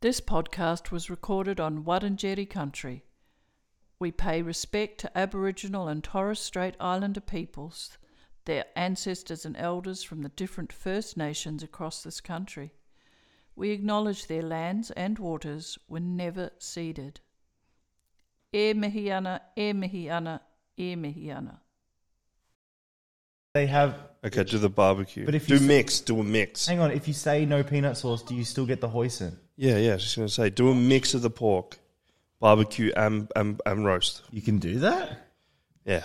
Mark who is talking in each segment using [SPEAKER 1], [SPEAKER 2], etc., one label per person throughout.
[SPEAKER 1] This podcast was recorded on Wurundjeri country. We pay respect to Aboriginal and Torres Strait Islander peoples, their ancestors and elders from the different First Nations across this country. We acknowledge their lands and waters were never ceded. E mihi ana, e mihi ana, e mihi ana.
[SPEAKER 2] They have.
[SPEAKER 3] Okay, do the barbecue.
[SPEAKER 2] But if
[SPEAKER 3] do
[SPEAKER 2] you s-
[SPEAKER 3] mix, do a mix.
[SPEAKER 2] Hang on, if you say no peanut sauce, do you still get the hoisin?
[SPEAKER 3] Yeah, yeah. I was Just gonna say, do a mix of the pork, barbecue, and and, and roast.
[SPEAKER 2] You can do that.
[SPEAKER 3] Yeah.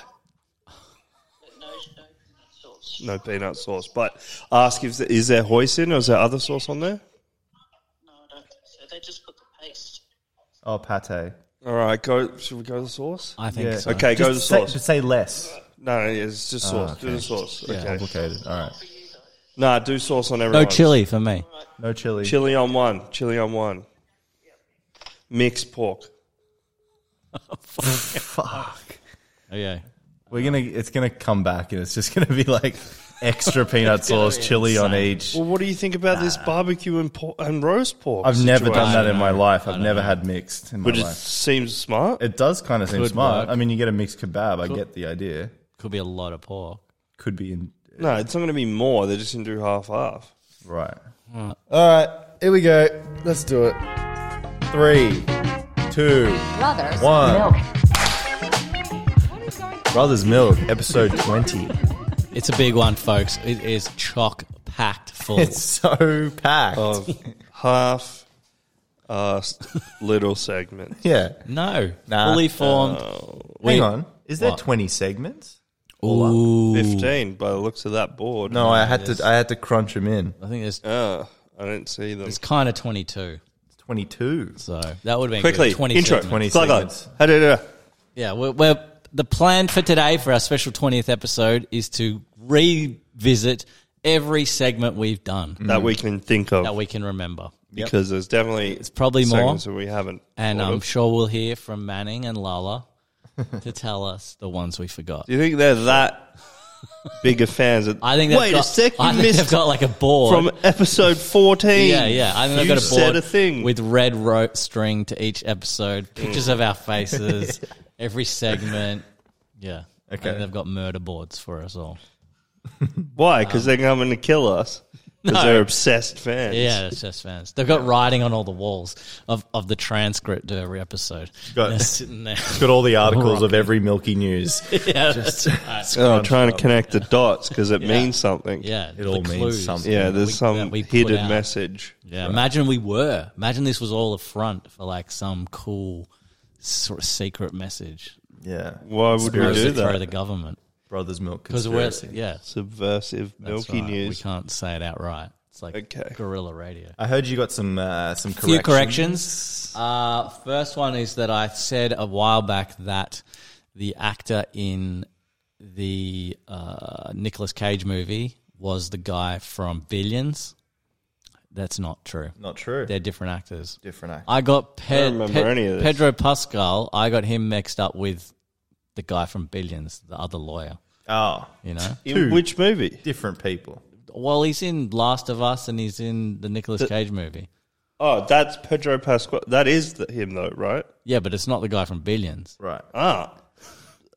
[SPEAKER 3] No peanut sauce, but ask if the, is there hoisin or is there other sauce on there?
[SPEAKER 4] No, I don't think so. They just put the paste.
[SPEAKER 2] Oh, pate.
[SPEAKER 3] All right, go. Should we go to the sauce?
[SPEAKER 5] I think
[SPEAKER 2] Yeah.
[SPEAKER 5] so.
[SPEAKER 3] Okay, go to the
[SPEAKER 2] Just Ah, say,
[SPEAKER 3] sauce.
[SPEAKER 2] but say less.
[SPEAKER 3] no, no, it's just sauce. Do the sauce. Okay.
[SPEAKER 2] Complicated. All right.
[SPEAKER 3] Nah, do sauce on
[SPEAKER 5] No
[SPEAKER 3] everyone.
[SPEAKER 5] chili for me.
[SPEAKER 2] No chili.
[SPEAKER 3] Chili on one. Chili on one. Mixed pork.
[SPEAKER 2] Fuck.
[SPEAKER 5] Okay.
[SPEAKER 2] We're gonna. It's gonna come back, and it's just gonna be like extra peanut sauce, chili on each.
[SPEAKER 3] Well, what do you think about this barbecue and, por- and roast pork?
[SPEAKER 2] I've never done
[SPEAKER 3] situation?
[SPEAKER 2] that in my life. I've never had mixed in my
[SPEAKER 3] But it
[SPEAKER 2] life.
[SPEAKER 3] seems smart.
[SPEAKER 2] It does kind of seem
[SPEAKER 5] Could
[SPEAKER 2] smart.
[SPEAKER 5] work.
[SPEAKER 2] I mean, you get a mixed kebab. I get the idea.
[SPEAKER 5] Could be a lot of pork.
[SPEAKER 2] Could be in
[SPEAKER 3] No, it's not going to be more. They're just going to do half half.
[SPEAKER 2] Right. All right. Here we go. Let's do it. Three, two,
[SPEAKER 6] Brothers.
[SPEAKER 2] one.
[SPEAKER 6] Milk.
[SPEAKER 2] Brothers Milk, episode 20.
[SPEAKER 5] It's a big one, folks. It is chock packed full.
[SPEAKER 2] It's so packed.
[SPEAKER 3] Half uh, little segment.
[SPEAKER 2] yeah.
[SPEAKER 5] no,
[SPEAKER 2] Nah.
[SPEAKER 5] fully formed.
[SPEAKER 2] Hang on. Is there
[SPEAKER 5] What?
[SPEAKER 2] 20 segments?
[SPEAKER 5] Ooh.
[SPEAKER 3] 15 by the looks of that board.
[SPEAKER 2] No, I had to I had to crunch them in.
[SPEAKER 5] I think there's
[SPEAKER 3] Uh, I didn't see them.
[SPEAKER 5] it's kind of 22.
[SPEAKER 2] 22.
[SPEAKER 5] So that would have been
[SPEAKER 3] Quickly,
[SPEAKER 5] good. 20
[SPEAKER 3] intro.
[SPEAKER 5] segments.
[SPEAKER 2] 20
[SPEAKER 3] Glug, glug.
[SPEAKER 2] segments.
[SPEAKER 3] Hey, da, da, da.
[SPEAKER 5] Yeah, we're, we're the plan for today for our special 20th episode is to revisit every segment we've done
[SPEAKER 3] That we can think of.
[SPEAKER 5] that we can remember.
[SPEAKER 3] because there's definitely it's
[SPEAKER 5] probably more.
[SPEAKER 3] that we haven't.
[SPEAKER 5] And um,
[SPEAKER 3] thought
[SPEAKER 5] I'm
[SPEAKER 3] of.
[SPEAKER 5] sure we'll hear from Manning and Lala to tell us the ones we forgot.
[SPEAKER 3] do you think they're that big of fans? That,
[SPEAKER 5] I think they've
[SPEAKER 3] Wait
[SPEAKER 5] got,
[SPEAKER 3] a sec, you
[SPEAKER 5] I think
[SPEAKER 3] missed
[SPEAKER 5] they've got like a board.
[SPEAKER 3] from episode 14.
[SPEAKER 5] yeah, yeah. I think
[SPEAKER 3] you
[SPEAKER 5] they've got a board
[SPEAKER 3] said a thing.
[SPEAKER 5] with red rope string to each episode, pictures of our faces, every segment. Yeah. And
[SPEAKER 2] Okay.
[SPEAKER 5] they've got murder boards for us all.
[SPEAKER 3] Why?
[SPEAKER 5] Um,
[SPEAKER 3] Because they're coming to kill us. Because they're obsessed fans.
[SPEAKER 5] Yeah, it's just fans. They've got writing on all the walls of, of the transcript of every episode.
[SPEAKER 2] Got-
[SPEAKER 5] They're sitting there.
[SPEAKER 2] Got all the articles of every Milky News.
[SPEAKER 5] yeah, that's right.
[SPEAKER 3] Oh, trying to connect the dots because it means something.
[SPEAKER 5] yeah,
[SPEAKER 2] It all means something.
[SPEAKER 3] Yeah,
[SPEAKER 5] that
[SPEAKER 3] there's
[SPEAKER 5] we-
[SPEAKER 3] some
[SPEAKER 5] that we put
[SPEAKER 3] hidden
[SPEAKER 5] out. Mm.
[SPEAKER 3] message.
[SPEAKER 5] Yeah, imagine we were. Imagine this was all a front for like some cool sort of secret message.
[SPEAKER 2] Yeah.
[SPEAKER 3] Why would we
[SPEAKER 5] Conspiracy
[SPEAKER 3] do
[SPEAKER 5] through
[SPEAKER 3] that?
[SPEAKER 5] the government
[SPEAKER 2] Brothers Milk.
[SPEAKER 5] because we're
[SPEAKER 2] conspiracy.
[SPEAKER 5] yeah.
[SPEAKER 3] Subversive
[SPEAKER 5] that's
[SPEAKER 3] milky
[SPEAKER 5] right. We
[SPEAKER 3] news.
[SPEAKER 5] can't say it outright. It's like
[SPEAKER 3] Okay.
[SPEAKER 5] guerrilla radio.
[SPEAKER 2] I heard you got some uh, some corrections.
[SPEAKER 5] few corrections. Uh, first one is that I said a while back that the actor in the uh, Nicolas Cage movie was the guy from Billions. That's not true.
[SPEAKER 2] Not true.
[SPEAKER 5] They're different actors.
[SPEAKER 2] different actors.
[SPEAKER 5] I got Pe-
[SPEAKER 3] don't remember
[SPEAKER 5] Pe-
[SPEAKER 3] any of this.
[SPEAKER 5] Pedro Pascal. I got him mixed up with the guy from Billions, the other lawyer.
[SPEAKER 2] Oh,
[SPEAKER 5] You know,
[SPEAKER 3] In which movie?
[SPEAKER 2] different people.
[SPEAKER 5] well, he's in Last of Us and he's in the Nicolas Cage movie.
[SPEAKER 3] Oh, that's Pedro Pascal. That is the, him, though, right?
[SPEAKER 5] Yeah, but it's not the guy from Billions.
[SPEAKER 2] Right.
[SPEAKER 3] Ah,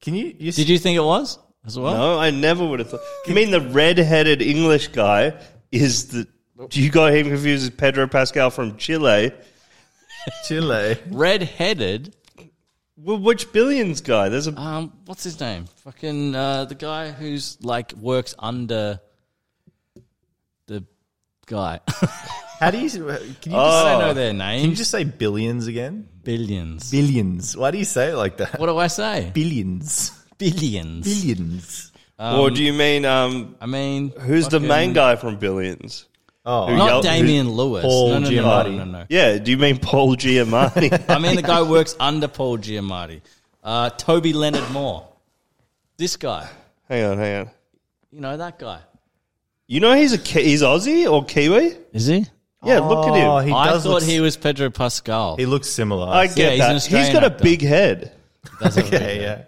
[SPEAKER 2] Can you? you
[SPEAKER 5] Did you think it was as well?
[SPEAKER 3] no, I never would have thought. You mean the red-headed English guy is the? You got him confused with Pedro Pascal from Chile.
[SPEAKER 2] Chile?
[SPEAKER 5] Red-headed.
[SPEAKER 3] Well, which billions guy? There's a
[SPEAKER 5] Um, what's his name? Fucking uh, the guy who's like works under the guy.
[SPEAKER 2] How do you? Can you just,
[SPEAKER 5] I don't know their
[SPEAKER 2] Oh. can you
[SPEAKER 5] names.
[SPEAKER 2] just say billions again?
[SPEAKER 5] Billions.
[SPEAKER 2] Billions. Why do you say it like that?
[SPEAKER 5] What do I say?
[SPEAKER 2] Billions.
[SPEAKER 5] Billions.
[SPEAKER 2] Billions.
[SPEAKER 3] or do you mean um?
[SPEAKER 5] I mean,
[SPEAKER 3] Who's the
[SPEAKER 5] fucking-
[SPEAKER 3] main guy from Billions?
[SPEAKER 2] Oh,
[SPEAKER 3] Who
[SPEAKER 5] Not
[SPEAKER 3] yelled- who-
[SPEAKER 5] Damien Lewis.
[SPEAKER 2] Paul
[SPEAKER 5] no, no, no, no,
[SPEAKER 2] Giamatti.
[SPEAKER 5] no, no, no.
[SPEAKER 3] Yeah, do you mean Paul Giamatti?
[SPEAKER 5] I mean, the guy who works under Paul Giamatti. Uh, Toby Leonard Moore. This guy.
[SPEAKER 3] hang on, hang on.
[SPEAKER 5] You know that guy.
[SPEAKER 3] You know he's a Ki- he's Aussie or Kiwi?
[SPEAKER 5] Is he?
[SPEAKER 3] Yeah, look at
[SPEAKER 2] Oh,
[SPEAKER 3] him.
[SPEAKER 2] he
[SPEAKER 5] I
[SPEAKER 2] does
[SPEAKER 5] thought
[SPEAKER 2] look,
[SPEAKER 5] he
[SPEAKER 2] he,
[SPEAKER 5] was Pedro Pascal.
[SPEAKER 2] looks similar.
[SPEAKER 3] I get
[SPEAKER 5] he's an
[SPEAKER 3] that. He's
[SPEAKER 5] Australian
[SPEAKER 3] got a
[SPEAKER 5] actor.
[SPEAKER 3] big head.
[SPEAKER 5] That's what it
[SPEAKER 2] yeah,
[SPEAKER 5] is.
[SPEAKER 2] yeah.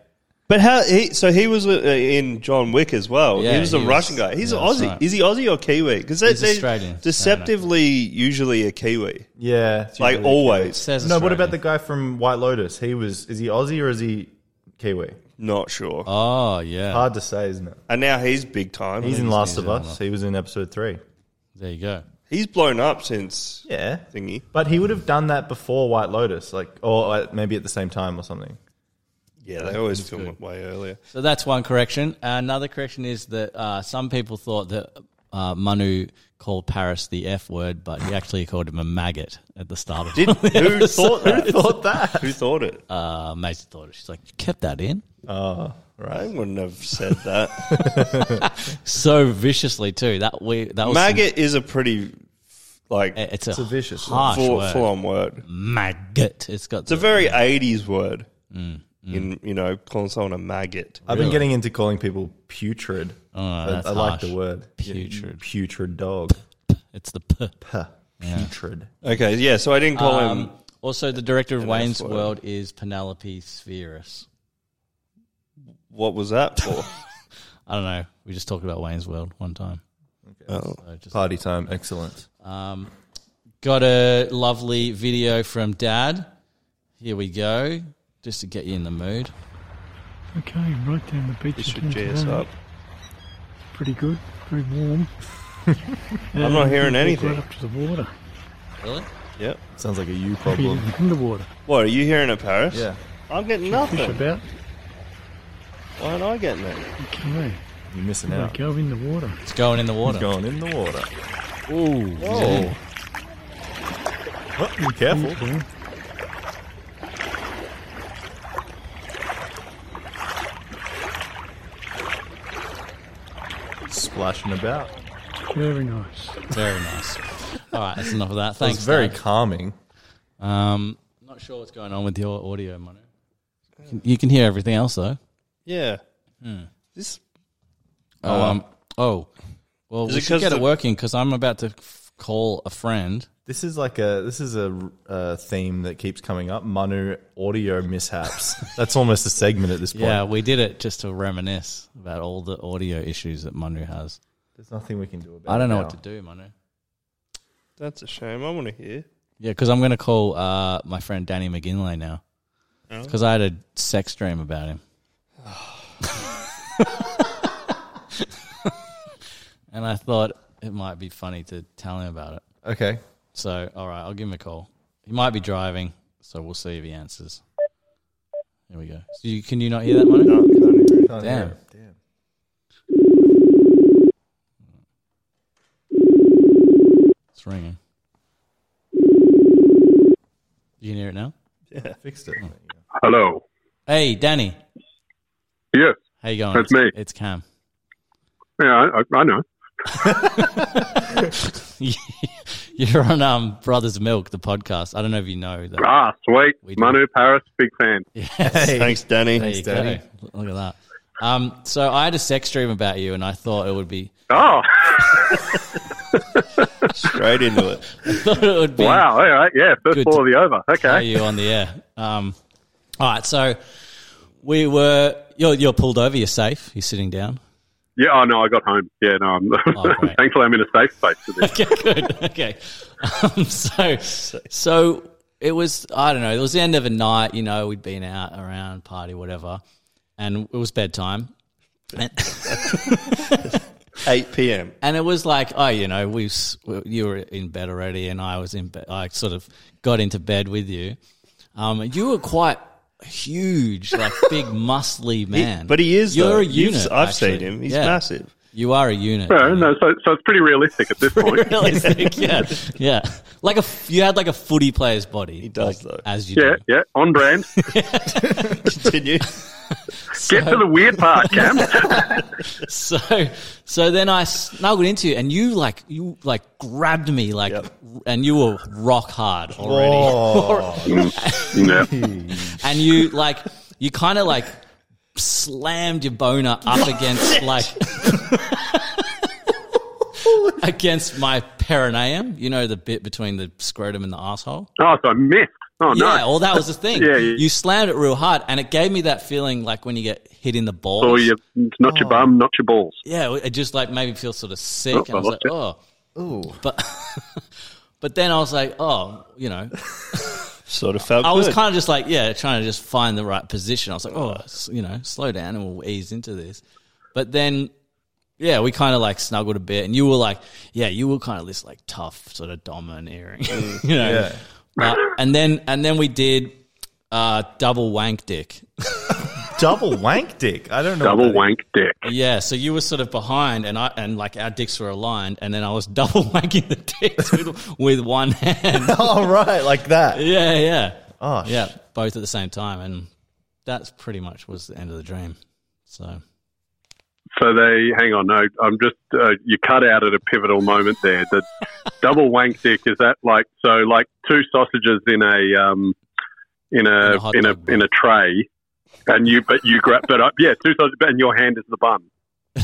[SPEAKER 3] But how? He, so he was uh, in John Wick as well.
[SPEAKER 5] Yeah,
[SPEAKER 3] he was a
[SPEAKER 5] he was-
[SPEAKER 3] Russian guy. He's
[SPEAKER 5] yeah,
[SPEAKER 3] an
[SPEAKER 5] that's
[SPEAKER 3] Aussie.
[SPEAKER 5] right.
[SPEAKER 3] Is he Aussie or Kiwi? Because they,
[SPEAKER 5] He's
[SPEAKER 3] they
[SPEAKER 5] Australian.
[SPEAKER 3] deceptively usually a Kiwi,
[SPEAKER 2] Yeah.
[SPEAKER 3] like always.
[SPEAKER 5] Says
[SPEAKER 2] No, what
[SPEAKER 5] Australian.
[SPEAKER 2] about the guy from White Lotus? He was is he Aussie or is he Kiwi?
[SPEAKER 3] Not sure.
[SPEAKER 5] Oh yeah,
[SPEAKER 2] Hard to say, isn't it?
[SPEAKER 3] and now he's big time.
[SPEAKER 2] He's
[SPEAKER 3] He's,
[SPEAKER 2] in Last
[SPEAKER 5] New
[SPEAKER 2] of Us. He was in episode three.
[SPEAKER 5] there you go.
[SPEAKER 3] blown up since
[SPEAKER 2] Yeah.
[SPEAKER 3] thingy.
[SPEAKER 2] But he would have done that before White Lotus, like or uh, maybe at the same time or something.
[SPEAKER 3] Yeah, they always film it way earlier.
[SPEAKER 5] So that's one correction. Another correction is that uh, some people thought that uh, Manu called Paris the F word, but he actually called him a maggot at the start of
[SPEAKER 3] Did, who thought that?
[SPEAKER 2] Thought that.
[SPEAKER 3] Who thought it?
[SPEAKER 5] Uh, Maisie thought it. She's like, you kept that in
[SPEAKER 2] Oh, right.
[SPEAKER 3] I wouldn't have said that.
[SPEAKER 5] so viciously too. That we that was
[SPEAKER 3] Maggot is a pretty like
[SPEAKER 5] Some, eh, it's a,
[SPEAKER 2] It's a vicious one.
[SPEAKER 5] harsh
[SPEAKER 3] full,
[SPEAKER 5] word. Mm.
[SPEAKER 3] full-on word.
[SPEAKER 5] Maggot. It's got
[SPEAKER 3] It's a very '80s word.
[SPEAKER 5] Mm,
[SPEAKER 3] In you know, calling someone a maggot.
[SPEAKER 5] Uh,
[SPEAKER 2] I've been getting into calling people putrid. I,
[SPEAKER 5] oh, that's
[SPEAKER 2] I like
[SPEAKER 5] harsh.
[SPEAKER 2] the word
[SPEAKER 5] Putrid.
[SPEAKER 2] Putrid dog.
[SPEAKER 5] it's the p.
[SPEAKER 2] Huh. Putrid.
[SPEAKER 3] Okay, yeah. So I didn't call him.
[SPEAKER 5] Um, also, the director of
[SPEAKER 3] An
[SPEAKER 5] Wayne's
[SPEAKER 3] F word.
[SPEAKER 5] World is Penelope Spheris.
[SPEAKER 3] What was that for?
[SPEAKER 5] I don't know. We just talked about Wayne's World one time.
[SPEAKER 3] oh.
[SPEAKER 5] So just
[SPEAKER 2] Party time. Excellent.
[SPEAKER 5] Um, got a lovely video from Dad. Here we go, just to get you in the mood.
[SPEAKER 6] Okay, right down the beach.
[SPEAKER 3] This should
[SPEAKER 6] again
[SPEAKER 3] J us
[SPEAKER 6] today.
[SPEAKER 3] up.
[SPEAKER 6] Pretty good, very warm.
[SPEAKER 3] I'm not hearing anything.
[SPEAKER 6] Right up to the water.
[SPEAKER 5] Really?
[SPEAKER 3] Yep.
[SPEAKER 2] Sounds like a you
[SPEAKER 6] Pretty
[SPEAKER 2] problem.
[SPEAKER 6] even underwater.
[SPEAKER 3] What are you hearing at Paris?
[SPEAKER 2] yeah.
[SPEAKER 3] I'm getting
[SPEAKER 6] Fish
[SPEAKER 3] nothing.
[SPEAKER 6] about.
[SPEAKER 3] Why aren't I getting it?
[SPEAKER 6] Okay,
[SPEAKER 2] You're missing
[SPEAKER 5] Oh
[SPEAKER 6] they
[SPEAKER 2] out.
[SPEAKER 6] go in the water.
[SPEAKER 5] It's going in the water.
[SPEAKER 2] Going in the water.
[SPEAKER 5] Ooh,
[SPEAKER 2] Oh. be careful.
[SPEAKER 6] Okay.
[SPEAKER 2] Splashing about.
[SPEAKER 6] Very nice.
[SPEAKER 5] very nice. All right, that's enough of that. Thanks.
[SPEAKER 2] It's very
[SPEAKER 5] Dad.
[SPEAKER 2] calming.
[SPEAKER 5] Um, not sure what's going on with your audio, Manu. You can- You can hear everything else though.
[SPEAKER 3] Yeah.
[SPEAKER 2] Hmm.
[SPEAKER 5] Hmm.
[SPEAKER 3] This
[SPEAKER 5] Oh, um, oh. Well,
[SPEAKER 3] Is
[SPEAKER 5] we
[SPEAKER 3] it
[SPEAKER 5] should
[SPEAKER 3] 'cause
[SPEAKER 5] get
[SPEAKER 3] the-
[SPEAKER 5] it working because I'm about to f- call a friend.
[SPEAKER 2] This is like a this is a uh, theme that keeps coming up. Manu audio mishaps. That's almost a segment at this point.
[SPEAKER 5] Yeah, we did it just to reminisce about all the audio issues that Manu has.
[SPEAKER 2] There's nothing we can do about.
[SPEAKER 5] I don't know
[SPEAKER 2] it
[SPEAKER 5] what
[SPEAKER 2] now.
[SPEAKER 5] to do, Manu.
[SPEAKER 3] that's a shame. I want to hear.
[SPEAKER 5] Yeah, because I'm going to call uh, my friend Danny McGinley now. Because I had a sex dream about him. and I thought it might be funny to tell him about it.
[SPEAKER 2] Okay.
[SPEAKER 5] So, all right, I'll give him a call. He might be driving, so we'll see if he answers. Here we go. So you, can you not hear that, Manu?
[SPEAKER 3] No, I can't hear it.
[SPEAKER 2] Can't
[SPEAKER 5] Damn.
[SPEAKER 2] hear it. Damn.
[SPEAKER 5] It's ringing. You can hear it now?
[SPEAKER 2] Fixed
[SPEAKER 5] Hmm.
[SPEAKER 2] it.
[SPEAKER 7] Hello.
[SPEAKER 5] Hey, Danny.
[SPEAKER 7] Yes.
[SPEAKER 5] How you going?
[SPEAKER 7] That's
[SPEAKER 5] It's-
[SPEAKER 7] me.
[SPEAKER 5] It's Cam.
[SPEAKER 7] Yeah, I, I, I know.
[SPEAKER 5] You're on um, Brothers Milk, the podcast. I don't know if you know that.
[SPEAKER 7] Ah, sweet.
[SPEAKER 5] We do.
[SPEAKER 7] Manu Paris, big fan.
[SPEAKER 3] Thanks, Danny.
[SPEAKER 5] There you go.
[SPEAKER 2] Danny.
[SPEAKER 5] Look at that. Um, so I had a sex dream about you, and I thought it would be
[SPEAKER 7] Oh,
[SPEAKER 3] Straight into it.
[SPEAKER 5] thought it would be
[SPEAKER 7] wow. All right. Yeah, first
[SPEAKER 5] Good
[SPEAKER 7] ball of the over.
[SPEAKER 5] how
[SPEAKER 7] Okay.
[SPEAKER 5] you on the air. Um, all right, so we were you're you're pulled over. You're safe. You're sitting down.
[SPEAKER 7] Yeah, oh, no, I got home. Yeah, no, I'm,
[SPEAKER 5] Oh, great.
[SPEAKER 7] thankfully I'm in a safe space for this.
[SPEAKER 5] Okay, good. Okay. Um, so, so it was, I don't know, it was the end of a night, you know, we'd been out around, party, whatever, and it was bedtime. And,
[SPEAKER 3] 8 p.m.
[SPEAKER 5] and it was like, oh, you know, we s- you were in bed already, and I was in bed. I sort of got into bed with you. Um, and you were quite huge, like big, muscly man.
[SPEAKER 3] But he is.
[SPEAKER 5] You're
[SPEAKER 3] though.
[SPEAKER 5] a
[SPEAKER 3] You've-
[SPEAKER 5] unit.
[SPEAKER 3] I've
[SPEAKER 5] actually.
[SPEAKER 3] seen him. He's
[SPEAKER 5] Yeah.
[SPEAKER 3] massive.
[SPEAKER 5] You are a unit.
[SPEAKER 7] So, no, so, so it's pretty realistic at this point.
[SPEAKER 5] realistic. yeah, yeah. Like a f- you had like a footy player's body. He
[SPEAKER 3] does, though.
[SPEAKER 5] as you
[SPEAKER 7] Yeah,
[SPEAKER 5] do.
[SPEAKER 7] yeah, on brand.
[SPEAKER 3] Continue.
[SPEAKER 7] Get to the weird part, Cam.
[SPEAKER 5] So so then I snuggled into you, and you like you like grabbed me like,
[SPEAKER 3] Yep.
[SPEAKER 5] and you were rock hard already,
[SPEAKER 2] Oh,
[SPEAKER 7] yeah.
[SPEAKER 5] and you like you kind of like slammed your boner up against like. Against my perineum, you know the bit between the scrotum and the asshole.
[SPEAKER 7] Oh, so I missed. Oh, no.
[SPEAKER 5] yeah, well, that was the thing.
[SPEAKER 7] Yeah, yeah.
[SPEAKER 5] you slammed it real hard, and it gave me that feeling like when you get hit in the balls.
[SPEAKER 7] Or you, not
[SPEAKER 5] Oh.
[SPEAKER 7] your bum, not your balls.
[SPEAKER 5] yeah, it just like made me feel sort of sick. and I
[SPEAKER 7] I
[SPEAKER 5] was like,
[SPEAKER 7] lost it.
[SPEAKER 5] oh, ooh. But but then I was like, oh, you know,
[SPEAKER 3] Sort of felt
[SPEAKER 5] I was
[SPEAKER 3] good.
[SPEAKER 5] kind of just like, yeah, trying to just find the right position. I was like, oh, s- you know, slow down and we'll ease into this. But then, yeah, we kind of like snuggled a bit, and you were like, yeah, you were kind of this like tough sort of domineering, you know.
[SPEAKER 2] Yeah.
[SPEAKER 5] But- and then and then we did uh, double wank dick.
[SPEAKER 2] Double wank dick. I don't know.
[SPEAKER 7] Double
[SPEAKER 2] what
[SPEAKER 7] wank dick.
[SPEAKER 5] Yeah, so you were sort of behind, and I and like our dicks were aligned, and then I was double wanking the dicks with, with one hand.
[SPEAKER 2] that is. Oh right, like that.
[SPEAKER 5] Yeah, yeah,
[SPEAKER 2] Oh
[SPEAKER 5] yeah, both at the same time, and that's pretty much was the end of the dream. So
[SPEAKER 7] So they, hang on, no, I'm just, uh, you cut out at a pivotal moment there. The double wank dick, is that like, so like two sausages in a, um, in
[SPEAKER 5] In
[SPEAKER 7] a,
[SPEAKER 5] a hot
[SPEAKER 7] in a,
[SPEAKER 5] dog
[SPEAKER 7] in a tray, and you, but you grab, but I, yeah, two sausages, and your hand is the bun.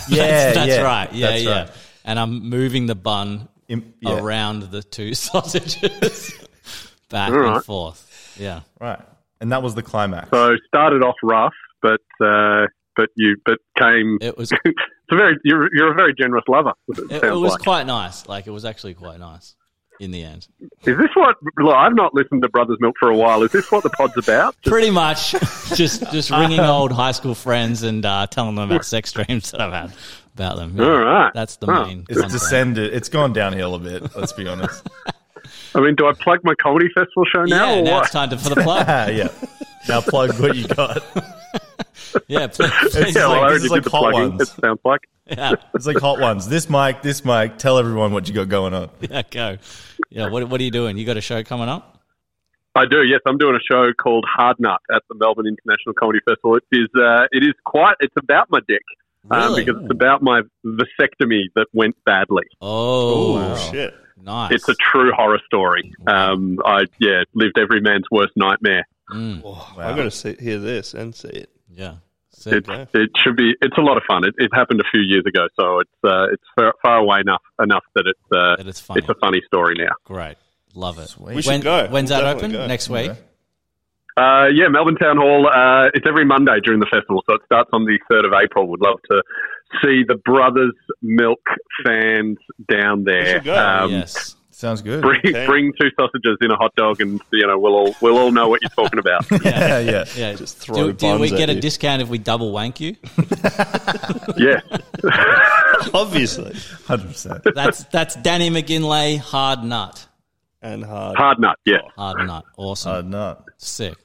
[SPEAKER 2] yeah.
[SPEAKER 5] that's
[SPEAKER 2] yeah,
[SPEAKER 5] right. Yeah,
[SPEAKER 2] that's
[SPEAKER 5] yeah.
[SPEAKER 2] right.
[SPEAKER 5] And I'm moving the bun
[SPEAKER 2] Im- yeah,
[SPEAKER 5] around the two sausages back and
[SPEAKER 7] Alright.
[SPEAKER 5] forth. Yeah.
[SPEAKER 2] Right, and that was the climax.
[SPEAKER 7] So started off rough, but, uh, but you, but came,
[SPEAKER 5] It was
[SPEAKER 7] it's a very, you're, you're a very generous lover, it
[SPEAKER 5] it, it
[SPEAKER 7] sounds
[SPEAKER 5] was
[SPEAKER 7] like.
[SPEAKER 5] quite nice. Like it was actually quite nice in the end.
[SPEAKER 7] Is this what? Look, I've not listened to Brothers Milk for a while. Is this what the pod's about?
[SPEAKER 5] Pretty much, just just ringing old high school friends and uh, telling them about sex dreams that I've had about them. Yeah.
[SPEAKER 7] All right.
[SPEAKER 5] that's the
[SPEAKER 7] Huh.
[SPEAKER 5] main.
[SPEAKER 2] it's
[SPEAKER 5] content.
[SPEAKER 2] descended. It's gone downhill a bit. Let's be honest.
[SPEAKER 7] I mean, do I plug my comedy festival show
[SPEAKER 5] Yeah, now,
[SPEAKER 7] now or
[SPEAKER 5] it's
[SPEAKER 7] what?
[SPEAKER 5] time to, for the plug.
[SPEAKER 2] Ah, yeah. Now plug what you got.
[SPEAKER 5] yeah, please,
[SPEAKER 2] It's
[SPEAKER 7] Yeah, well, I
[SPEAKER 2] like,
[SPEAKER 7] already
[SPEAKER 2] this is
[SPEAKER 7] did
[SPEAKER 2] like
[SPEAKER 7] the
[SPEAKER 2] hot
[SPEAKER 7] plugging. It
[SPEAKER 2] ones.
[SPEAKER 7] sounds like.
[SPEAKER 5] yeah,
[SPEAKER 2] It's like hot ones. This mic, this mic. Tell everyone what you got going on.
[SPEAKER 5] yeah, go. Yeah, what what are you doing? You got a show coming up?
[SPEAKER 7] I do. Yes, I'm doing a show called Hard Nut at the Melbourne International Comedy Festival. It is. Uh, it is quite. It's about my dick um,
[SPEAKER 5] Really?
[SPEAKER 7] because it's about my vasectomy that went badly.
[SPEAKER 5] Oh,
[SPEAKER 3] Shit.
[SPEAKER 5] nice.
[SPEAKER 7] It's a true horror story. Um, I yeah lived every man's worst nightmare.
[SPEAKER 5] Hmm.
[SPEAKER 3] I got to see, hear this and see it.
[SPEAKER 5] yeah. So,
[SPEAKER 7] It, it should be. It's a lot of fun. It, it happened a few years ago, so it's uh, it's far, far away enough enough that it's uh,
[SPEAKER 5] That it's funny.
[SPEAKER 7] a funny story now.
[SPEAKER 5] Great. Love it.
[SPEAKER 3] We should go.
[SPEAKER 5] When's
[SPEAKER 3] We'll
[SPEAKER 5] that open?
[SPEAKER 3] definitely go.
[SPEAKER 5] Next week?
[SPEAKER 7] Uh, yeah, Melbourne Town Hall. Uh, it's every Monday during the festival, so it starts on the third of April. Would love to see the Brothers Milk fans down there. Um,
[SPEAKER 3] should go.
[SPEAKER 5] yes.
[SPEAKER 2] Sounds good.
[SPEAKER 7] Bring,
[SPEAKER 3] Okay.
[SPEAKER 7] bring two sausages in a hot dog, and you know we'll all we'll all know what you're talking about.
[SPEAKER 2] Yeah, yeah.
[SPEAKER 5] Yeah.
[SPEAKER 3] Just throw
[SPEAKER 5] Do, do we
[SPEAKER 3] buns at
[SPEAKER 5] get a
[SPEAKER 3] you.
[SPEAKER 5] discount if we double wank you?
[SPEAKER 7] yeah,
[SPEAKER 3] Obviously.
[SPEAKER 2] Hundred percent.
[SPEAKER 5] That's that's Danny McGinlay, hard nut.
[SPEAKER 3] And hard.
[SPEAKER 7] hard nut. Yeah,
[SPEAKER 5] Hard nut. Awesome.
[SPEAKER 2] Uh, no.
[SPEAKER 5] Sick.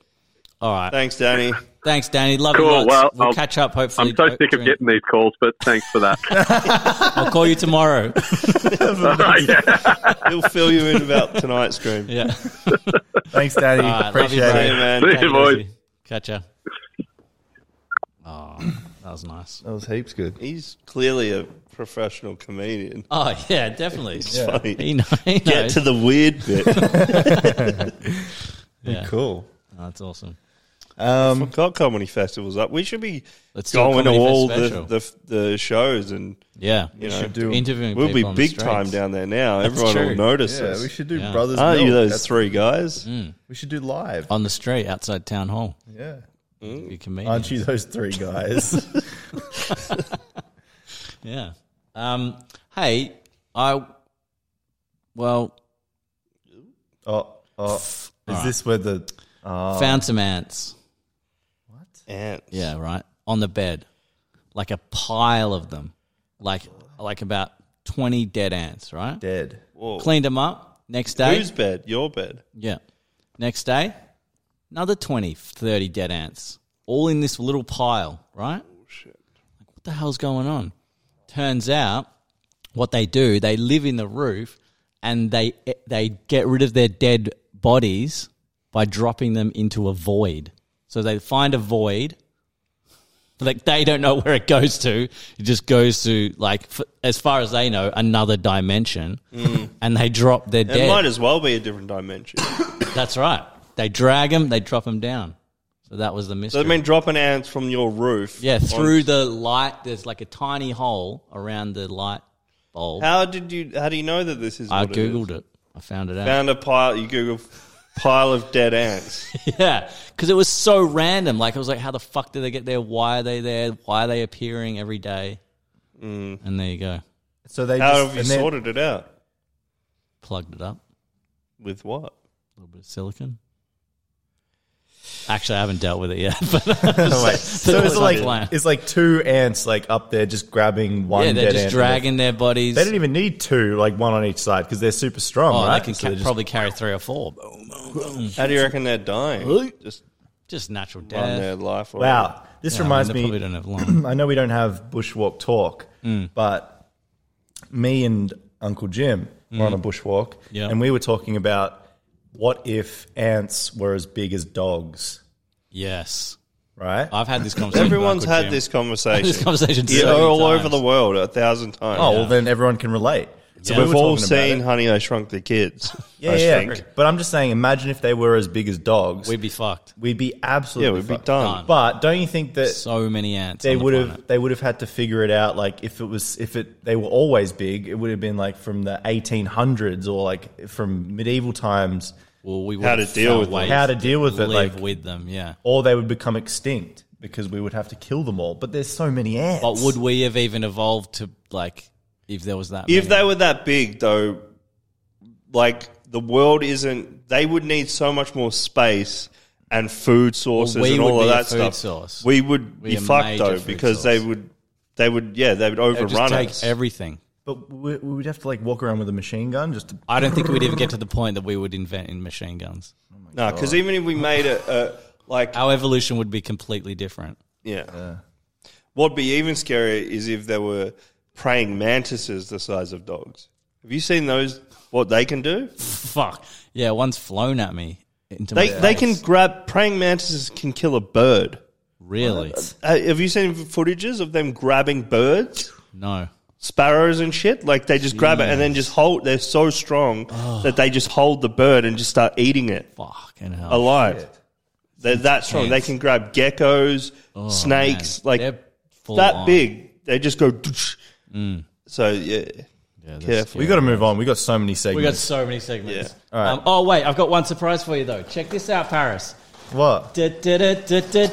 [SPEAKER 5] All right.
[SPEAKER 3] Thanks, Danny.
[SPEAKER 5] Thanks, Danny. Love you
[SPEAKER 7] Cool.
[SPEAKER 5] lots.
[SPEAKER 7] Well,
[SPEAKER 5] we'll
[SPEAKER 7] I'll-
[SPEAKER 5] catch up hopefully.
[SPEAKER 7] I'm so sick of
[SPEAKER 5] during-
[SPEAKER 7] getting these calls, but thanks for that.
[SPEAKER 5] I'll call you tomorrow.
[SPEAKER 7] Yeah.
[SPEAKER 3] He'll fill you in about tonight's dream.
[SPEAKER 5] yeah.
[SPEAKER 2] Thanks, Danny.
[SPEAKER 5] All right. Love you,
[SPEAKER 2] Appreciate
[SPEAKER 5] bro.
[SPEAKER 2] it.
[SPEAKER 3] Hey, man.
[SPEAKER 7] See
[SPEAKER 5] Take it
[SPEAKER 7] you, boys.
[SPEAKER 5] easy. Catch ya. Oh, that was nice.
[SPEAKER 2] That was heaps good.
[SPEAKER 3] He's clearly a professional comedian.
[SPEAKER 5] Oh yeah, definitely.
[SPEAKER 3] It's funny.
[SPEAKER 5] He knows. He
[SPEAKER 3] Get
[SPEAKER 5] knows.
[SPEAKER 3] to the weird bit.
[SPEAKER 5] yeah.
[SPEAKER 2] Cool.
[SPEAKER 5] Oh, that's awesome.
[SPEAKER 2] Um,
[SPEAKER 3] Got comedy festivals up. We should be
[SPEAKER 5] Let's do a
[SPEAKER 3] going to
[SPEAKER 5] Comedy Fest
[SPEAKER 3] all
[SPEAKER 5] special.
[SPEAKER 3] the, the the shows, and
[SPEAKER 5] Yeah.
[SPEAKER 3] you know,
[SPEAKER 2] should do.
[SPEAKER 5] Interviewing
[SPEAKER 3] we'll be
[SPEAKER 5] people on the
[SPEAKER 3] big time
[SPEAKER 5] streets.
[SPEAKER 3] down there now.
[SPEAKER 5] That's
[SPEAKER 3] Everyone
[SPEAKER 5] true.
[SPEAKER 3] will notice
[SPEAKER 2] Yeah,
[SPEAKER 3] us.
[SPEAKER 2] we should do
[SPEAKER 5] Yeah.
[SPEAKER 2] brothers.
[SPEAKER 3] Aren't you
[SPEAKER 2] Milk.
[SPEAKER 3] those
[SPEAKER 2] That's-
[SPEAKER 3] three guys?
[SPEAKER 5] Mm.
[SPEAKER 2] We should do live.
[SPEAKER 5] on the street outside town hall.
[SPEAKER 2] Yeah.
[SPEAKER 5] You can meet.
[SPEAKER 2] Aren't you those three guys?
[SPEAKER 5] Yeah. Um, hey, I. Well,
[SPEAKER 2] oh, oh. Is this where the
[SPEAKER 5] found some ants.
[SPEAKER 3] Ants.
[SPEAKER 5] Yeah, right on the bed, like a pile of them, like like about twenty dead ants. Right.
[SPEAKER 2] dead?
[SPEAKER 3] Whoa.
[SPEAKER 5] Cleaned them up. Next day.
[SPEAKER 3] Whose bed? Your bed.
[SPEAKER 5] Yeah. Next day, another 20, 30 dead ants, all in this little pile, right?
[SPEAKER 3] Oh,
[SPEAKER 5] Like, what the hell's going on? Turns out, what they do, they live in the roof and they they get rid of their dead bodies by dropping them into a void. So they find a void. Like they don't know where it goes to. It just goes to like, f- as far as they know, another dimension, and they drop their
[SPEAKER 3] Mm. It
[SPEAKER 5] dead.
[SPEAKER 3] might as well be a different dimension.
[SPEAKER 5] That's right. They drag him, they drop him down. So that was the mystery.
[SPEAKER 3] So I mean, dropping ants from your roof.
[SPEAKER 5] yeah,
[SPEAKER 3] on-
[SPEAKER 5] through the light, there's like a tiny hole around the light bulb.
[SPEAKER 3] How did you? How do you know that this is?
[SPEAKER 5] I
[SPEAKER 3] what it is?
[SPEAKER 5] googled it. I found it out.
[SPEAKER 3] Found a pile. You Google pile of dead ants.
[SPEAKER 5] Yeah, because it was so random. Like, I was like, how the fuck did they get there? Why are they there? Why are they appearing every day?
[SPEAKER 3] Mm.
[SPEAKER 5] And there you go.
[SPEAKER 2] So they
[SPEAKER 3] How
[SPEAKER 2] just,
[SPEAKER 3] have you
[SPEAKER 2] and then-
[SPEAKER 3] sorted it out?
[SPEAKER 5] Plugged it up.
[SPEAKER 3] With what?
[SPEAKER 5] A little bit of silicon. Actually, I haven't dealt with it yet. But
[SPEAKER 2] Oh, wait. So it's
[SPEAKER 5] That's
[SPEAKER 2] like
[SPEAKER 5] my plan.
[SPEAKER 2] it's like two ants like up there just grabbing one.
[SPEAKER 5] yeah, they're
[SPEAKER 2] dead
[SPEAKER 5] just
[SPEAKER 2] ant.
[SPEAKER 5] dragging their bodies.
[SPEAKER 2] They don't even need two, like one on each side, because they're super strong,
[SPEAKER 5] oh,
[SPEAKER 2] right?
[SPEAKER 5] they can
[SPEAKER 2] So
[SPEAKER 5] ca-
[SPEAKER 2] they're just-
[SPEAKER 5] probably carry three or four. Boom, boom, boom.
[SPEAKER 3] How do you reckon they're dying? Just
[SPEAKER 5] Just natural
[SPEAKER 3] on their
[SPEAKER 5] death.
[SPEAKER 3] life. Already.
[SPEAKER 2] wow, this
[SPEAKER 5] Yeah, I mean,
[SPEAKER 2] reminds
[SPEAKER 5] they
[SPEAKER 2] me.
[SPEAKER 5] Probably don't Mm. have long.
[SPEAKER 2] I know we don't have bushwalk talk, but me and Uncle Jim were on a bushwalk,
[SPEAKER 5] Mm. Yeah.
[SPEAKER 2] and we were talking about what if ants were as big as dogs,
[SPEAKER 5] yes,
[SPEAKER 2] right?
[SPEAKER 5] I've had this conversation. with
[SPEAKER 3] Everyone's
[SPEAKER 5] Uncle
[SPEAKER 3] had
[SPEAKER 5] Jim.
[SPEAKER 3] this conversation.
[SPEAKER 5] This conversation
[SPEAKER 3] Yeah,
[SPEAKER 5] so many
[SPEAKER 3] all
[SPEAKER 5] times.
[SPEAKER 3] over the world a thousand times.
[SPEAKER 2] oh, well, then everyone can relate. So
[SPEAKER 5] Yeah.
[SPEAKER 2] we
[SPEAKER 3] we've
[SPEAKER 2] were
[SPEAKER 3] all
[SPEAKER 2] talking about
[SPEAKER 3] seen
[SPEAKER 2] it.
[SPEAKER 3] Honey I Shrunk the Kids.
[SPEAKER 2] Yeah,
[SPEAKER 3] I
[SPEAKER 2] yeah.
[SPEAKER 3] think.
[SPEAKER 2] But I'm just saying, imagine if they were as big as dogs,
[SPEAKER 5] We'd be fucked.
[SPEAKER 2] we'd be
[SPEAKER 3] Yeah,
[SPEAKER 2] absolutely
[SPEAKER 3] we'd be
[SPEAKER 2] fucked.
[SPEAKER 3] done.
[SPEAKER 2] But don't you think that
[SPEAKER 5] So many ants.
[SPEAKER 2] they
[SPEAKER 5] on the
[SPEAKER 2] would have
[SPEAKER 5] planet.
[SPEAKER 2] they would have had to figure it out like if it was if it they were always big it would have been like from the 1800s or like from medieval times
[SPEAKER 5] Well, we would
[SPEAKER 3] How to
[SPEAKER 5] have
[SPEAKER 3] deal
[SPEAKER 5] found
[SPEAKER 3] with them.
[SPEAKER 5] ways
[SPEAKER 2] How to deal with it,
[SPEAKER 5] Live
[SPEAKER 2] like-
[SPEAKER 5] with them. Yeah.
[SPEAKER 2] or they would become extinct because we would have to kill them all but there's so many ants
[SPEAKER 5] But would we have even evolved to like if there was that?
[SPEAKER 3] If
[SPEAKER 5] many?
[SPEAKER 3] they were that big, though, like the world isn't. They would need so much more space and food sources
[SPEAKER 5] we
[SPEAKER 3] and
[SPEAKER 5] would
[SPEAKER 3] all
[SPEAKER 5] be
[SPEAKER 3] of
[SPEAKER 5] a
[SPEAKER 3] that
[SPEAKER 5] food
[SPEAKER 3] stuff.
[SPEAKER 5] source.
[SPEAKER 3] We would
[SPEAKER 5] We'd
[SPEAKER 3] be
[SPEAKER 5] be a
[SPEAKER 3] fucked
[SPEAKER 5] major
[SPEAKER 3] though
[SPEAKER 5] food
[SPEAKER 3] because
[SPEAKER 5] source.
[SPEAKER 3] they would. They would, yeah, they would
[SPEAKER 5] They would just
[SPEAKER 3] overrun
[SPEAKER 5] take
[SPEAKER 3] us.
[SPEAKER 5] everything.
[SPEAKER 2] but we, we would have to like walk around with a machine gun just to,
[SPEAKER 5] I don't think we'd even get to the point that we would invent in machine guns.
[SPEAKER 3] no, because even if we
[SPEAKER 5] Oh.
[SPEAKER 3] made a, a like,
[SPEAKER 5] Our evolution would be completely different.
[SPEAKER 3] yeah, what'd be even scarier is if there were praying mantises the size of dogs. Have you seen those? What they can do?
[SPEAKER 5] Fuck. Yeah, one's flown at me. Into
[SPEAKER 3] They
[SPEAKER 5] my
[SPEAKER 3] they can
[SPEAKER 5] face.
[SPEAKER 3] grab praying mantises can kill a bird.
[SPEAKER 5] really
[SPEAKER 3] Uh, have you seen footages of them grabbing birds,
[SPEAKER 5] no.
[SPEAKER 3] sparrows and shit? Like they just grab it and then just hold. They're so strong that they just hold the bird and just start eating it
[SPEAKER 5] Fucking hell.
[SPEAKER 3] alive. They're that strong. They
[SPEAKER 5] Ants.
[SPEAKER 3] can grab geckos,
[SPEAKER 5] Oh,
[SPEAKER 3] snakes,
[SPEAKER 5] man.
[SPEAKER 3] like
[SPEAKER 5] They're full
[SPEAKER 3] that
[SPEAKER 5] on.
[SPEAKER 3] big. They just go.
[SPEAKER 5] Mm.
[SPEAKER 3] So yeah,
[SPEAKER 5] Yeah, that's
[SPEAKER 3] careful.
[SPEAKER 2] we got to move on we got so many
[SPEAKER 5] We got
[SPEAKER 2] segments
[SPEAKER 5] so many segments.
[SPEAKER 2] All right.
[SPEAKER 5] Um, oh wait, I've got one surprise for you though. Check this out, Paris.
[SPEAKER 2] what
[SPEAKER 5] Da, da, da, da, da,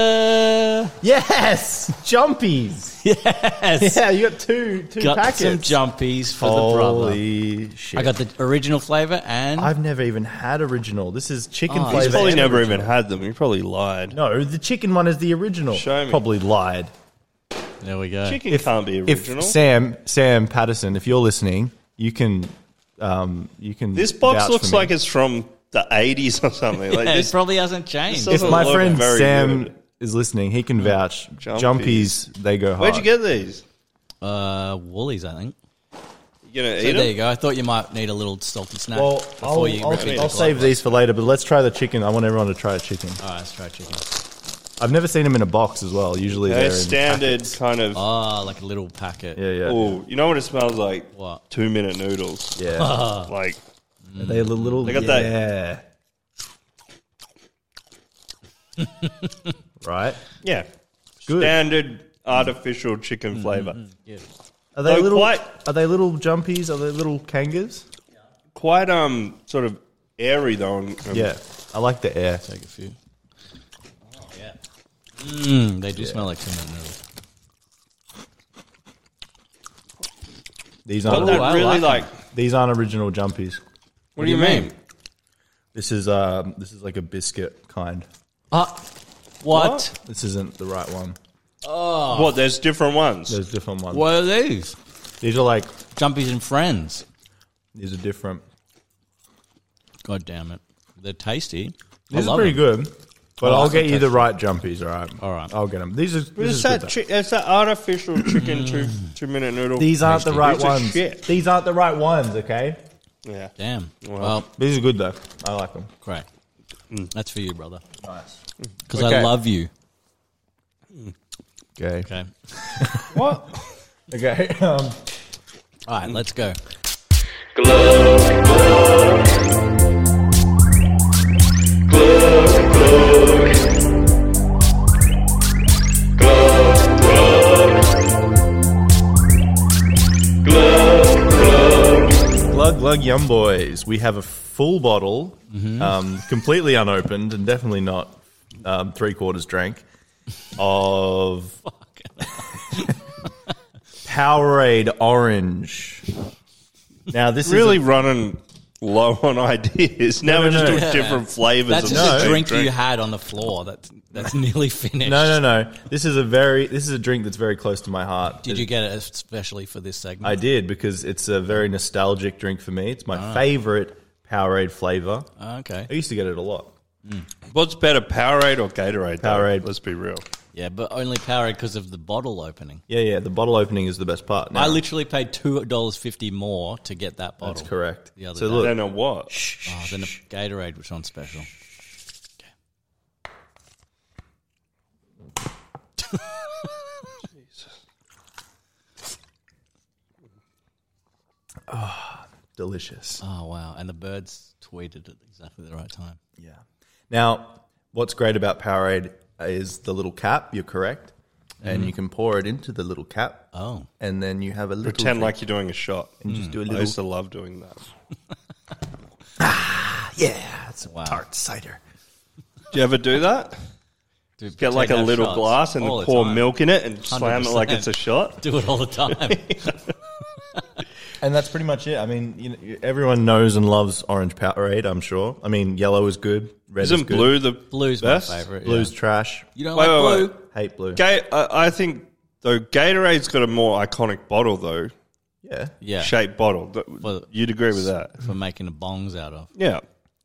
[SPEAKER 5] da.
[SPEAKER 2] yes jumpies
[SPEAKER 5] Yes.
[SPEAKER 2] yeah you got two two
[SPEAKER 5] Got
[SPEAKER 2] packets
[SPEAKER 5] some jumpies for the brother.
[SPEAKER 2] Holy shit!
[SPEAKER 5] I got the original flavor and
[SPEAKER 2] I've never even had original. This is chicken
[SPEAKER 5] Oh,
[SPEAKER 2] flavor.
[SPEAKER 3] He's probably
[SPEAKER 2] and
[SPEAKER 3] never even had them. He probably lied.
[SPEAKER 2] No, the chicken one is the original.
[SPEAKER 3] Show me.
[SPEAKER 2] Probably lied.
[SPEAKER 5] there we go.
[SPEAKER 3] Chicken can't be
[SPEAKER 2] If
[SPEAKER 3] original.
[SPEAKER 2] Sam Sam Patterson, if you're listening, you can um, you can.
[SPEAKER 3] this box
[SPEAKER 2] vouch for
[SPEAKER 3] looks
[SPEAKER 2] me.
[SPEAKER 3] like it's from the eighties or something. like
[SPEAKER 5] Yeah,
[SPEAKER 3] this
[SPEAKER 5] it probably hasn't changed.
[SPEAKER 3] This
[SPEAKER 2] If
[SPEAKER 3] doesn't
[SPEAKER 2] my
[SPEAKER 3] look
[SPEAKER 2] friend
[SPEAKER 3] very
[SPEAKER 2] Sam
[SPEAKER 3] good.
[SPEAKER 2] is listening, he can vouch.
[SPEAKER 3] Jumpies.
[SPEAKER 2] Jumpies, they go hard.
[SPEAKER 3] Where'd you get these?
[SPEAKER 5] Uh, Woolies, I think.
[SPEAKER 3] You gonna
[SPEAKER 5] So
[SPEAKER 3] eat
[SPEAKER 5] there
[SPEAKER 3] them?
[SPEAKER 5] you go. I thought you might need a little salty snack
[SPEAKER 2] Well,
[SPEAKER 5] before
[SPEAKER 2] I'll,
[SPEAKER 5] you.
[SPEAKER 2] I'll,
[SPEAKER 5] rip into
[SPEAKER 2] I'll
[SPEAKER 5] the
[SPEAKER 2] save
[SPEAKER 5] glove.
[SPEAKER 2] these for later, but let's try the chicken. I want everyone to try a chicken.
[SPEAKER 5] All right, let's try chicken.
[SPEAKER 2] I've never seen them in a box as well. Usually
[SPEAKER 3] They're
[SPEAKER 2] they're in
[SPEAKER 3] standard kind of.
[SPEAKER 5] Ah, like a little packet.
[SPEAKER 2] Yeah, yeah,
[SPEAKER 3] Oh, you know what it smells like?
[SPEAKER 5] What?
[SPEAKER 3] Two minute noodles.
[SPEAKER 2] yeah.
[SPEAKER 3] Like
[SPEAKER 2] They're the little.
[SPEAKER 3] They got
[SPEAKER 2] yeah.
[SPEAKER 3] that-
[SPEAKER 2] right.
[SPEAKER 3] yeah,
[SPEAKER 2] Good.
[SPEAKER 3] standard artificial chicken flavor.
[SPEAKER 2] Are they
[SPEAKER 3] Though
[SPEAKER 2] little?
[SPEAKER 3] quite-
[SPEAKER 2] Are they little jumpies? Are they little kangas?
[SPEAKER 3] Quite um sort of airy though. and- and
[SPEAKER 2] Yeah, I like the air.
[SPEAKER 5] Take a few. Oh, yeah. Mm, they do smell like cinnamon noodles.
[SPEAKER 2] These
[SPEAKER 3] But
[SPEAKER 2] aren't.
[SPEAKER 3] that
[SPEAKER 5] Ooh, I
[SPEAKER 3] really like.
[SPEAKER 5] like
[SPEAKER 2] These aren't original jumpies.
[SPEAKER 3] What do you mean?
[SPEAKER 2] This is um. This is like a biscuit kind.
[SPEAKER 5] Ah, what?
[SPEAKER 3] What?
[SPEAKER 2] This isn't the right one.
[SPEAKER 3] What? There's different ones.
[SPEAKER 2] There's different ones.
[SPEAKER 5] What are these?
[SPEAKER 2] These are like.
[SPEAKER 5] Jumpies and friends.
[SPEAKER 2] These are different.
[SPEAKER 5] God damn it. They're tasty. I
[SPEAKER 2] These are
[SPEAKER 5] love
[SPEAKER 2] pretty
[SPEAKER 5] them.
[SPEAKER 2] good. But
[SPEAKER 5] Oh,
[SPEAKER 2] I'll
[SPEAKER 5] that's
[SPEAKER 2] get you the
[SPEAKER 5] fantastic.
[SPEAKER 2] right jumpies. All right.
[SPEAKER 5] All right.
[SPEAKER 2] I'll get them. These are. This
[SPEAKER 3] It's
[SPEAKER 2] is good
[SPEAKER 3] that,
[SPEAKER 2] though.
[SPEAKER 3] chi- it's that artificial chicken two two minute noodle.
[SPEAKER 2] These aren't the right
[SPEAKER 3] These are
[SPEAKER 2] ones.
[SPEAKER 3] shit.
[SPEAKER 2] These aren't the right ones. Okay.
[SPEAKER 3] yeah.
[SPEAKER 5] Damn. Well,
[SPEAKER 2] These are good though. I like them.
[SPEAKER 5] great. That's for you, brother.
[SPEAKER 2] Nice.
[SPEAKER 5] Because I
[SPEAKER 2] Mm. Okay.
[SPEAKER 5] love you.
[SPEAKER 2] Okay.
[SPEAKER 5] Okay.
[SPEAKER 2] What? okay. Um,
[SPEAKER 5] All
[SPEAKER 2] Mm.
[SPEAKER 5] right, let's go.
[SPEAKER 2] glug glug, yum boys. We have a full bottle, um, completely unopened, and definitely not um, three quarters drank of Powerade Orange. Now this
[SPEAKER 3] Really
[SPEAKER 2] is
[SPEAKER 3] running low on ideas. Now
[SPEAKER 2] No, no,
[SPEAKER 3] we're just
[SPEAKER 2] no.
[SPEAKER 3] doing
[SPEAKER 5] Yeah.
[SPEAKER 3] different flavors.
[SPEAKER 5] That's
[SPEAKER 3] of
[SPEAKER 5] just
[SPEAKER 2] No.
[SPEAKER 5] a
[SPEAKER 3] the
[SPEAKER 5] drink,
[SPEAKER 3] same
[SPEAKER 5] you had on the floor. That that's nearly finished.
[SPEAKER 2] a, no, no, no. This is a very this is a drink that's very close to my heart.
[SPEAKER 5] Did you get it especially for this segment?
[SPEAKER 2] I did because it's a very nostalgic drink for me. It's my
[SPEAKER 5] Ah.
[SPEAKER 2] favorite Powerade flavor.
[SPEAKER 5] Okay.
[SPEAKER 2] I used to get it a lot.
[SPEAKER 3] What's better, Powerade or Gatorade? though?
[SPEAKER 2] Powerade.
[SPEAKER 3] Let's be real.
[SPEAKER 5] Yeah, but only Powerade because of the bottle opening.
[SPEAKER 2] Yeah, yeah. The bottle opening is the best part. Now,
[SPEAKER 5] I literally paid two dollars fifty more to get that bottle.
[SPEAKER 2] that's correct.
[SPEAKER 5] The other
[SPEAKER 2] So
[SPEAKER 5] day.
[SPEAKER 3] I
[SPEAKER 2] look,
[SPEAKER 3] don't know what.
[SPEAKER 5] Oh, then the Gatorade was on special.
[SPEAKER 2] delicious.
[SPEAKER 5] Oh wow! And the birds tweeted at exactly the right time.
[SPEAKER 2] Yeah. Now, what's great about Powerade is the little cap. You're correct, and you can pour it into the little cap,
[SPEAKER 5] Mm-hmm. Oh, Mm.
[SPEAKER 2] and then you have a little
[SPEAKER 3] Pretend
[SPEAKER 2] drink
[SPEAKER 3] like you're doing a shot.
[SPEAKER 2] and just do a
[SPEAKER 3] I used to
[SPEAKER 2] little.
[SPEAKER 3] love doing that.
[SPEAKER 2] Yeah, it's a
[SPEAKER 5] Wow.
[SPEAKER 2] tart cider.
[SPEAKER 3] Do you ever do that?
[SPEAKER 5] Dude,
[SPEAKER 3] Get like a
[SPEAKER 5] pretend to have
[SPEAKER 3] little
[SPEAKER 5] shots
[SPEAKER 3] glass and
[SPEAKER 5] all the
[SPEAKER 3] pour
[SPEAKER 5] time.
[SPEAKER 3] milk in it and slam it like
[SPEAKER 5] 100%.
[SPEAKER 3] it's a shot.
[SPEAKER 5] Do it all the time.
[SPEAKER 2] And that's pretty much it. I mean, you know, everyone knows and loves orange Powerade. I'm sure. I mean, yellow is good. Red is
[SPEAKER 3] Isn't
[SPEAKER 2] good.
[SPEAKER 3] blue the
[SPEAKER 5] Blue's
[SPEAKER 3] best?
[SPEAKER 5] my favorite. yeah.
[SPEAKER 2] Blue's trash.
[SPEAKER 5] You don't
[SPEAKER 3] Wait,
[SPEAKER 5] like
[SPEAKER 3] wait,
[SPEAKER 5] blue?
[SPEAKER 3] wait.
[SPEAKER 2] Hate blue.
[SPEAKER 3] Ga- I, I think though Gatorade's got a more iconic bottle though,
[SPEAKER 2] yeah.
[SPEAKER 5] Yeah,
[SPEAKER 3] shaped bottle. Th-
[SPEAKER 5] Well-
[SPEAKER 3] You'd agree with that?
[SPEAKER 5] for making the bongs out of.
[SPEAKER 3] Yeah.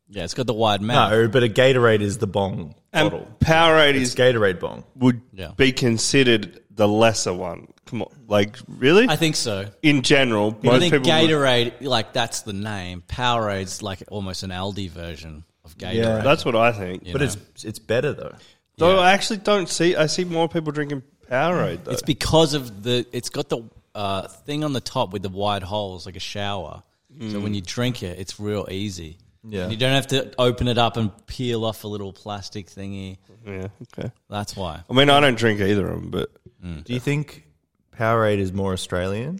[SPEAKER 5] Yeah, it's got the wide mouth.
[SPEAKER 2] No, but a Gatorade is the bong
[SPEAKER 3] And
[SPEAKER 2] bottle.
[SPEAKER 3] Powerade
[SPEAKER 2] It's
[SPEAKER 3] is
[SPEAKER 2] Gatorade bong.
[SPEAKER 3] would
[SPEAKER 5] Yeah.
[SPEAKER 3] be considered the lesser one. Come on, like really?
[SPEAKER 5] I think so.
[SPEAKER 3] In general,
[SPEAKER 5] I
[SPEAKER 3] most
[SPEAKER 5] think
[SPEAKER 3] people would-
[SPEAKER 5] Gatorade, like that's the name. Powerade's like almost an Aldi version of Gatorade.
[SPEAKER 2] Yeah.
[SPEAKER 3] that's what I think.
[SPEAKER 2] But it's it's better though.
[SPEAKER 3] Though I actually don't see. I see more people drinking Powerade though.
[SPEAKER 5] It's because of the. It's got the uh, thing on the top with the wide holes, like a shower. So when you drink it, it's real easy.
[SPEAKER 2] Yeah.
[SPEAKER 5] And you don't have to open it up and peel off a little plastic thingy.
[SPEAKER 3] yeah. Okay.
[SPEAKER 5] That's why.
[SPEAKER 3] I mean, I don't drink either of them, but
[SPEAKER 2] Do you think Powerade is more Australian?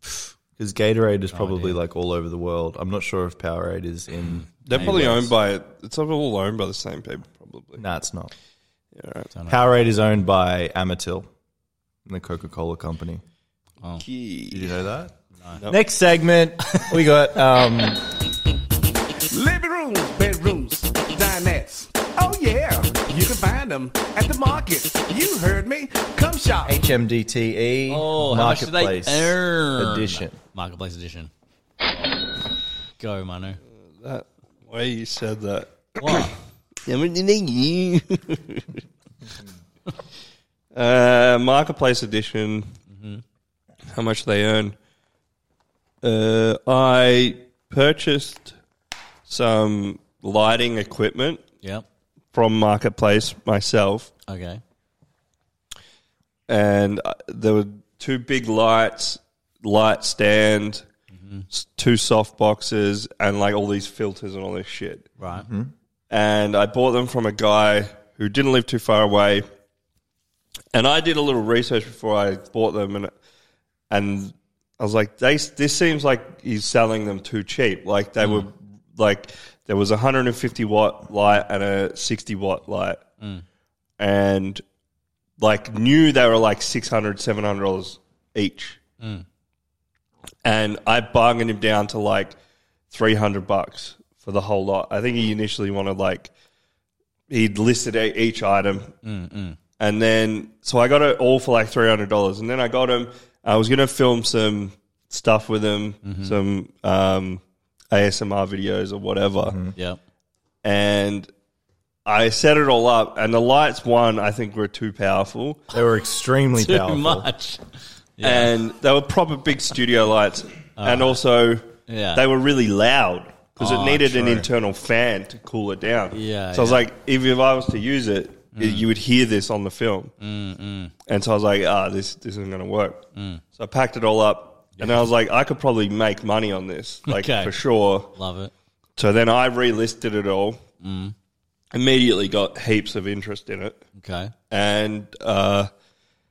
[SPEAKER 2] Because Gatorade is probably like all over the world. I'm not sure if Powerade is in.
[SPEAKER 3] they're probably
[SPEAKER 2] US.
[SPEAKER 3] owned by. It's all owned by the same people, probably.
[SPEAKER 2] No, it's not.
[SPEAKER 3] Yeah, right.
[SPEAKER 2] Powerade is owned by Amatil, the Coca Cola company. Did you know that? Next segment, we got um,
[SPEAKER 8] Living rooms, bedrooms, dinettes. Oh yeah, you can find them at the market. You heard me. Come shop.
[SPEAKER 2] HMDTE
[SPEAKER 5] Oh, how much do they
[SPEAKER 2] E Marketplace
[SPEAKER 5] earn?
[SPEAKER 2] Edition.
[SPEAKER 5] Marketplace edition. Go, Manu.
[SPEAKER 3] That way you said that.
[SPEAKER 5] What?
[SPEAKER 3] uh, marketplace edition. Mm-hmm. How much they earn? Uh, I purchased some lighting equipment
[SPEAKER 5] yep.
[SPEAKER 3] from marketplace myself,
[SPEAKER 5] Okay.
[SPEAKER 3] and uh, there were two big lights, light stand, s two soft boxes, and like all these filters and all this shit.
[SPEAKER 5] Right.
[SPEAKER 3] and I bought them from a guy who didn't live too far away. And I did a little research before I bought them, and and I was like, they, this seems like he's selling them too cheap. Like they were like there was a 150 watt light and a 60 watt light, and like knew they were like 600 700 dollars each. And I bargained him down to like three hundred bucks for the whole lot. I think he initially wanted like he'd listed e- each item, and then so I got it all for like three hundred dollars, and then I got him. I was gonna film some stuff with him, some um, ASMR videos or whatever,
[SPEAKER 5] Yep.
[SPEAKER 3] and. I set it all up, and the lights one I think were too powerful,
[SPEAKER 2] They were extremely
[SPEAKER 5] Too
[SPEAKER 2] powerful.
[SPEAKER 5] much.
[SPEAKER 3] and they were proper big studio lights, and also
[SPEAKER 5] Uh, Yeah.
[SPEAKER 3] they were really loud because
[SPEAKER 5] Oh,
[SPEAKER 3] it needed an
[SPEAKER 5] true.
[SPEAKER 3] internal fan to cool it down.
[SPEAKER 5] Yeah,
[SPEAKER 3] So I was
[SPEAKER 5] yeah. Mm.
[SPEAKER 3] like, if, if I was to use it, it- you would hear this on the film. Mm, And so I was like, ah, this this isn't going to work.
[SPEAKER 5] Mm.
[SPEAKER 3] So I packed it all up, and I was like, I could probably make money on this, like
[SPEAKER 5] Okay.
[SPEAKER 3] for sure.
[SPEAKER 5] Love it.
[SPEAKER 3] So then I relisted it all.
[SPEAKER 5] Mm.
[SPEAKER 3] Immediately got heaps of interest in it,
[SPEAKER 5] Okay.
[SPEAKER 3] and uh,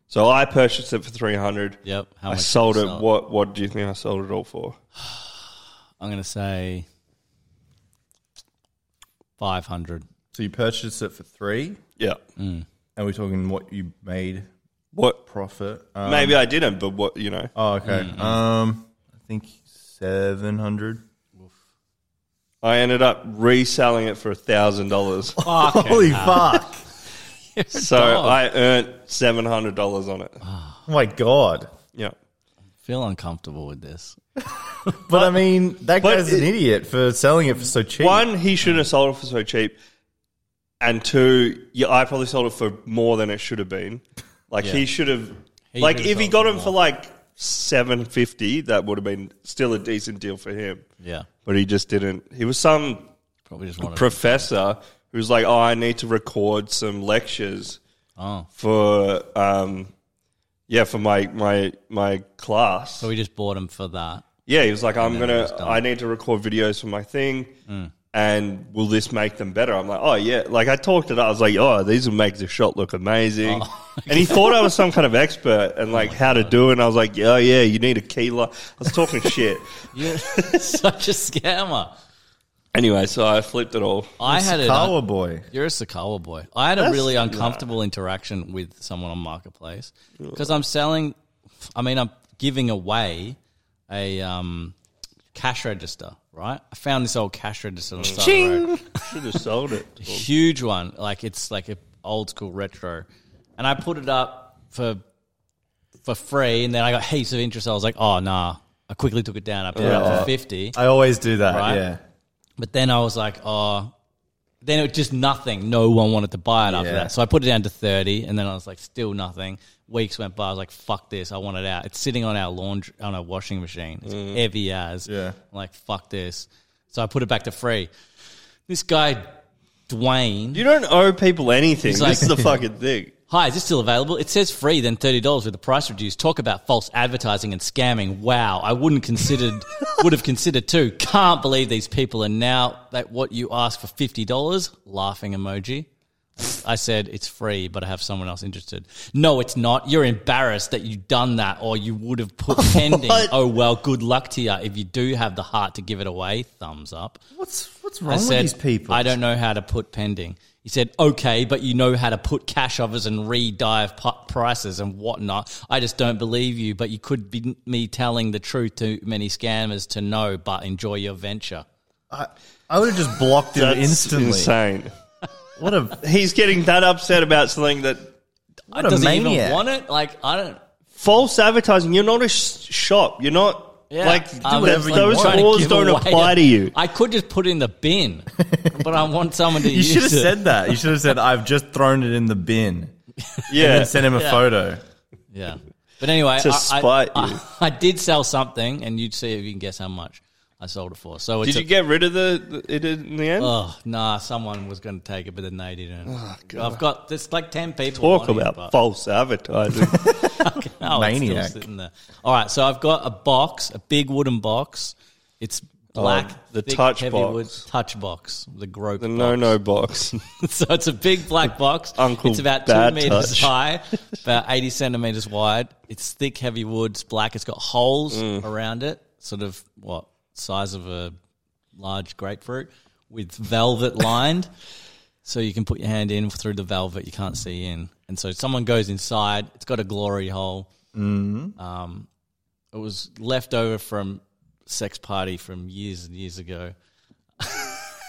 [SPEAKER 3] so I purchased it for three hundred.
[SPEAKER 5] Yep. How
[SPEAKER 3] I
[SPEAKER 5] much did
[SPEAKER 3] sold
[SPEAKER 5] you
[SPEAKER 3] it.
[SPEAKER 5] sell it?
[SPEAKER 3] What What do you think I sold it all for?
[SPEAKER 5] I'm gonna say Five hundred.
[SPEAKER 2] So you purchased it for three,
[SPEAKER 3] Yeah.
[SPEAKER 2] and we're talking what you made
[SPEAKER 3] What?
[SPEAKER 2] profit. Um,
[SPEAKER 3] Maybe I didn't, but what you know?
[SPEAKER 2] Oh, okay.
[SPEAKER 5] Mm-hmm.
[SPEAKER 2] Um, I think seven hundred.
[SPEAKER 3] I ended up reselling it for a thousand dollars.
[SPEAKER 2] Holy fuck!
[SPEAKER 3] So I earned seven hundred dollars on it.
[SPEAKER 5] Uh,
[SPEAKER 2] Oh my god!
[SPEAKER 3] Yeah.
[SPEAKER 5] Feel uncomfortable with this.
[SPEAKER 2] But I mean, that
[SPEAKER 3] but
[SPEAKER 2] guy's an
[SPEAKER 3] it-
[SPEAKER 2] idiot for selling it for so cheap.
[SPEAKER 3] One, he shouldn't have sold it for so cheap, and two, yeah, I probably sold it for more than it should have been. Like he should have,
[SPEAKER 5] He
[SPEAKER 3] like
[SPEAKER 5] should have
[SPEAKER 3] if he
[SPEAKER 5] sold
[SPEAKER 3] got
[SPEAKER 5] for
[SPEAKER 3] him for
[SPEAKER 5] more.
[SPEAKER 3] like seven fifty, that would have been still a decent deal for him.
[SPEAKER 5] Yeah,
[SPEAKER 3] But he just didn't. He was some
[SPEAKER 5] probably just wanted.
[SPEAKER 3] professor who's like, "Oh, I need to record some lectures
[SPEAKER 5] oh,
[SPEAKER 3] for um, yeah, for my my my class."
[SPEAKER 5] so we just bought him for that.
[SPEAKER 3] yeah, he was like, "I'm
[SPEAKER 5] it
[SPEAKER 3] gonna,
[SPEAKER 5] was done. Mm.
[SPEAKER 3] I need to record videos for my thing." And will this make them better? I'm like, oh yeah. Like I talked it. up. I was like, oh, these will make the shot look amazing.
[SPEAKER 5] Oh.
[SPEAKER 3] And he thought I was some kind of expert and like how to do it. And I was like, oh yeah, you need a key light. I was talking shit.
[SPEAKER 5] You're such a scammer.
[SPEAKER 3] Anyway, so I flipped it all.
[SPEAKER 5] I had it.
[SPEAKER 2] Power boy.
[SPEAKER 5] You're a Sakawa boy. I had a really uncomfortable interaction with someone on Marketplace because I'm selling, I mean, I'm giving away a um, cash register, right? I found this old cash register on the side of the road.
[SPEAKER 3] Should have sold it.
[SPEAKER 5] Huge one. Like, it's like a old school retro. And I put it up for for free, and then I got heaps of interest. I was like, oh, nah. I quickly took it down. I put it up for 50.
[SPEAKER 2] I always do that.
[SPEAKER 5] Right?
[SPEAKER 2] Yeah.
[SPEAKER 5] But then I was like, oh, then it was just nothing. No one wanted to buy it after
[SPEAKER 2] Yeah.
[SPEAKER 5] that. So I put it down to 30 and then I was like, still nothing. Weeks went by. I was like, fuck this. I want it out. It's sitting on our laundry, on our washing machine. It's heavy as.
[SPEAKER 2] Mm-hmm. Yeah.
[SPEAKER 5] I'm like, fuck this. So I put it back to free. This guy, Dwayne.
[SPEAKER 3] You don't owe people anything.
[SPEAKER 5] He's like-
[SPEAKER 3] this is the fucking thing.
[SPEAKER 5] Hi, is this still available? It says free, then $30 with the price reduced. Talk about false advertising and scamming. Wow, I wouldn't considered, would have considered too. Can't believe these people are now that what you ask for $50? Laughing emoji. I said, it's free, but I have someone else interested. No, it's not. You're embarrassed that you've done that or you would have put pending. Oh, well, good luck to you if you do have the heart to give it away. Thumbs up.
[SPEAKER 2] What's what's wrong
[SPEAKER 5] I
[SPEAKER 2] with
[SPEAKER 5] said,
[SPEAKER 2] these people?
[SPEAKER 5] I don't know how to put pending. He said, okay, but you know how to put cash offers and re-dive p- prices and whatnot. I just don't believe you, but you could be me telling the truth to many scammers to know, but enjoy your venture.
[SPEAKER 2] I would have just blocked him
[SPEAKER 3] That's
[SPEAKER 2] instantly.
[SPEAKER 3] insane.
[SPEAKER 2] What a
[SPEAKER 3] He's getting that upset about something that
[SPEAKER 2] what a
[SPEAKER 5] Does he
[SPEAKER 2] maniac!
[SPEAKER 5] even want it? Like, I don't...
[SPEAKER 3] false advertising. You're not a sh- shop. You're not
[SPEAKER 5] Yeah,
[SPEAKER 3] like
[SPEAKER 5] I'm
[SPEAKER 2] whatever
[SPEAKER 5] just,
[SPEAKER 2] you
[SPEAKER 3] those
[SPEAKER 5] trying to
[SPEAKER 3] laws
[SPEAKER 5] give
[SPEAKER 3] don't
[SPEAKER 5] away
[SPEAKER 3] apply to you.
[SPEAKER 5] I could just put it in the bin, but I want someone to
[SPEAKER 2] you
[SPEAKER 5] use
[SPEAKER 2] should have
[SPEAKER 5] it.
[SPEAKER 2] said that. You should have said, "I've just thrown it in the bin."
[SPEAKER 3] Yeah,
[SPEAKER 2] And sent him a photo.
[SPEAKER 5] Yeah. But anyway,
[SPEAKER 3] To
[SPEAKER 5] I- I,
[SPEAKER 3] spite
[SPEAKER 5] I,
[SPEAKER 3] you.
[SPEAKER 5] I did sell something, and you'd see if you can guess how much I sold it for. So
[SPEAKER 3] Did
[SPEAKER 5] it's a-
[SPEAKER 3] you get rid of the, the it in the end?
[SPEAKER 5] Oh nah, someone was going to take it, but then they didn't. I've got there's like ten people.
[SPEAKER 3] Talk
[SPEAKER 5] wanting it,
[SPEAKER 3] about
[SPEAKER 5] but-
[SPEAKER 3] false advertising.
[SPEAKER 5] No, it's still
[SPEAKER 2] maniac.
[SPEAKER 5] sitting there. All right, so I've got a box, a big wooden box. It's black.
[SPEAKER 3] Oh, the
[SPEAKER 5] thick,
[SPEAKER 3] touch
[SPEAKER 5] heavy
[SPEAKER 3] box.
[SPEAKER 5] wood- touch box, the grope.
[SPEAKER 3] the
[SPEAKER 5] box.
[SPEAKER 3] no no box.
[SPEAKER 5] so it's a big black box.
[SPEAKER 3] Uncle
[SPEAKER 5] it's about two
[SPEAKER 3] Bad
[SPEAKER 5] meters
[SPEAKER 3] Touch.
[SPEAKER 5] high, about eighty centimeters wide. It's thick, heavy wood. It's black. It's got holes
[SPEAKER 3] Mm.
[SPEAKER 5] around it, sort of what size of a large grapefruit, with velvet lined, so you can put your hand in through the velvet. You can't see in, and so someone goes inside. It's got a glory hole.
[SPEAKER 3] Mm-hmm.
[SPEAKER 5] Um, it was left over from sex party from years and years ago.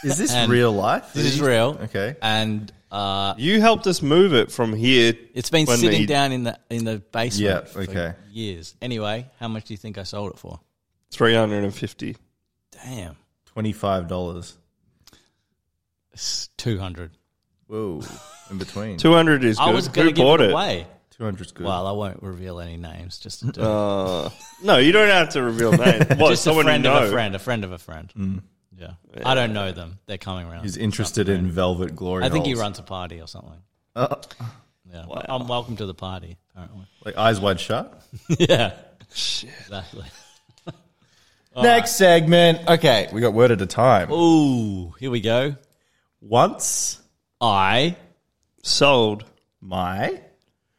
[SPEAKER 2] Is this
[SPEAKER 5] And
[SPEAKER 2] real life?
[SPEAKER 5] This is real.
[SPEAKER 2] Okay.
[SPEAKER 5] and. Uh,
[SPEAKER 3] you helped us move it from here.
[SPEAKER 5] It's been
[SPEAKER 3] when
[SPEAKER 5] sitting
[SPEAKER 3] the-
[SPEAKER 5] down in the in the basement
[SPEAKER 2] Yeah, okay.
[SPEAKER 5] for years. Anyway, how much do you think I sold it for?
[SPEAKER 3] three hundred and fifty.
[SPEAKER 5] Damn,
[SPEAKER 2] Twenty-five dollars.
[SPEAKER 5] two hundred.
[SPEAKER 2] Whoa. In between.
[SPEAKER 3] Two hundred is good.
[SPEAKER 5] I was
[SPEAKER 3] Who
[SPEAKER 5] going to give
[SPEAKER 3] bought
[SPEAKER 5] it
[SPEAKER 3] it?
[SPEAKER 5] away.
[SPEAKER 2] Two hundred's good.
[SPEAKER 5] Well, I won't reveal any names. Just to do it.
[SPEAKER 3] Uh, no, you don't have to reveal name. What?
[SPEAKER 5] just a
[SPEAKER 3] someone
[SPEAKER 5] friend
[SPEAKER 3] you know.
[SPEAKER 5] of a friend, a friend of a friend. Yeah. I don't know them. They're coming around.
[SPEAKER 2] He's interested in velvet glory.
[SPEAKER 5] I think he
[SPEAKER 2] holes.
[SPEAKER 5] runs a party or something.
[SPEAKER 2] Uh,
[SPEAKER 5] Yeah, I'm welcome to the party. Apparently,
[SPEAKER 2] like eyes wide shut.
[SPEAKER 5] yeah, exactly.
[SPEAKER 2] Next segment. Okay, we got word at a time.
[SPEAKER 5] Oh. Ooh, here we go.
[SPEAKER 2] Once
[SPEAKER 5] I
[SPEAKER 3] Sold
[SPEAKER 2] my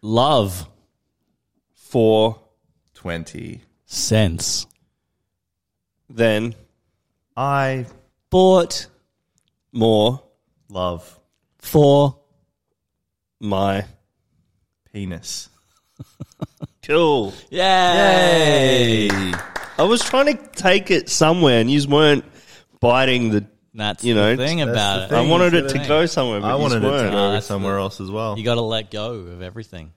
[SPEAKER 5] love
[SPEAKER 3] for
[SPEAKER 2] twenty,
[SPEAKER 5] sense.
[SPEAKER 3] then
[SPEAKER 2] I
[SPEAKER 5] Bought
[SPEAKER 3] more
[SPEAKER 2] Love.
[SPEAKER 5] For
[SPEAKER 3] My
[SPEAKER 2] Penis.
[SPEAKER 3] cool.
[SPEAKER 5] yay,
[SPEAKER 3] I was trying to take it somewhere, and you weren't biting the.
[SPEAKER 5] that's
[SPEAKER 3] You
[SPEAKER 5] you
[SPEAKER 3] know,
[SPEAKER 5] know the thing
[SPEAKER 2] that's
[SPEAKER 5] about
[SPEAKER 2] the
[SPEAKER 3] I
[SPEAKER 5] it.
[SPEAKER 2] thing.
[SPEAKER 3] wanted
[SPEAKER 2] you
[SPEAKER 3] it to
[SPEAKER 2] said it.
[SPEAKER 3] go somewhere, but
[SPEAKER 2] I wanted it to
[SPEAKER 3] weren't.
[SPEAKER 2] go
[SPEAKER 5] that's
[SPEAKER 2] somewhere else as well.
[SPEAKER 5] You got to let go of everything.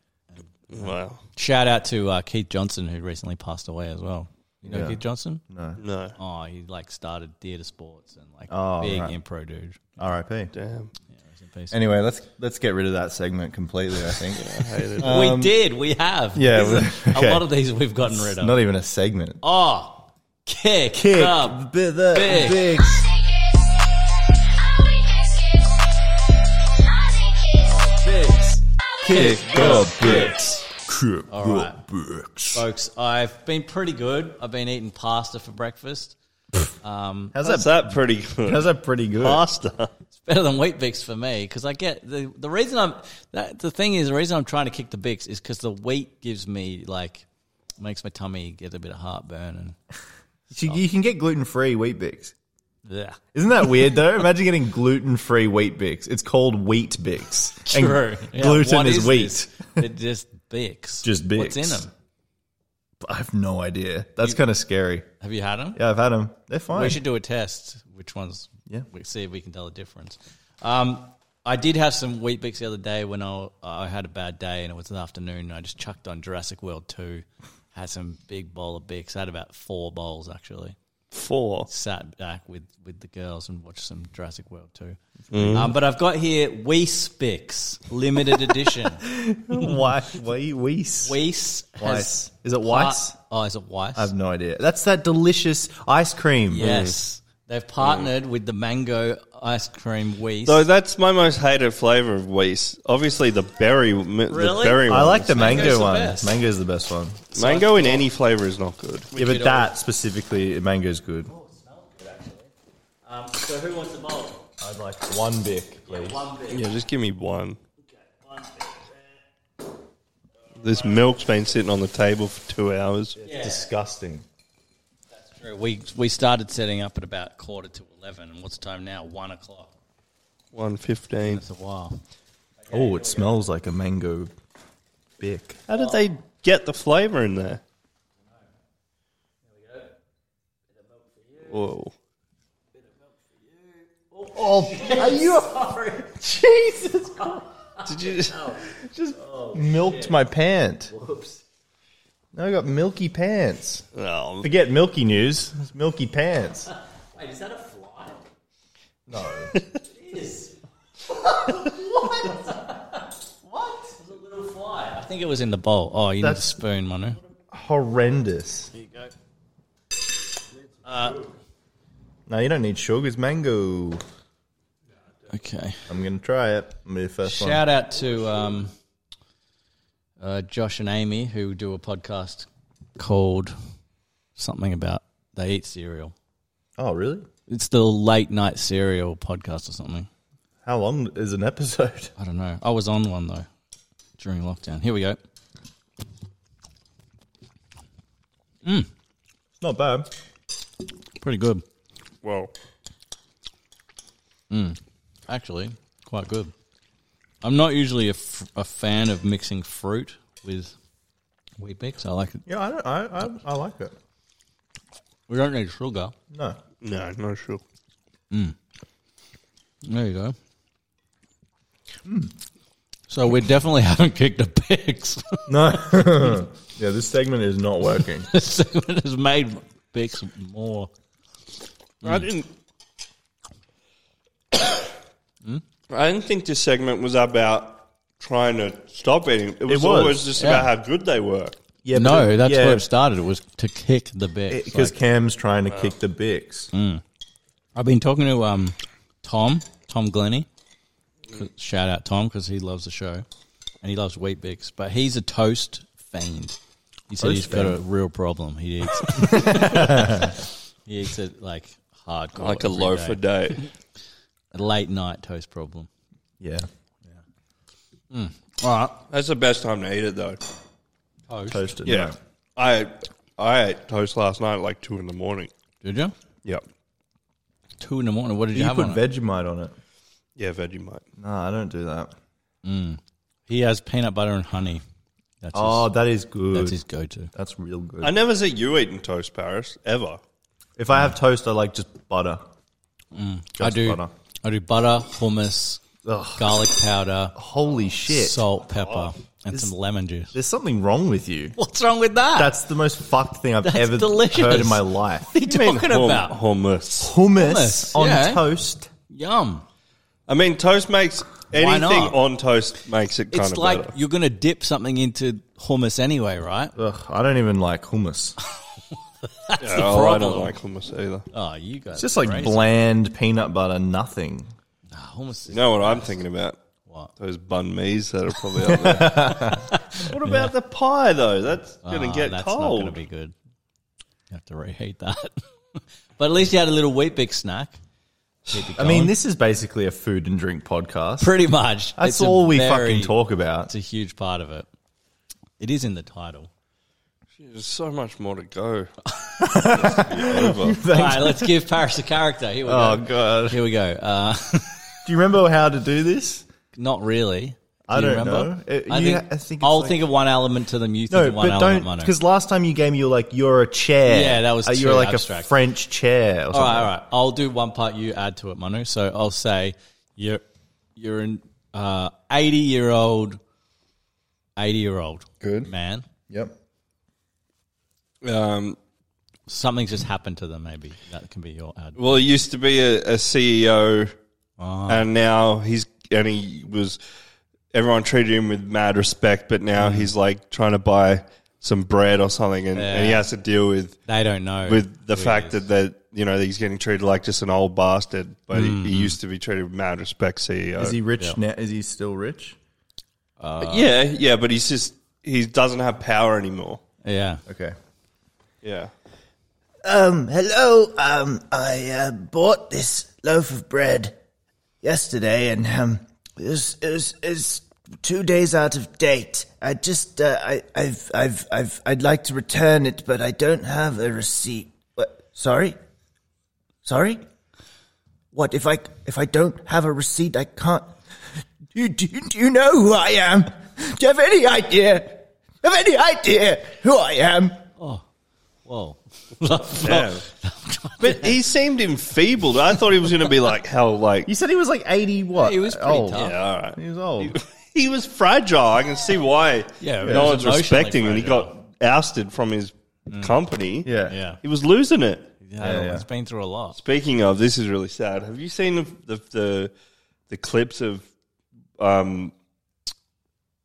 [SPEAKER 3] Wow.
[SPEAKER 5] Shout out to uh, Keith Johnson who recently passed away as well. You know
[SPEAKER 2] Yeah.
[SPEAKER 5] Keith Johnson?
[SPEAKER 2] no.
[SPEAKER 3] No.
[SPEAKER 5] Oh, he like started theater sports and like
[SPEAKER 2] Oh,
[SPEAKER 5] big
[SPEAKER 2] right.
[SPEAKER 5] impro dude.
[SPEAKER 2] R.I.P.
[SPEAKER 3] Damn.
[SPEAKER 5] Rest in peace.
[SPEAKER 2] Anyway, let's let's get rid of that segment completely. I think.
[SPEAKER 5] we did. We have.
[SPEAKER 2] Um, yeah,
[SPEAKER 5] These are-
[SPEAKER 2] okay.
[SPEAKER 5] A lot of these we've gotten rid of.
[SPEAKER 2] Not even a segment.
[SPEAKER 5] oh, kick,
[SPEAKER 2] Kick
[SPEAKER 5] up.
[SPEAKER 2] bi- the
[SPEAKER 5] big.
[SPEAKER 2] big. Kick the bricks. Kick the
[SPEAKER 5] right.
[SPEAKER 2] bricks.
[SPEAKER 5] Folks, I've been pretty good. I've been eating pasta for breakfast.
[SPEAKER 2] How's that?
[SPEAKER 3] That's that pretty good.
[SPEAKER 2] How's that pretty good?
[SPEAKER 3] Pasta.
[SPEAKER 5] better than wheat bix for me because I get the the reason I'm that the thing is the reason I'm trying to kick the bix is because the wheat gives me like makes my tummy get a bit of heartburn and
[SPEAKER 2] You you can get gluten free wheat bix.
[SPEAKER 5] yeah.
[SPEAKER 2] Isn't that weird though? Imagine getting gluten free wheat bix. It's called wheat bix. And
[SPEAKER 5] Yeah,
[SPEAKER 2] gluten
[SPEAKER 5] what
[SPEAKER 2] is, wheat.
[SPEAKER 5] this? It just bix.
[SPEAKER 2] Just
[SPEAKER 5] What's in
[SPEAKER 2] Bix.
[SPEAKER 5] them?
[SPEAKER 2] I have no idea. That's kind of scary.
[SPEAKER 5] Have you had them?
[SPEAKER 2] Yeah, I've had them. They're fine.
[SPEAKER 5] We should do a test. Which ones?
[SPEAKER 2] Yeah.
[SPEAKER 5] We see if we can tell the difference. Um, I did have some wheat bix the other day when I, I had a bad day and it was an afternoon. And I just chucked on Jurassic World two. Had some big bowl of bix. I had about four bowls actually.
[SPEAKER 3] Four.
[SPEAKER 5] sat back with, with the girls and watched some Jurassic World too.
[SPEAKER 2] Mm-hmm.
[SPEAKER 5] Um, but I've got here Weespix limited edition.
[SPEAKER 2] Why? Why? Weiss.
[SPEAKER 5] Weiss has
[SPEAKER 2] Weiss. Is it Weiss?
[SPEAKER 5] par- oh, is it Weiss?
[SPEAKER 2] I have no idea. That's that delicious ice cream.
[SPEAKER 5] yes, they've partnered with the mango ice cream Weiss.
[SPEAKER 3] So that's my most hated flavor of Weiss. Obviously, the berry. The
[SPEAKER 5] Really?
[SPEAKER 3] berry
[SPEAKER 2] I like the
[SPEAKER 3] ones.
[SPEAKER 2] mango
[SPEAKER 5] Mango's the
[SPEAKER 2] one.
[SPEAKER 5] best.
[SPEAKER 2] Mango's the best one.
[SPEAKER 3] mango in any flavor is not good.
[SPEAKER 2] yeah, but that specifically, mango's good.
[SPEAKER 5] um, so who wants a bowl?
[SPEAKER 2] I'd like one bic, please.
[SPEAKER 3] Yeah, just give me one. This milk's been sitting on the table for two hours.
[SPEAKER 2] Disgusting.
[SPEAKER 5] We we started setting up at about quarter to eleven, and what's the time now? One o'clock.
[SPEAKER 3] One fifteen.
[SPEAKER 5] It's a while.
[SPEAKER 2] Oh, it smells like a mango bic.
[SPEAKER 3] How did they get the flavor in there? Whoa!
[SPEAKER 2] Jesus,
[SPEAKER 3] Did you?
[SPEAKER 2] milked my pant. Whoops. Now I got milky pants.
[SPEAKER 3] Oh,
[SPEAKER 2] Forget milky news. It's milky pants.
[SPEAKER 5] Wait, is that a fly?
[SPEAKER 2] No.
[SPEAKER 5] It's a little fly. I think it was in the bowl. Oh, you
[SPEAKER 2] That's-
[SPEAKER 5] need a spoon, Manu.
[SPEAKER 2] Horrendous. Uh,
[SPEAKER 5] There you go.
[SPEAKER 2] No, you don't need sugars. Mango.
[SPEAKER 5] Okay.
[SPEAKER 2] I'm gonna try it. I'm gonna be the first one.
[SPEAKER 5] Shout out to um, uh, Josh and Amy who do a podcast called something about they eat cereal.
[SPEAKER 2] Oh, really?
[SPEAKER 5] It's the late night cereal podcast or something.
[SPEAKER 2] How long is an episode?
[SPEAKER 5] I don't know. I was on one though during lockdown. Here we go.
[SPEAKER 2] It's not bad.
[SPEAKER 5] Pretty good,
[SPEAKER 3] whoa!
[SPEAKER 5] Hmm. actually. Quite good. I'm not usually a, f- a fan of mixing fruit with wheat bix. I like it.
[SPEAKER 2] Yeah, I, don't, I, I I like it.
[SPEAKER 5] We don't need sugar.
[SPEAKER 2] No,
[SPEAKER 3] No, not sure.
[SPEAKER 5] There you go. So we definitely haven't kicked a picks.
[SPEAKER 2] no. yeah, this segment is not working.
[SPEAKER 5] this segment has made Bix more.
[SPEAKER 3] I didn't. Hmm? I didn't think this segment was about trying to stop eating. It was,
[SPEAKER 2] was,
[SPEAKER 3] always just
[SPEAKER 5] yeah.
[SPEAKER 3] about how good they were.
[SPEAKER 2] yeah,
[SPEAKER 5] no, that's where it started. It was to kick the Bix.
[SPEAKER 2] because
[SPEAKER 5] Like, Mm.
[SPEAKER 2] Cam's trying to kick the bics.
[SPEAKER 5] I've been talking to um, Tom, Tom Glenny. Shout out Tom because he loves the show and he loves wheat Bix, but he's a toast fiend. He said
[SPEAKER 2] Toast
[SPEAKER 5] he's got a real problem. He eats. he eats it like hardcore,
[SPEAKER 3] Like a
[SPEAKER 5] every
[SPEAKER 3] loaf
[SPEAKER 5] day.
[SPEAKER 3] a day.
[SPEAKER 5] a late night toast problem.
[SPEAKER 2] Yeah,
[SPEAKER 5] All right.
[SPEAKER 3] That's the best time to eat it, though.
[SPEAKER 2] toasted.
[SPEAKER 3] Yeah, I I ate toast last night at like two in the morning.
[SPEAKER 5] Did you?
[SPEAKER 3] Yep.
[SPEAKER 5] Two in the morning. What did you,
[SPEAKER 2] You
[SPEAKER 5] have
[SPEAKER 2] put
[SPEAKER 5] on it?
[SPEAKER 2] Vegemite on it.
[SPEAKER 3] Yeah, Vegemite.
[SPEAKER 2] No, I don't do that.
[SPEAKER 5] He has peanut butter and honey. That's
[SPEAKER 2] Oh,
[SPEAKER 5] his,
[SPEAKER 2] that is good.
[SPEAKER 5] that's his go-to.
[SPEAKER 2] That's real good.
[SPEAKER 3] I never see you eating toast, Paris, ever.
[SPEAKER 2] if I have toast, I like just butter. Just
[SPEAKER 5] I do.
[SPEAKER 2] butter.
[SPEAKER 5] I do butter, hummus,
[SPEAKER 2] Ugh.
[SPEAKER 5] garlic powder,
[SPEAKER 2] Holy Oh, shit! Oh,
[SPEAKER 5] salt, pepper, and some lemon juice.
[SPEAKER 2] There's something wrong with you.
[SPEAKER 5] What's wrong with that?
[SPEAKER 2] That's the most fucked thing I've
[SPEAKER 5] That's
[SPEAKER 2] ever
[SPEAKER 5] delicious.
[SPEAKER 2] heard in my life.
[SPEAKER 5] what are you talking
[SPEAKER 3] Hum-
[SPEAKER 5] about?
[SPEAKER 2] Hummus,
[SPEAKER 3] hummus.
[SPEAKER 5] Hummus,
[SPEAKER 2] on
[SPEAKER 5] yeah.
[SPEAKER 2] toast.
[SPEAKER 5] Yum.
[SPEAKER 3] I mean, toast makes anything
[SPEAKER 5] not?
[SPEAKER 3] on toast makes it kind
[SPEAKER 5] It's
[SPEAKER 3] of
[SPEAKER 5] like
[SPEAKER 3] better.
[SPEAKER 5] you're going to dip something into hummus anyway, right?
[SPEAKER 2] Ugh, I don't even like hummus.
[SPEAKER 3] Yeah, oh, I
[SPEAKER 5] problem.
[SPEAKER 3] don't like hummus either.
[SPEAKER 5] Oh, you guys.
[SPEAKER 2] It's just like bland peanut butter, nothing.
[SPEAKER 5] hummus.
[SPEAKER 3] You
[SPEAKER 5] Is,
[SPEAKER 3] know what I'm thinking about?
[SPEAKER 5] What?
[SPEAKER 3] Those bun me's that are probably out there. what about the pie though? That's gonna
[SPEAKER 5] Ah,
[SPEAKER 3] get
[SPEAKER 5] that's
[SPEAKER 3] cold.
[SPEAKER 5] not going to be good. You have to reheat that. but at least you had a little wheat bix snack. Keep it
[SPEAKER 2] I mean,
[SPEAKER 5] going.
[SPEAKER 2] this is basically a food and drink podcast.
[SPEAKER 5] pretty much.
[SPEAKER 2] That's
[SPEAKER 5] It's a
[SPEAKER 2] all we
[SPEAKER 5] very-
[SPEAKER 2] fucking talk about.
[SPEAKER 5] It's a huge part of it. It is in the title.
[SPEAKER 3] There's so much more to go. It's to be over.
[SPEAKER 5] All right, let's give Paris a character. Here we
[SPEAKER 2] Oh
[SPEAKER 5] go.
[SPEAKER 2] god!
[SPEAKER 5] Here we go. Uh,
[SPEAKER 2] Do you remember how to do this?
[SPEAKER 5] not really.
[SPEAKER 2] I
[SPEAKER 5] Do you
[SPEAKER 2] don't
[SPEAKER 5] remember?
[SPEAKER 2] know. It-
[SPEAKER 5] I
[SPEAKER 2] you
[SPEAKER 5] think,
[SPEAKER 2] ha- I think it's
[SPEAKER 5] I'll
[SPEAKER 2] like-
[SPEAKER 5] think of one element to them. You think
[SPEAKER 2] No,
[SPEAKER 5] of one
[SPEAKER 2] but
[SPEAKER 5] element.
[SPEAKER 2] don't
[SPEAKER 5] Mono.
[SPEAKER 2] because last time you gave me, you were like, "You're a chair."
[SPEAKER 5] Yeah, that was
[SPEAKER 2] Uh, you're
[SPEAKER 5] too
[SPEAKER 2] like
[SPEAKER 5] abstract.
[SPEAKER 2] a French chair. Or something.
[SPEAKER 5] All right, all right. I'll do one part. You add to it, Manu. So I'll say you're you're an uh, eighty year old, eighty year old
[SPEAKER 2] Good.
[SPEAKER 5] man.
[SPEAKER 2] Yep.
[SPEAKER 3] Um,
[SPEAKER 5] Something's just happened to them. Maybe that can be your ad.
[SPEAKER 3] well, he used to be a, a CEO, and now he's and he was. Everyone treated him with mad respect, but now he's like trying to buy some bread or something, and, and he
[SPEAKER 5] Yeah.
[SPEAKER 3] has to deal with
[SPEAKER 5] They don't know
[SPEAKER 3] with the
[SPEAKER 5] who he
[SPEAKER 3] fact that
[SPEAKER 5] is.
[SPEAKER 3] that you know that he's getting treated like just an old bastard, but he, he used to be treated with mad respect. E CEO.
[SPEAKER 2] Is he rich now? Is he still rich?
[SPEAKER 3] Uh, yeah, yeah, but he's just he doesn't have power anymore.
[SPEAKER 5] yeah.
[SPEAKER 2] Okay.
[SPEAKER 3] Yeah.
[SPEAKER 9] Um, hello. Um, I uh, bought this loaf of bread yesterday, and um, it was it was, it was two days out of date. I just uh, I I've I've I've I'd like to return it, but I don't have a receipt. What? Sorry. Sorry. What if I if I don't have a receipt? I can't. Do you, do, you- do you know who I am? Do you have any idea? Have any idea who I am?
[SPEAKER 5] Oh, Whoa.
[SPEAKER 3] but he seemed enfeebled. I thought he was going to be like hell. Like
[SPEAKER 2] You said he was like eighty. What?
[SPEAKER 5] he was pretty
[SPEAKER 2] old.
[SPEAKER 5] tough.
[SPEAKER 3] yeah, all right.
[SPEAKER 2] He was old.
[SPEAKER 3] He was fragile. I can see why.
[SPEAKER 5] Yeah, he
[SPEAKER 3] no
[SPEAKER 5] was
[SPEAKER 3] one's
[SPEAKER 5] emotionally
[SPEAKER 3] respecting him. He got
[SPEAKER 5] fragile.
[SPEAKER 3] ousted from his
[SPEAKER 2] Mm.
[SPEAKER 3] company.
[SPEAKER 2] yeah.
[SPEAKER 5] Yeah.
[SPEAKER 3] he was losing it.
[SPEAKER 5] Yeah,
[SPEAKER 2] yeah.
[SPEAKER 5] It's been through a lot.
[SPEAKER 3] Speaking of, this is really sad. Have you seen the the the, the clips of um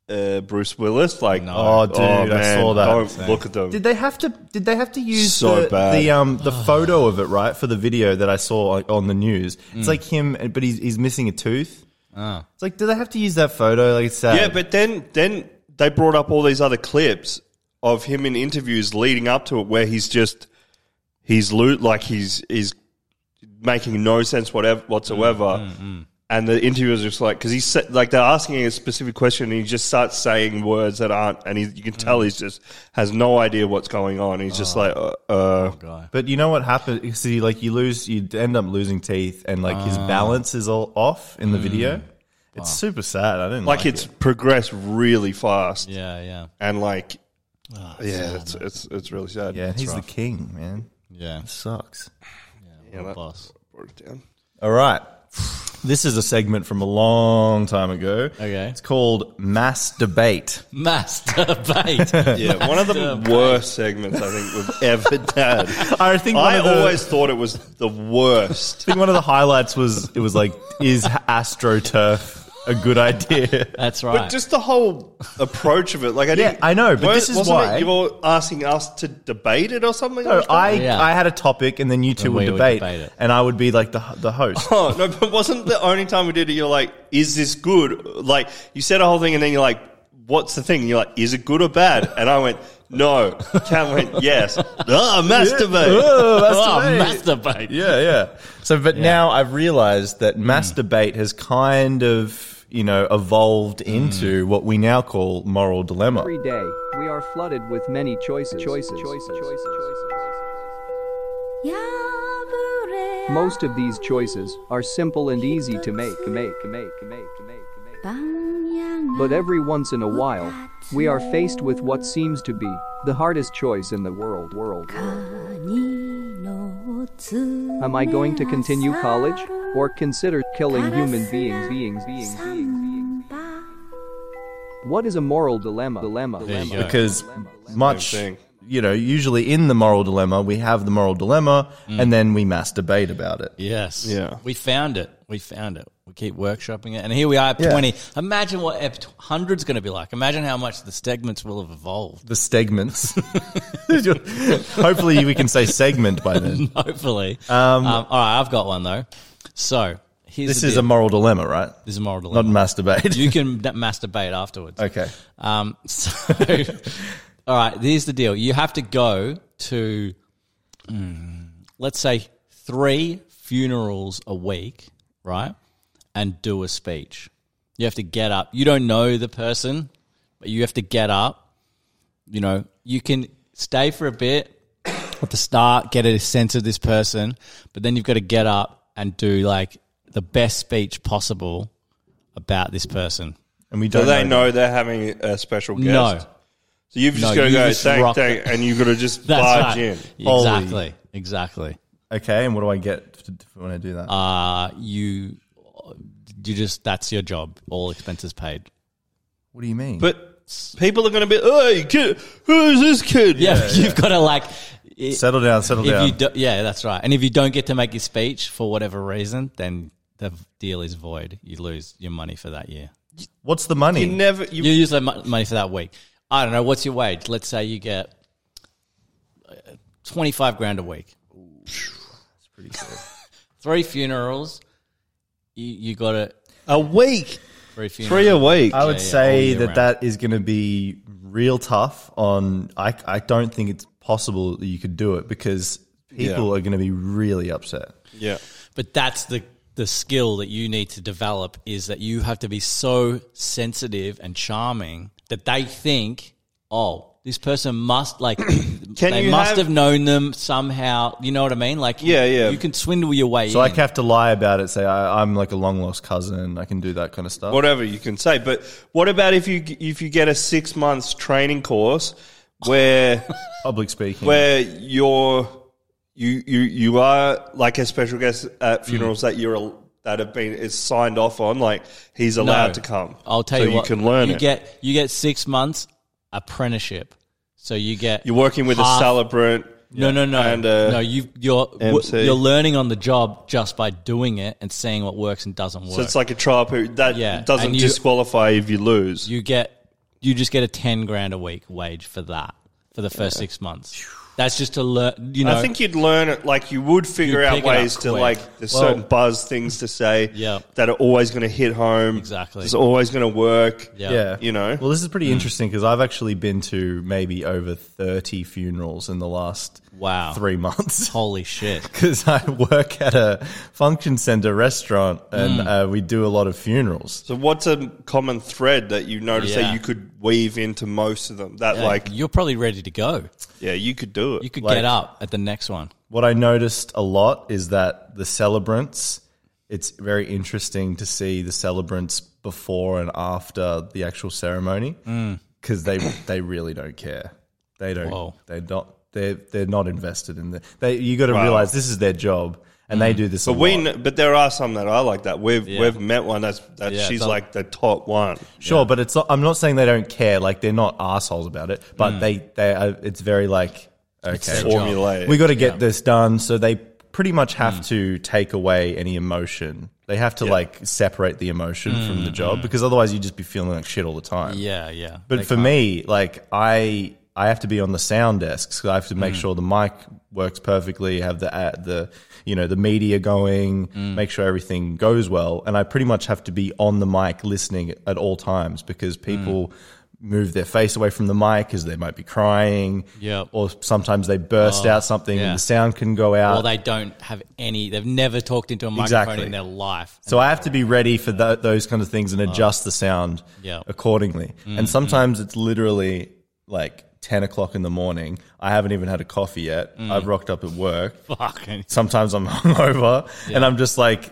[SPEAKER 3] uh, Bruce Willis? Like,
[SPEAKER 2] Oh, dude, I saw that.
[SPEAKER 3] Don't look at them.
[SPEAKER 2] Did they have to? Did they have to use
[SPEAKER 3] So
[SPEAKER 2] the,
[SPEAKER 3] bad.
[SPEAKER 2] the um the photo of it right for the video that I saw like, on the news?
[SPEAKER 5] Mm.
[SPEAKER 2] It's like him, but he's he's missing a tooth.
[SPEAKER 5] Ah.
[SPEAKER 2] It's like, do they have to use that photo? Like, it's sad.
[SPEAKER 3] yeah, but then then they brought up all these other clips of him in interviews leading up to it, where he's just he's loot like he's he's making no sense whatever whatsoever.
[SPEAKER 2] Mm,
[SPEAKER 3] And the interviewer's just like, because he's sa- like they're asking a specific question, and he just starts saying words that aren't, and he, you can tell
[SPEAKER 2] Mm.
[SPEAKER 3] he's just has no idea what's going on. He's
[SPEAKER 2] Oh.
[SPEAKER 3] just like, uh, uh,
[SPEAKER 2] But you know what happens? See, like you lose, you end up losing teeth, and like
[SPEAKER 5] Ah.
[SPEAKER 2] his balance is all off in the video.
[SPEAKER 5] Mm.
[SPEAKER 2] It's super sad. I didn't like,
[SPEAKER 3] like it's progressed really fast,
[SPEAKER 5] Yeah, yeah,
[SPEAKER 3] and like, yeah, it's, it's it's really sad.
[SPEAKER 2] it. Ah, Yeah, he's the king, man.
[SPEAKER 5] yeah.
[SPEAKER 2] Sucks.
[SPEAKER 3] yeah that
[SPEAKER 5] Boss.
[SPEAKER 3] brought it down.
[SPEAKER 2] All right. This is a segment from a long time ago.
[SPEAKER 5] Okay.
[SPEAKER 2] It's called Mass Debate.
[SPEAKER 5] Masturbate.
[SPEAKER 3] Yeah, one of the worst segments I think we've ever done.
[SPEAKER 2] I think one
[SPEAKER 3] I
[SPEAKER 2] of the,
[SPEAKER 3] always thought it was the worst.
[SPEAKER 2] I think one of the highlights was it was like, is AstroTurf a good idea?
[SPEAKER 5] That's
[SPEAKER 3] But
[SPEAKER 5] right.
[SPEAKER 3] just the whole approach of it, like I didn't.
[SPEAKER 2] I know, but
[SPEAKER 3] weren't-
[SPEAKER 2] this is
[SPEAKER 3] wasn't
[SPEAKER 2] why-
[SPEAKER 3] It, you were asking us to debate it or something.
[SPEAKER 2] So
[SPEAKER 3] like that?
[SPEAKER 2] I,
[SPEAKER 5] Yeah.
[SPEAKER 2] I had a topic, and then you two
[SPEAKER 5] And
[SPEAKER 2] would
[SPEAKER 5] we would
[SPEAKER 2] debate,
[SPEAKER 5] debate it.
[SPEAKER 2] and I would be like the the host.
[SPEAKER 3] Oh no! But wasn't the only time we did it? You're like, is this good? Like you said a whole thing, and then you're like, what's the thing? And you're like, is it good or bad? And I went, no. Cam went, yes. Ah, masturbate.
[SPEAKER 2] Oh, that's
[SPEAKER 5] oh,
[SPEAKER 2] debate.
[SPEAKER 5] masturbate.
[SPEAKER 2] Yeah, yeah. So, but now I've realized that
[SPEAKER 3] Hmm.
[SPEAKER 2] mass debate has kind of, you know, evolved
[SPEAKER 3] Hmm.
[SPEAKER 2] into what we now call moral dilemma.
[SPEAKER 10] Every day, we are flooded with many choices. Choices. Choices. Choices. Most of these choices are simple and easy to make, make, make, make, make, make. But every once in a while, we are faced with what seems to be the hardest choice in the world, world, world. Am I going to continue college or consider killing human beings, beings, beings, beings? What is a moral dilemma? Dilemma. dilemma.
[SPEAKER 2] because much you know usually in the moral dilemma we have the moral dilemma
[SPEAKER 5] Mm.
[SPEAKER 2] and then we masturbate about it
[SPEAKER 5] Yes.
[SPEAKER 2] Yeah.
[SPEAKER 5] We found it. We found it. We keep workshopping it. And here we are, at
[SPEAKER 2] Yeah.
[SPEAKER 5] 20. Imagine what EP 100 is going to be like. Imagine how much the segments will have evolved.
[SPEAKER 2] the segments hopefully we can say segment by then
[SPEAKER 5] Hopefully.
[SPEAKER 2] Um,
[SPEAKER 5] Um, all right, I've got one, though. So here's
[SPEAKER 2] this
[SPEAKER 5] the
[SPEAKER 2] is
[SPEAKER 5] deal.
[SPEAKER 2] a moral dilemma right
[SPEAKER 5] this is a moral dilemma.
[SPEAKER 2] not masturbate
[SPEAKER 5] you can d- masturbate afterwards.
[SPEAKER 2] Okay.
[SPEAKER 5] Um, so, all right, here's the deal. You have to go to, mm, let's say, three funerals a week, right? And do a speech. You have to get up. You don't know the person, but you have to get up. You know, you can stay for a bit at the start, get a sense of this person, but then you've got to get up and do like the best speech possible about this person.
[SPEAKER 2] And
[SPEAKER 3] Do they know they're having a special guest?
[SPEAKER 5] No.
[SPEAKER 3] So you've just
[SPEAKER 5] No,
[SPEAKER 3] got to
[SPEAKER 5] you
[SPEAKER 3] go,
[SPEAKER 5] just
[SPEAKER 3] thank,
[SPEAKER 5] rock
[SPEAKER 3] thank,
[SPEAKER 5] it.
[SPEAKER 3] and you've got to just
[SPEAKER 5] That's
[SPEAKER 3] barge
[SPEAKER 5] right.
[SPEAKER 3] in.
[SPEAKER 5] Exactly. Exactly.
[SPEAKER 2] okay and what do i get to- when i do that
[SPEAKER 5] Uh you you just that's your job. All expenses paid.
[SPEAKER 2] what do you mean
[SPEAKER 3] But people are going to be, hey, kid, who's this kid?
[SPEAKER 5] Yeah, you've got to like it-
[SPEAKER 2] Settle down, settle
[SPEAKER 5] if
[SPEAKER 2] down.
[SPEAKER 5] You do, yeah, that's right. And if you don't get to make your speech for whatever reason, then the deal is void. You lose your money for that year.
[SPEAKER 2] what's the money
[SPEAKER 3] You never, you,
[SPEAKER 5] You use that mon- money for that week. I don't know. What's your wage? Let's say you get uh, twenty-five grand a week. That's pretty good. Three funerals. You, you got it.
[SPEAKER 2] a week
[SPEAKER 5] Three funerals.
[SPEAKER 3] three a week.
[SPEAKER 2] I would
[SPEAKER 5] yeah, all
[SPEAKER 2] say
[SPEAKER 5] year
[SPEAKER 2] that
[SPEAKER 5] round.
[SPEAKER 2] that is going to be real tough. On I, I don't think it's possible that you could do it because people are going to be really upset.
[SPEAKER 3] yeah.
[SPEAKER 5] But that's the the skill that you need to develop is that you have to be so sensitive and charming that they think, oh, this person must like they
[SPEAKER 3] you
[SPEAKER 5] must
[SPEAKER 3] have-
[SPEAKER 5] have, known them somehow. You know what I mean? Like
[SPEAKER 3] Yeah, yeah.
[SPEAKER 5] You can swindle your way.
[SPEAKER 2] So I
[SPEAKER 5] in.
[SPEAKER 2] have to lie about it. Say I, I'm like a long lost cousin. I can do that kind of stuff.
[SPEAKER 3] whatever you can say. But what about if you if you get a six months training course where
[SPEAKER 2] Public speaking.
[SPEAKER 3] where you're you you you are like a special guest
[SPEAKER 5] Mm.
[SPEAKER 3] at funerals that you're al- that have been is signed off on, like he's allowed to come.
[SPEAKER 5] I'll tell
[SPEAKER 3] so
[SPEAKER 5] you what.
[SPEAKER 3] can learn
[SPEAKER 5] you
[SPEAKER 3] it.
[SPEAKER 5] get you get six months apprenticeship. So you get
[SPEAKER 3] you're working with
[SPEAKER 5] half-
[SPEAKER 3] a celebrant.
[SPEAKER 5] No, no, no,
[SPEAKER 3] And, uh,
[SPEAKER 5] no. You you're w-
[SPEAKER 3] MC.
[SPEAKER 5] you're learning on the job just by doing it and seeing what works and doesn't work.
[SPEAKER 3] So it's like a trial period that
[SPEAKER 5] Yeah,
[SPEAKER 3] doesn't
[SPEAKER 5] and you-
[SPEAKER 3] disqualify if you lose.
[SPEAKER 5] you get you just get a 10 grand a week wage for that for the first six months that's just to learn you know
[SPEAKER 3] I think you'd learn it like you would figure
[SPEAKER 5] You'd
[SPEAKER 3] out
[SPEAKER 5] pick it up
[SPEAKER 3] ways to
[SPEAKER 5] quick.
[SPEAKER 3] like there's
[SPEAKER 5] Well-
[SPEAKER 3] certain buzz things to say
[SPEAKER 5] Yeah.
[SPEAKER 3] that are always going to hit home.
[SPEAKER 5] Exactly.
[SPEAKER 3] It's always going to work.
[SPEAKER 5] yeah,
[SPEAKER 2] yeah,
[SPEAKER 3] you know. Hmm.
[SPEAKER 2] Well, this is pretty interesting because I've actually been to maybe over thirty funerals in the last
[SPEAKER 5] wow
[SPEAKER 2] three months.
[SPEAKER 5] holy shit
[SPEAKER 2] Because I work at a function center restaurant and
[SPEAKER 3] Hmm.
[SPEAKER 2] uh, we do a lot of funerals.
[SPEAKER 3] So what's a common thread that you notice that
[SPEAKER 5] Yeah.
[SPEAKER 3] you could weave into most of them? That like
[SPEAKER 5] you're probably ready to go
[SPEAKER 3] yeah, you could do it.
[SPEAKER 5] you could
[SPEAKER 2] Like-
[SPEAKER 5] get up at the next one
[SPEAKER 2] what I noticed a lot is that the celebrants, it's very interesting to see the celebrants before and after the actual ceremony because they they really don't care. They don't.
[SPEAKER 5] Whoa.
[SPEAKER 2] They're not. They're they're not invested in the. They you got to realize this is their job and they do this.
[SPEAKER 3] but
[SPEAKER 2] a
[SPEAKER 3] we
[SPEAKER 2] lot.
[SPEAKER 3] kn- but there are some that are like that. We've we've met one that's that
[SPEAKER 5] Yeah,
[SPEAKER 3] she's
[SPEAKER 5] some-
[SPEAKER 3] like the top one.
[SPEAKER 2] sure, but it's not. I'm not saying they don't care. Like they're not assholes about it, but they they are. It's very like okay,
[SPEAKER 5] their job.
[SPEAKER 3] Formulate.
[SPEAKER 2] we got to get this done. So they pretty much have to take away any emotion. They have to like separate the emotion from the job because otherwise you'd just be feeling like shit all the time.
[SPEAKER 5] yeah yeah
[SPEAKER 2] But for me, like I I have to be on the sound desks. I have to
[SPEAKER 5] Mm.
[SPEAKER 2] make sure the mic works perfectly, have the uh, the you know the media going,
[SPEAKER 5] Mm.
[SPEAKER 2] make sure everything goes well, and I pretty much have to be on the mic listening at all times
[SPEAKER 5] Mm.
[SPEAKER 2] because people. Move their face away from the mic because they might be crying.
[SPEAKER 5] Yep. Oh,
[SPEAKER 2] Or sometimes they burst out something
[SPEAKER 5] yeah.
[SPEAKER 2] and the sound can go out.
[SPEAKER 5] or they don't have any they've never talked into a microphone
[SPEAKER 2] uh, Exactly.
[SPEAKER 5] in their life
[SPEAKER 2] So I have to be ready for tho- those kind of things and adjust the sound
[SPEAKER 5] Yeah. Mm-hmm.
[SPEAKER 2] accordingly. And sometimes it's literally like 10 o'clock in the morning. I haven't even had a coffee yet.
[SPEAKER 5] Mm.
[SPEAKER 2] I've rocked up at work.
[SPEAKER 5] Fucking-
[SPEAKER 2] Sometimes I'm hungover
[SPEAKER 5] Yeah.
[SPEAKER 2] and I'm just like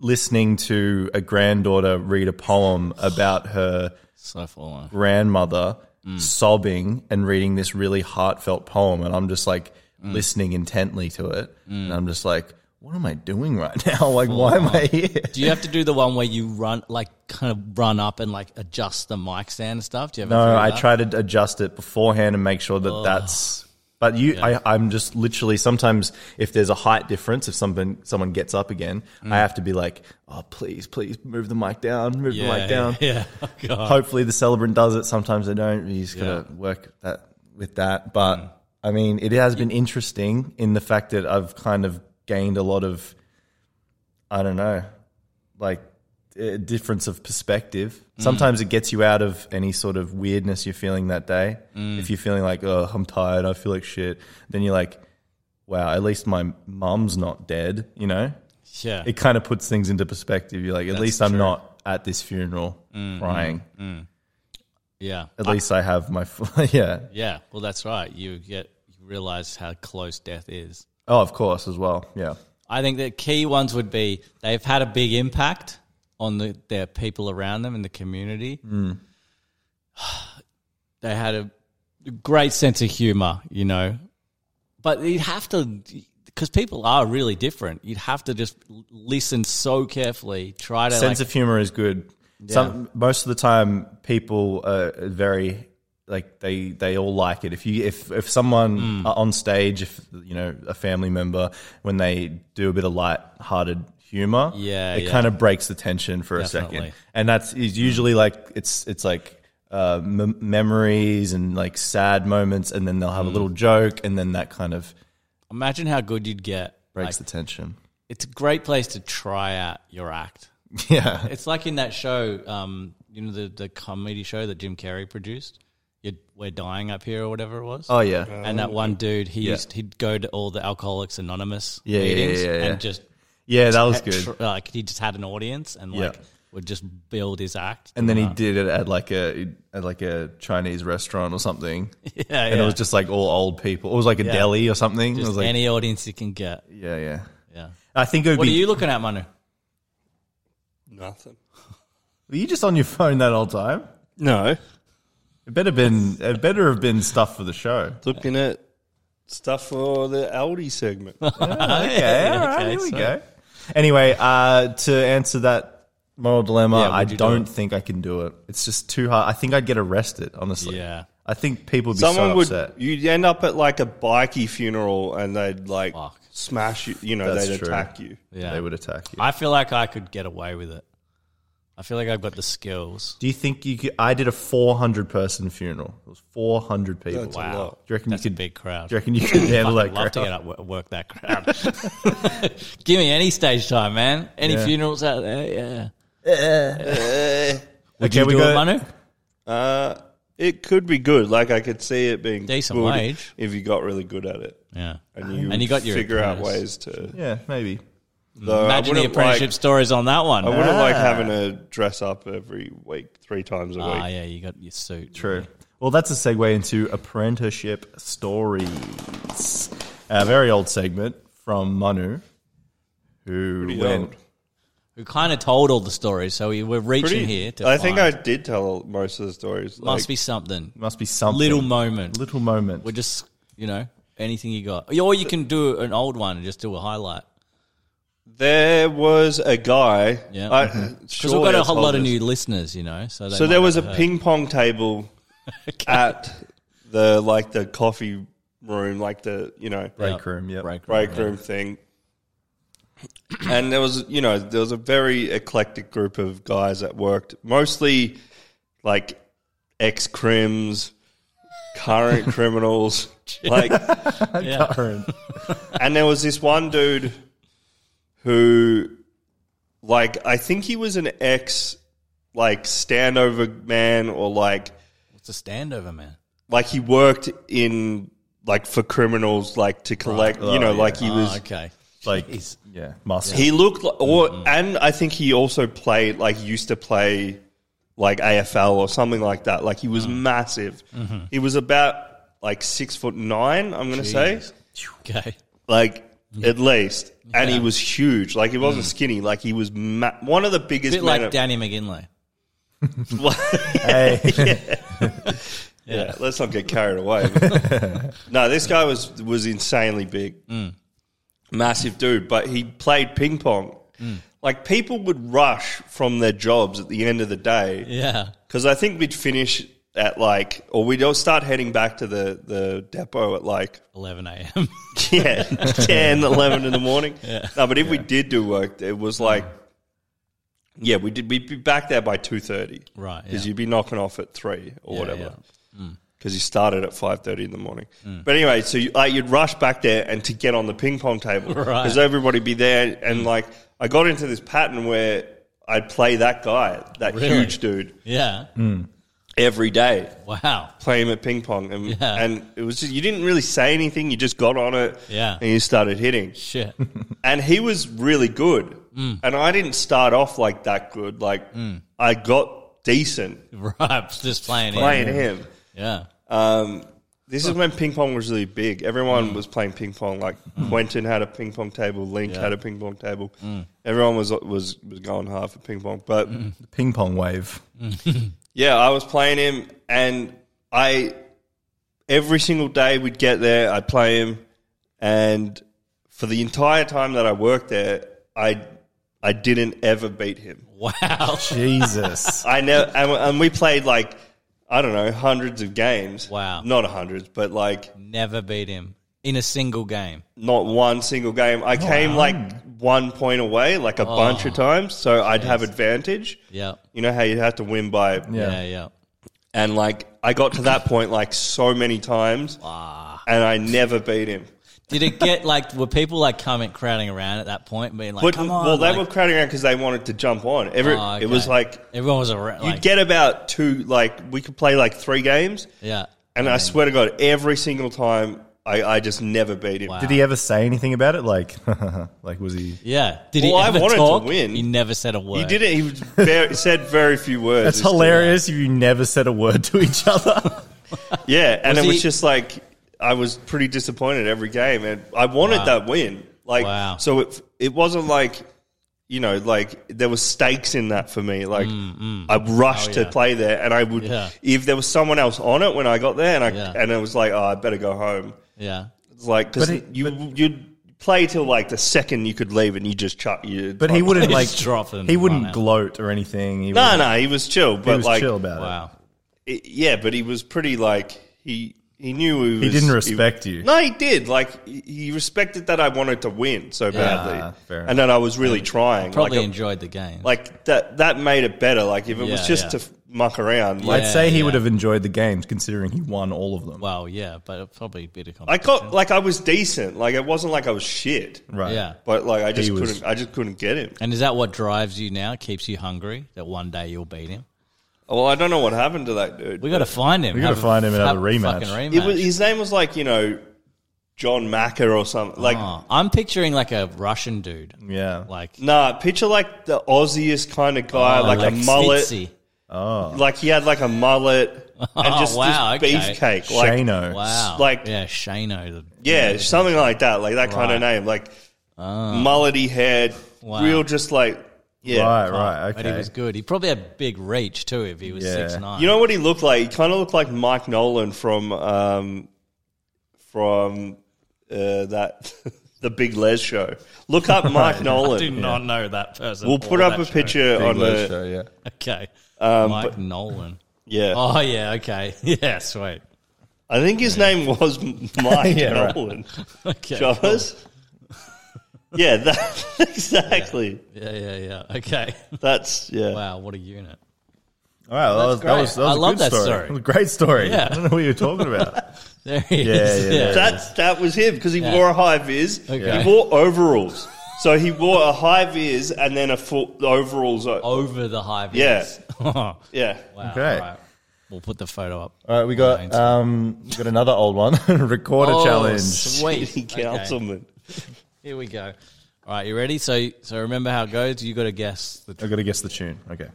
[SPEAKER 2] listening to a granddaughter read a poem about her
[SPEAKER 5] so full
[SPEAKER 2] grandmother
[SPEAKER 5] Mm.
[SPEAKER 2] sobbing and reading this really heartfelt poem. And I'm just like
[SPEAKER 5] Mm.
[SPEAKER 2] listening intently to it. And I'm just like, what am I doing right now? Like, why am I here?
[SPEAKER 5] Do you have to do the one where you run, like, kind of run up and like adjust the mic stand and stuff? Do you ever?
[SPEAKER 2] No,
[SPEAKER 5] do
[SPEAKER 2] I
[SPEAKER 5] that?
[SPEAKER 2] try to adjust it beforehand and make sure that
[SPEAKER 5] Ugh.
[SPEAKER 2] that's. But you, I, I'm just literally sometimes if there's a height difference, if someone someone gets up again,
[SPEAKER 5] Mm.
[SPEAKER 2] I have to be like, oh please, please move the mic down, move
[SPEAKER 5] Yeah,
[SPEAKER 2] the mic down.
[SPEAKER 5] yeah, yeah. Oh, God.
[SPEAKER 2] Hopefully the celebrant does it. Sometimes they don't. You just gotta work that with that. But I mean, it has been interesting in the fact that I've kind of gained a lot of, I don't know, like a difference of perspective.
[SPEAKER 5] Mm.
[SPEAKER 2] Sometimes it gets you out of any sort of weirdness you're feeling that day.
[SPEAKER 5] Mm.
[SPEAKER 2] If you're feeling like, oh, I'm tired, I feel like shit, then you're like, wow, at least my mum's not dead, you know?
[SPEAKER 5] Yeah.
[SPEAKER 2] It kind of puts things into perspective. You're like, at
[SPEAKER 5] That's
[SPEAKER 2] least I'm
[SPEAKER 5] true.
[SPEAKER 2] not at this funeral
[SPEAKER 5] Mm,
[SPEAKER 2] crying.
[SPEAKER 5] mm, mm. Yeah.
[SPEAKER 2] At
[SPEAKER 5] I-
[SPEAKER 2] least I have my, yeah.
[SPEAKER 5] Yeah. Well, that's right. You get you realize how close death is.
[SPEAKER 2] Oh, of course, as well. Yeah.
[SPEAKER 5] I think the key ones would be they've had a big impact on the, their people around them in the community.
[SPEAKER 2] Mm.
[SPEAKER 5] They had a great sense of humor, you know, but you'd have to because people are really different. You'd have to just listen so carefully, try to
[SPEAKER 2] sense
[SPEAKER 5] like,
[SPEAKER 2] of humor is good.
[SPEAKER 5] Yeah.
[SPEAKER 2] Some most of the time, people are very like they they all like it. If you if if someone
[SPEAKER 5] Hmm.
[SPEAKER 2] uh, on stage, if you know a family member, when they do a bit of light-hearted humor,
[SPEAKER 5] Yeah,
[SPEAKER 2] it
[SPEAKER 5] yeah.
[SPEAKER 2] kind of breaks the tension for a
[SPEAKER 5] Definitely. Hmm.
[SPEAKER 2] second, and that's is usually like it's it's like. Uh, m- memories and like sad moments, and then they'll
[SPEAKER 5] Hmm.
[SPEAKER 2] have a little joke, and then that kind of
[SPEAKER 5] imagine how good you'd get.
[SPEAKER 2] breaks
[SPEAKER 5] Like,
[SPEAKER 2] the tension.
[SPEAKER 5] it's a great place to try out your act.
[SPEAKER 2] Yeah,
[SPEAKER 5] It's like in that show, um, you know, the, the comedy show that Jim Carrey produced. you We're dying up here, or whatever it was.
[SPEAKER 2] Oh, yeah.
[SPEAKER 5] and that one dude, he
[SPEAKER 2] Yeah.
[SPEAKER 5] used he'd go to all the Alcoholics Anonymous
[SPEAKER 2] Yeah, yeah,
[SPEAKER 5] meetings
[SPEAKER 2] yeah, yeah, yeah.
[SPEAKER 5] and just
[SPEAKER 2] Yeah, that was
[SPEAKER 5] tr-
[SPEAKER 2] good.
[SPEAKER 5] like he just had an audience and
[SPEAKER 2] Yeah.
[SPEAKER 5] like would just build his act.
[SPEAKER 2] and then he did it at like a at like a Chinese restaurant or something.
[SPEAKER 5] Yeah,
[SPEAKER 2] and
[SPEAKER 5] yeah.
[SPEAKER 2] it was just like all old people. It was like a
[SPEAKER 5] Yeah.
[SPEAKER 2] deli or something. it
[SPEAKER 5] Just
[SPEAKER 2] was like
[SPEAKER 5] any audience you can get.
[SPEAKER 2] yeah, yeah,
[SPEAKER 5] Yeah.
[SPEAKER 2] I think it would
[SPEAKER 5] What are
[SPEAKER 2] be.
[SPEAKER 5] you
[SPEAKER 2] You,
[SPEAKER 5] looking at, Manu?
[SPEAKER 3] Nothing.
[SPEAKER 2] were you just on your phone that whole time?
[SPEAKER 3] No.
[SPEAKER 2] It better been. It better have been stuff for the show.
[SPEAKER 3] Looking at stuff for the Aldi segment.
[SPEAKER 2] Okay, all right,
[SPEAKER 5] okay,
[SPEAKER 2] here we
[SPEAKER 5] so-
[SPEAKER 2] go. Anyway, uh, to answer that moral dilemma,
[SPEAKER 5] Yeah, would
[SPEAKER 2] I
[SPEAKER 5] you do
[SPEAKER 2] don't
[SPEAKER 5] it?
[SPEAKER 2] think I can do it. It's just too hard. I think I'd get arrested. Honestly,
[SPEAKER 5] Yeah.
[SPEAKER 2] I think people would be
[SPEAKER 3] Someone
[SPEAKER 2] so
[SPEAKER 3] would.
[SPEAKER 2] upset.
[SPEAKER 3] You'd end up at like a bikey funeral, and they'd like
[SPEAKER 5] Fuck.
[SPEAKER 3] smash you. You know,
[SPEAKER 2] That's
[SPEAKER 3] they'd
[SPEAKER 2] true.
[SPEAKER 3] attack you.
[SPEAKER 5] Yeah.
[SPEAKER 2] They would attack you.
[SPEAKER 5] I feel like I could get away with it. I feel like I've got the skills.
[SPEAKER 2] Do you think you could? I did a 400 person funeral. It was 400 people.
[SPEAKER 3] That's a Wow. lot.
[SPEAKER 2] Do you reckon
[SPEAKER 5] That's
[SPEAKER 2] you
[SPEAKER 5] a
[SPEAKER 2] could?
[SPEAKER 5] big crowd.
[SPEAKER 2] Do you reckon you could handle
[SPEAKER 5] I'd
[SPEAKER 2] that?
[SPEAKER 5] love to
[SPEAKER 2] crowd?
[SPEAKER 5] get up wo- work that crowd. Give me any stage time, man. Any
[SPEAKER 2] Yeah.
[SPEAKER 5] funerals out there? Yeah.
[SPEAKER 2] Okay,
[SPEAKER 5] you
[SPEAKER 2] we
[SPEAKER 5] do
[SPEAKER 2] go.
[SPEAKER 5] it, Manu?
[SPEAKER 3] Uh, it could be good. Like I could see it being
[SPEAKER 5] Decent
[SPEAKER 3] good
[SPEAKER 5] wage.
[SPEAKER 3] if you got really good at it,
[SPEAKER 5] Yeah.
[SPEAKER 3] and uh, you
[SPEAKER 5] And you
[SPEAKER 3] would
[SPEAKER 5] got your
[SPEAKER 3] figure out
[SPEAKER 5] apprentice.
[SPEAKER 3] ways to.
[SPEAKER 2] Yeah, maybe.
[SPEAKER 3] Though I
[SPEAKER 5] Imagine the
[SPEAKER 3] wouldn't
[SPEAKER 5] apprenticeship stories on that one.
[SPEAKER 3] Like, I wouldn't like having to dress up every week, three times a week.
[SPEAKER 5] Ah. Ah, yeah, you got your suit.
[SPEAKER 2] True. Well, that's a segue into apprenticeship stories. A very old segment from Manu, who
[SPEAKER 3] Pretty
[SPEAKER 2] went.
[SPEAKER 3] old.
[SPEAKER 5] Who kind of told all the stories, so we, we're reaching
[SPEAKER 3] Pretty-
[SPEAKER 5] here. To
[SPEAKER 3] I think I
[SPEAKER 5] find-
[SPEAKER 3] did tell most of the stories.
[SPEAKER 5] must
[SPEAKER 3] like,
[SPEAKER 5] be something.
[SPEAKER 2] Must be something.
[SPEAKER 5] Little moment.
[SPEAKER 2] Little moment.
[SPEAKER 5] We're just, you know, anything you got. Or you can do an old one and just do a highlight.
[SPEAKER 3] There was a guy.
[SPEAKER 5] Yeah.
[SPEAKER 3] I-
[SPEAKER 5] Because
[SPEAKER 3] surely
[SPEAKER 5] we've got a
[SPEAKER 3] I
[SPEAKER 5] whole
[SPEAKER 3] told
[SPEAKER 5] lot of
[SPEAKER 3] this.
[SPEAKER 5] new listeners, you know. So, they
[SPEAKER 3] So
[SPEAKER 5] might
[SPEAKER 3] there was a
[SPEAKER 5] have heard.
[SPEAKER 3] ping pong table at the like the coffee room, like the you know
[SPEAKER 2] break room. Yeah.
[SPEAKER 5] break room.
[SPEAKER 3] break room thing. And there was, you know, there was a very eclectic group of guys that worked, mostly like ex crims, current criminals, like
[SPEAKER 5] Yeah.
[SPEAKER 3] and there was this one dude who like I think he was an ex like standover man or like
[SPEAKER 5] It's a standover, man.
[SPEAKER 3] like he worked in like for criminals like to collect you know
[SPEAKER 2] Oh, yeah.
[SPEAKER 3] like he
[SPEAKER 5] Ah,
[SPEAKER 3] was
[SPEAKER 5] okay.
[SPEAKER 2] Like,
[SPEAKER 5] Jeez.
[SPEAKER 2] yeah, muscle.
[SPEAKER 3] he looked like, or and I think he also played like he used to
[SPEAKER 5] Mm. Mm-hmm.
[SPEAKER 3] play like AFL or something like that. Like he was massive. He was about like six foot nine. I'm gonna say,
[SPEAKER 5] Okay.
[SPEAKER 3] like at least, and he was huge. Like he wasn't skinny. Like he was ma- one of the biggest.
[SPEAKER 5] Mm. bit like
[SPEAKER 3] men-
[SPEAKER 5] Danny McGinley.
[SPEAKER 3] yeah, let's not get carried away. no, this guy was was insanely big,
[SPEAKER 5] Mm.
[SPEAKER 3] massive dude. But he played ping pong.
[SPEAKER 5] Mm.
[SPEAKER 3] Like people would rush from their jobs at the end of the day.
[SPEAKER 5] Yeah.
[SPEAKER 3] Because I think we'd finish at like, or we'd all start heading back to the, the depot at like,
[SPEAKER 5] 11 a.m.
[SPEAKER 3] yeah, 10, 11 in the morning. No, but if we did do work, it was like, yeah, we did, we'd be back there by 2.30.
[SPEAKER 5] Right,
[SPEAKER 3] Because
[SPEAKER 5] yeah.
[SPEAKER 3] you'd be knocking off at 3 or
[SPEAKER 5] Yeah, Mm.
[SPEAKER 3] whatever. Because you started at 5.30 in the morning. But anyway, so you, like, you'd rush back there and to get on the ping pong table.
[SPEAKER 5] Right. Mm.
[SPEAKER 3] Because everybody'd be there. And like, I got into this pattern where I'd play that guy, that
[SPEAKER 5] Really?
[SPEAKER 3] huge dude,
[SPEAKER 5] yeah.
[SPEAKER 3] Mm. every day
[SPEAKER 5] Wow.
[SPEAKER 3] playing at ping pong, and
[SPEAKER 5] Yeah.
[SPEAKER 3] and it was just, you didn't really say anything. You just got on it,
[SPEAKER 5] Yeah.
[SPEAKER 3] and you started hitting.
[SPEAKER 5] Shit.
[SPEAKER 3] And he was really good,
[SPEAKER 5] Mm.
[SPEAKER 3] and I didn't start off like that good. Like I got decent
[SPEAKER 5] right. Just playing,
[SPEAKER 3] playing
[SPEAKER 5] in.
[SPEAKER 3] him.
[SPEAKER 5] Yeah.
[SPEAKER 3] Um, this is when ping pong was really big. Everyone
[SPEAKER 5] Mm.
[SPEAKER 3] was playing ping pong. Like Quentin had a ping pong table, Link had a ping pong table.
[SPEAKER 5] Mm.
[SPEAKER 3] Everyone was was was going hard for ping pong, but.
[SPEAKER 2] Ping pong wave.
[SPEAKER 3] Yeah, I was playing him, and I every single day we'd get there, I'd play him, and for the entire time that I worked there, I I didn't ever beat him.
[SPEAKER 5] Wow.
[SPEAKER 2] Jesus.
[SPEAKER 3] I never, and, and we played like I don't know hundreds of games.
[SPEAKER 5] Wow.
[SPEAKER 3] not hundreds, but like
[SPEAKER 5] Never beat him in a single game.
[SPEAKER 3] not one single game. I came like one point away, like a bunch of times, so I'd have advantage.
[SPEAKER 5] Oh. Yeah.
[SPEAKER 3] You know how you have to win by
[SPEAKER 5] Yeah. Yeah.
[SPEAKER 3] And like I got to that point like so many times, and I never beat him.
[SPEAKER 5] Ah. Did it get like, were people like coming, crowding around at that point, being like,
[SPEAKER 3] But
[SPEAKER 5] come on?
[SPEAKER 3] well, they
[SPEAKER 5] like-
[SPEAKER 3] were crowding around because they wanted to jump on. Every
[SPEAKER 5] Oh,
[SPEAKER 3] it was
[SPEAKER 5] okay.
[SPEAKER 3] like
[SPEAKER 5] everyone was around.
[SPEAKER 3] you'd
[SPEAKER 5] Like,
[SPEAKER 3] get about two. Like we could play like three games,
[SPEAKER 5] yeah.
[SPEAKER 3] and I swear to God, every single time I, I just never beat him.
[SPEAKER 5] Wow.
[SPEAKER 2] Did he ever say anything about it? Like, like was he?
[SPEAKER 5] Yeah. Did
[SPEAKER 3] Well, I
[SPEAKER 5] he ever
[SPEAKER 3] wanted to
[SPEAKER 5] talk?
[SPEAKER 3] win.
[SPEAKER 5] He never said a word.
[SPEAKER 3] He did it. He was very, said very few words.
[SPEAKER 2] That's
[SPEAKER 3] It's-
[SPEAKER 2] hilarious. If you never said a word to each other.
[SPEAKER 3] Yeah, and
[SPEAKER 5] Was
[SPEAKER 3] it was
[SPEAKER 5] he-
[SPEAKER 3] just like I was pretty disappointed every game, and I wanted that win. Like,
[SPEAKER 5] Wow.
[SPEAKER 3] so it it wasn't like you know, like there was stakes in that for me. Like, I rushed
[SPEAKER 5] Mm, Oh, yeah.
[SPEAKER 3] to play there, and I would
[SPEAKER 5] Yeah.
[SPEAKER 3] if there was someone else on it when I got there, and I
[SPEAKER 5] Yeah.
[SPEAKER 3] and it was like, oh, I better go home.
[SPEAKER 5] Yeah.
[SPEAKER 3] It's like because
[SPEAKER 2] But it-
[SPEAKER 3] you you'd play till like the second you could leave, and you just chuck you.
[SPEAKER 2] But he wouldn't like
[SPEAKER 5] Just drop and
[SPEAKER 2] He
[SPEAKER 5] run out.
[SPEAKER 2] wouldn't gloat or anything. He
[SPEAKER 3] No,
[SPEAKER 2] was,
[SPEAKER 3] no, he was chill,
[SPEAKER 2] He
[SPEAKER 3] but
[SPEAKER 2] was
[SPEAKER 3] Uh, like,
[SPEAKER 2] chill about it.
[SPEAKER 5] Wow.
[SPEAKER 3] it- yeah, but he was pretty like he he knew he was.
[SPEAKER 2] He didn't respect you.
[SPEAKER 3] No, he did. Like he- he respected that I wanted to win so badly,
[SPEAKER 2] Ah, fair enough.
[SPEAKER 3] and that I was really trying.
[SPEAKER 5] Probably
[SPEAKER 3] like,
[SPEAKER 5] enjoyed the game.
[SPEAKER 3] like that that made it better. Like if it
[SPEAKER 5] Yeah,
[SPEAKER 3] was just
[SPEAKER 5] yeah.
[SPEAKER 3] to f- muck around, like
[SPEAKER 2] I'd say he
[SPEAKER 5] yeah.
[SPEAKER 2] would have enjoyed the games considering he won all of them.
[SPEAKER 5] well, yeah, but it probably bit of
[SPEAKER 3] I
[SPEAKER 5] competition.
[SPEAKER 3] got like I was decent. Like it wasn't like I was shit,
[SPEAKER 2] right.
[SPEAKER 5] Yeah.
[SPEAKER 3] but like I just
[SPEAKER 2] was-
[SPEAKER 3] couldn't. I just couldn't get him.
[SPEAKER 5] And is that what drives you now? Keeps you hungry that one day you'll beat him?
[SPEAKER 3] Well, I don't know what happened to that dude.
[SPEAKER 5] We got to find him.
[SPEAKER 2] We gotta
[SPEAKER 5] Have a
[SPEAKER 2] find him and have a
[SPEAKER 5] fu-
[SPEAKER 2] rematch.
[SPEAKER 5] fucking rematch.
[SPEAKER 3] it was, his name was like you know John Macker or something. Like
[SPEAKER 5] Oh, I'm picturing like a Russian dude.
[SPEAKER 2] Yeah.
[SPEAKER 5] Like
[SPEAKER 3] nah, picture like the Aussiest kind of
[SPEAKER 5] Ah,
[SPEAKER 3] guy, like a mullet.
[SPEAKER 5] Spitzy.
[SPEAKER 3] Like he had like a mullet and just
[SPEAKER 5] Oh, wow,
[SPEAKER 3] this
[SPEAKER 5] okay.
[SPEAKER 3] beefcake, like
[SPEAKER 2] Shano.
[SPEAKER 5] Wow.
[SPEAKER 3] like-
[SPEAKER 5] yeah, Shano. the-
[SPEAKER 3] yeah, something like that, like that kind
[SPEAKER 5] Right. Oh.
[SPEAKER 3] of name, like mullety head,
[SPEAKER 5] Wow.
[SPEAKER 3] real, just like yeah.
[SPEAKER 2] Right, right, okay.
[SPEAKER 5] But he was good. He probably had big reach too if he was
[SPEAKER 2] Yeah.
[SPEAKER 5] six nine.
[SPEAKER 3] You know what he looked like? He kind of looked like Mike Nolan from um, from uh, that the Big Les show. Look up Mike
[SPEAKER 5] I do
[SPEAKER 3] Nolan.
[SPEAKER 5] not know that person.
[SPEAKER 3] We'll
[SPEAKER 5] or
[SPEAKER 3] put up
[SPEAKER 5] that
[SPEAKER 3] a
[SPEAKER 5] show.
[SPEAKER 3] picture Um, on the
[SPEAKER 2] yeah.
[SPEAKER 5] Okay. Mike Nolan.
[SPEAKER 3] yeah.
[SPEAKER 5] Oh yeah. Okay. Yeah. Sweet.
[SPEAKER 3] I think his name was Mike
[SPEAKER 2] Yeah, right.
[SPEAKER 3] Nolan.
[SPEAKER 5] Okay. cool.
[SPEAKER 3] Chavez? yeah, that, exactly.
[SPEAKER 5] Yeah. Yeah. Yeah. Okay.
[SPEAKER 3] That's yeah.
[SPEAKER 5] wow. What a unit.
[SPEAKER 2] All right, well, that, was, that was that was
[SPEAKER 5] I
[SPEAKER 2] a
[SPEAKER 5] love
[SPEAKER 2] good
[SPEAKER 5] that
[SPEAKER 2] story.
[SPEAKER 5] story.
[SPEAKER 2] It was a great story.
[SPEAKER 5] Yeah.
[SPEAKER 2] I don't know what you were talking about.
[SPEAKER 5] There he
[SPEAKER 2] Yeah,
[SPEAKER 5] is.
[SPEAKER 2] yeah, yeah.
[SPEAKER 3] That's that was him because he wore a high viz.
[SPEAKER 5] Okay.
[SPEAKER 3] He wore overalls, so he wore a high viz and then a full overalls. o-
[SPEAKER 5] Over the high
[SPEAKER 3] Yeah.
[SPEAKER 5] vis. Oh, wow.
[SPEAKER 3] Yeah,
[SPEAKER 2] Okay.
[SPEAKER 5] All right. We'll put the photo up.
[SPEAKER 2] All right, we got um we got another old one. Recorder
[SPEAKER 5] Oh,
[SPEAKER 2] challenge.
[SPEAKER 5] Sweet.
[SPEAKER 3] City councilman.
[SPEAKER 5] Here we go. All right, you ready? So, so remember how it goes. You got to guess the.
[SPEAKER 2] I got to guess the tune. Okay.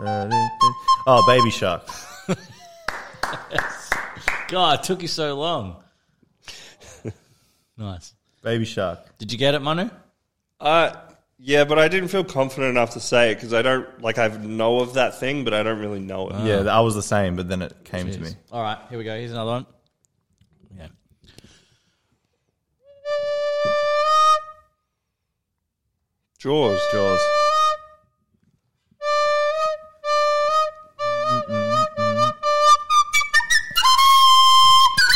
[SPEAKER 2] Oh, Baby Shark.
[SPEAKER 5] God, it took you so long. nice.
[SPEAKER 2] Baby Shark.
[SPEAKER 5] Did you get it, Manu?
[SPEAKER 3] Uh, yeah, but I didn't feel confident enough to say it because I don't like I know of that thing, but I don't really know it.
[SPEAKER 2] Yeah, I was the same, but then it came to me.
[SPEAKER 5] All right, here we go. Here's another one. Yeah.
[SPEAKER 3] Jaws, Jaws.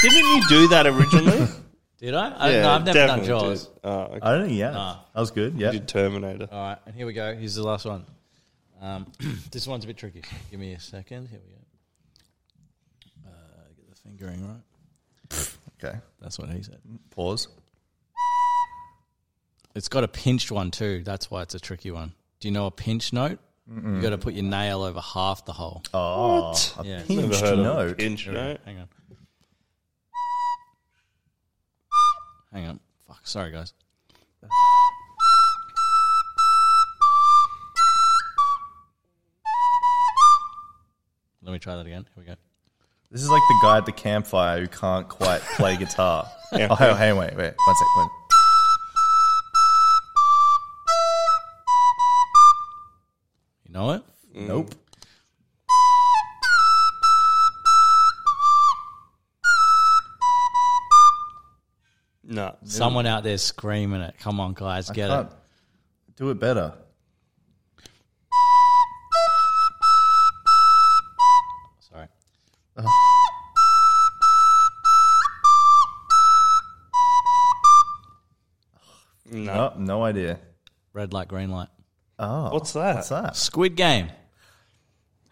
[SPEAKER 3] Didn't you do that originally?
[SPEAKER 5] Did I? I don't know. I've never done
[SPEAKER 3] definitely
[SPEAKER 5] Jaws.
[SPEAKER 3] did. Oh, okay.
[SPEAKER 2] I don't know. Yeah, that was good. Yeah,
[SPEAKER 3] You did Terminator.
[SPEAKER 5] All right, and here we go. Here's the last one. Um, this one's a bit tricky. Give me a second. Here we go. Uh, get the fingering right.
[SPEAKER 2] okay.
[SPEAKER 5] That's what he said.
[SPEAKER 2] Pause.
[SPEAKER 5] It's got a pinched one too. That's why it's a tricky one. Do you know a pinch note? You got to put your nail over half the hole.
[SPEAKER 2] Oh, a
[SPEAKER 5] Yeah.
[SPEAKER 2] pinched
[SPEAKER 3] Heard of
[SPEAKER 2] note.
[SPEAKER 3] Pinch, right?
[SPEAKER 5] Hang on. Hang on. Fuck. Sorry, guys. Let me try that again. Here we go.
[SPEAKER 2] This is like the guy at the campfire who can't quite play guitar.
[SPEAKER 3] Yeah.
[SPEAKER 2] Oh, hey, hey, wait, wait, one sec. Wait.
[SPEAKER 5] You know it?
[SPEAKER 3] Mm.
[SPEAKER 2] Nope.
[SPEAKER 3] No.
[SPEAKER 5] Someone out there screaming it. Come on, guys, get it.
[SPEAKER 2] Can't do it better.
[SPEAKER 5] Sorry.
[SPEAKER 3] No.
[SPEAKER 2] No, no idea.
[SPEAKER 5] Red light, green light.
[SPEAKER 2] Oh,
[SPEAKER 3] What's that?
[SPEAKER 2] what's that?
[SPEAKER 5] Squid Game.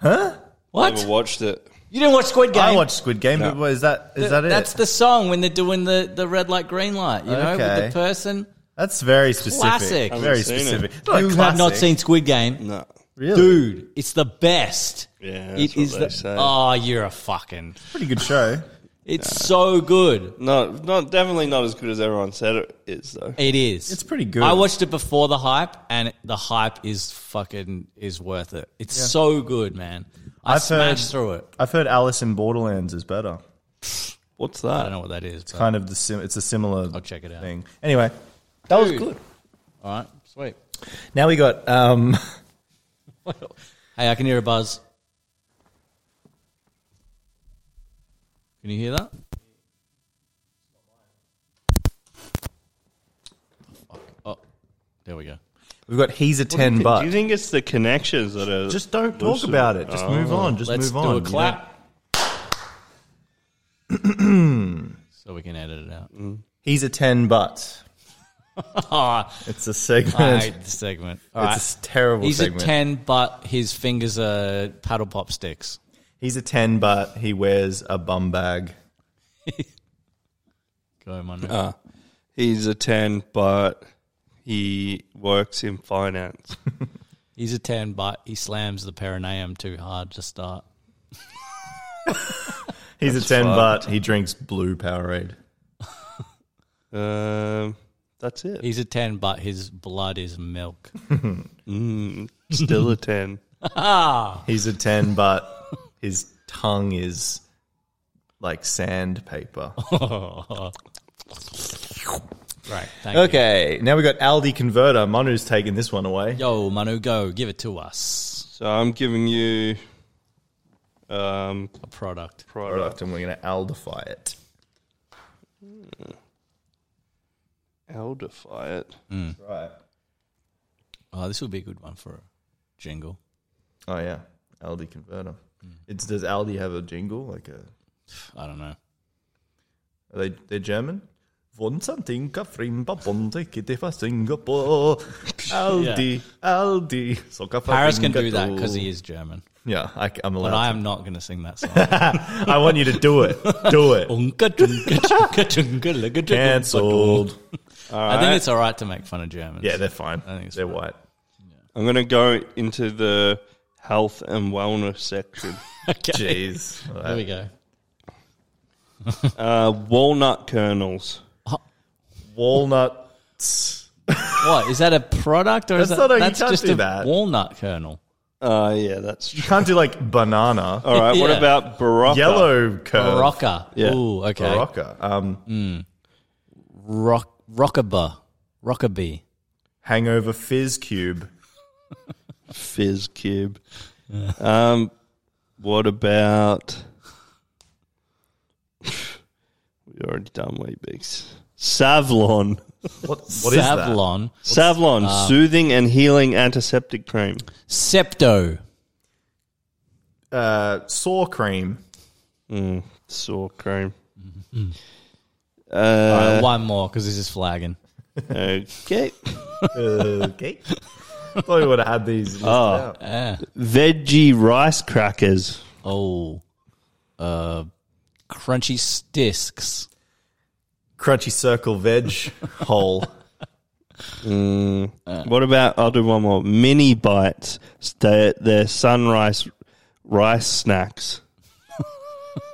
[SPEAKER 5] Huh?
[SPEAKER 3] Never
[SPEAKER 5] What?
[SPEAKER 3] watched it.
[SPEAKER 5] You didn't watch Squid Game?
[SPEAKER 2] I watched Squid Game, but what is that is that it?
[SPEAKER 5] That's the song when they're doing the, the red light, green light, you know, with
[SPEAKER 2] Okay.
[SPEAKER 5] the person.
[SPEAKER 2] That's very specific.
[SPEAKER 5] Classic. Haven't
[SPEAKER 2] Very
[SPEAKER 3] seen it.
[SPEAKER 2] specific. It's not a
[SPEAKER 5] You have not
[SPEAKER 2] classic.
[SPEAKER 5] seen Squid Game.
[SPEAKER 3] No.
[SPEAKER 2] really?
[SPEAKER 5] Dude, it's the best.
[SPEAKER 3] Yeah,
[SPEAKER 5] it
[SPEAKER 3] that's what
[SPEAKER 5] is
[SPEAKER 3] they
[SPEAKER 5] the.
[SPEAKER 3] say.
[SPEAKER 5] Oh, you're a fucking.
[SPEAKER 2] Pretty good show.
[SPEAKER 5] It's so good.
[SPEAKER 3] No, not definitely not as good as everyone said it is though.
[SPEAKER 5] It is.
[SPEAKER 2] It's pretty good.
[SPEAKER 5] I watched it before the hype, and the hype is fucking is worth it. It's so good, man. I
[SPEAKER 2] I've
[SPEAKER 5] smashed
[SPEAKER 2] heard-
[SPEAKER 5] through it.
[SPEAKER 2] I've heard Alice in Borderlands is better.
[SPEAKER 3] What's
[SPEAKER 5] I don't
[SPEAKER 3] that?
[SPEAKER 5] know what that is. but-
[SPEAKER 2] Kind of the sim. It's a similar.
[SPEAKER 5] I'll check it out.
[SPEAKER 2] Thing. Anyway, that was
[SPEAKER 5] Dude.
[SPEAKER 2] good.
[SPEAKER 5] All right, sweet.
[SPEAKER 2] Now we got. um
[SPEAKER 5] Hey, I can hear a buzz. Can you hear that? Fuck. Oh, there we go.
[SPEAKER 2] We've got. He's a ten,
[SPEAKER 3] Do you
[SPEAKER 2] but
[SPEAKER 3] think it's the connections that are
[SPEAKER 2] just don't talk
[SPEAKER 3] loosen?
[SPEAKER 2] about it. Just
[SPEAKER 3] Oh.
[SPEAKER 2] move on. Just
[SPEAKER 5] Let's
[SPEAKER 2] move on.
[SPEAKER 5] do a
[SPEAKER 2] you know?
[SPEAKER 5] clap. so we can edit it
[SPEAKER 2] Mm.
[SPEAKER 5] out.
[SPEAKER 2] He's a ten, but
[SPEAKER 5] Ah,
[SPEAKER 2] it's a
[SPEAKER 5] I
[SPEAKER 2] segment.
[SPEAKER 5] hate this segment. All right.
[SPEAKER 2] It's a terrible
[SPEAKER 5] He's
[SPEAKER 2] segment.
[SPEAKER 5] a 10, but his fingers are paddle pop sticks.
[SPEAKER 2] He's a 10, but he wears a bum bag.
[SPEAKER 5] Go, Manu.
[SPEAKER 2] Ah.
[SPEAKER 3] He's a ten, but he works in finance.
[SPEAKER 5] He's a 10, but he slams the perineum too hard to start.
[SPEAKER 2] He's a 10, but he drinks blue Powerade.
[SPEAKER 3] um, that's it.
[SPEAKER 5] He's a 10, but his blood is milk.
[SPEAKER 3] Still a ten.
[SPEAKER 2] He's a 10, but his tongue is like sandpaper.
[SPEAKER 5] Right. Thank you.
[SPEAKER 2] Okay, now we got Aldi Converter. Manu's taking this one away.
[SPEAKER 5] Yo, Manu, go. Give it to us.
[SPEAKER 3] So I'm giving you um
[SPEAKER 5] A product.
[SPEAKER 3] product
[SPEAKER 2] Product, and we're going to Aldify it.
[SPEAKER 3] Aldify it.
[SPEAKER 2] Right.
[SPEAKER 5] Oh, this would be a good one for a jingle.
[SPEAKER 2] Oh, yeah. Aldi Converter. It's, does Aldi have a jingle? Like a.
[SPEAKER 5] I don't know.
[SPEAKER 2] Are they, they're German? Von something from Babon, take it if I Singapore. Aldi, Aldi. So
[SPEAKER 5] Paris can do that because he is German.
[SPEAKER 2] Yeah, I, am
[SPEAKER 5] But
[SPEAKER 2] allowed.
[SPEAKER 5] I am not going to sing that song.
[SPEAKER 2] I want you to do it. Do it. Cancelled.
[SPEAKER 5] I think it's all right to make fun of Germans.
[SPEAKER 2] Yeah, they're fine.
[SPEAKER 5] think it's
[SPEAKER 2] they're
[SPEAKER 5] fine.
[SPEAKER 2] white.
[SPEAKER 3] I'm gonna go into the health and wellness section.
[SPEAKER 5] okay.
[SPEAKER 2] Jeez.
[SPEAKER 5] There we go.
[SPEAKER 3] uh, walnut kernels.
[SPEAKER 5] Oh,
[SPEAKER 2] walnuts.
[SPEAKER 5] What is that a product or is
[SPEAKER 2] That's
[SPEAKER 5] that
[SPEAKER 2] not a- you
[SPEAKER 5] that's
[SPEAKER 2] can't
[SPEAKER 5] just
[SPEAKER 2] do
[SPEAKER 5] a
[SPEAKER 2] that.
[SPEAKER 5] walnut kernel?
[SPEAKER 3] Uh, yeah, that's
[SPEAKER 2] You can't do like banana.
[SPEAKER 3] All right, what
[SPEAKER 5] Yeah.
[SPEAKER 3] about Barocca?
[SPEAKER 2] Yellow curve.
[SPEAKER 5] Rocker.
[SPEAKER 3] Yeah.
[SPEAKER 5] Ooh, okay. Mm.
[SPEAKER 2] Barocca. Um,
[SPEAKER 5] Rock rockaba. Rockabee.
[SPEAKER 2] Hangover fizz cube.
[SPEAKER 3] Fizz Cube. Um, what about. we already done wheat bix. Savlon.
[SPEAKER 2] What, what is that?
[SPEAKER 5] Savlon.
[SPEAKER 3] Savlon, soothing and healing antiseptic cream.
[SPEAKER 5] Septo.
[SPEAKER 2] Uh, saw cream.
[SPEAKER 3] Mm, sore cream.
[SPEAKER 5] All right,
[SPEAKER 3] Uh,
[SPEAKER 5] one more because this is flagging.
[SPEAKER 3] okay.
[SPEAKER 2] okay. Thought we would have had these.
[SPEAKER 5] Oh,
[SPEAKER 2] listed out.
[SPEAKER 3] Veggie rice crackers.
[SPEAKER 5] Oh, uh, crunchy discs.
[SPEAKER 2] Crunchy circle veg hole.
[SPEAKER 3] What about I'll do one more mini bites? They're, they're sunrise rice snacks.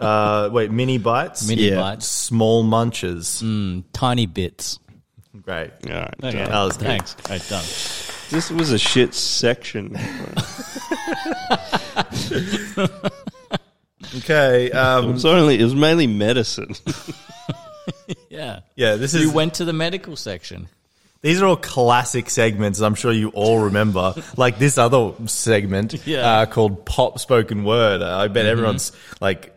[SPEAKER 2] Uh, wait, mini bites.
[SPEAKER 5] Mini Mm.
[SPEAKER 3] Yeah.
[SPEAKER 5] bites.
[SPEAKER 2] Small munches. Mm,
[SPEAKER 5] Tiny bits.
[SPEAKER 2] Great.
[SPEAKER 3] All right,
[SPEAKER 5] Okay,
[SPEAKER 3] done.
[SPEAKER 2] That was good.
[SPEAKER 5] Thanks. All right, done.
[SPEAKER 3] this was a shit section.
[SPEAKER 2] Okay.
[SPEAKER 3] It
[SPEAKER 2] Um,
[SPEAKER 3] was only it was mainly medicine.
[SPEAKER 5] Yeah.
[SPEAKER 2] yeah, this
[SPEAKER 5] You
[SPEAKER 2] is.
[SPEAKER 5] went to the medical section.
[SPEAKER 2] These are all classic segments. I'm sure you all remember, like this other segment
[SPEAKER 5] Yeah. Mm-hmm.
[SPEAKER 2] uh, called "Pop Spoken Word." Uh, I bet everyone's like,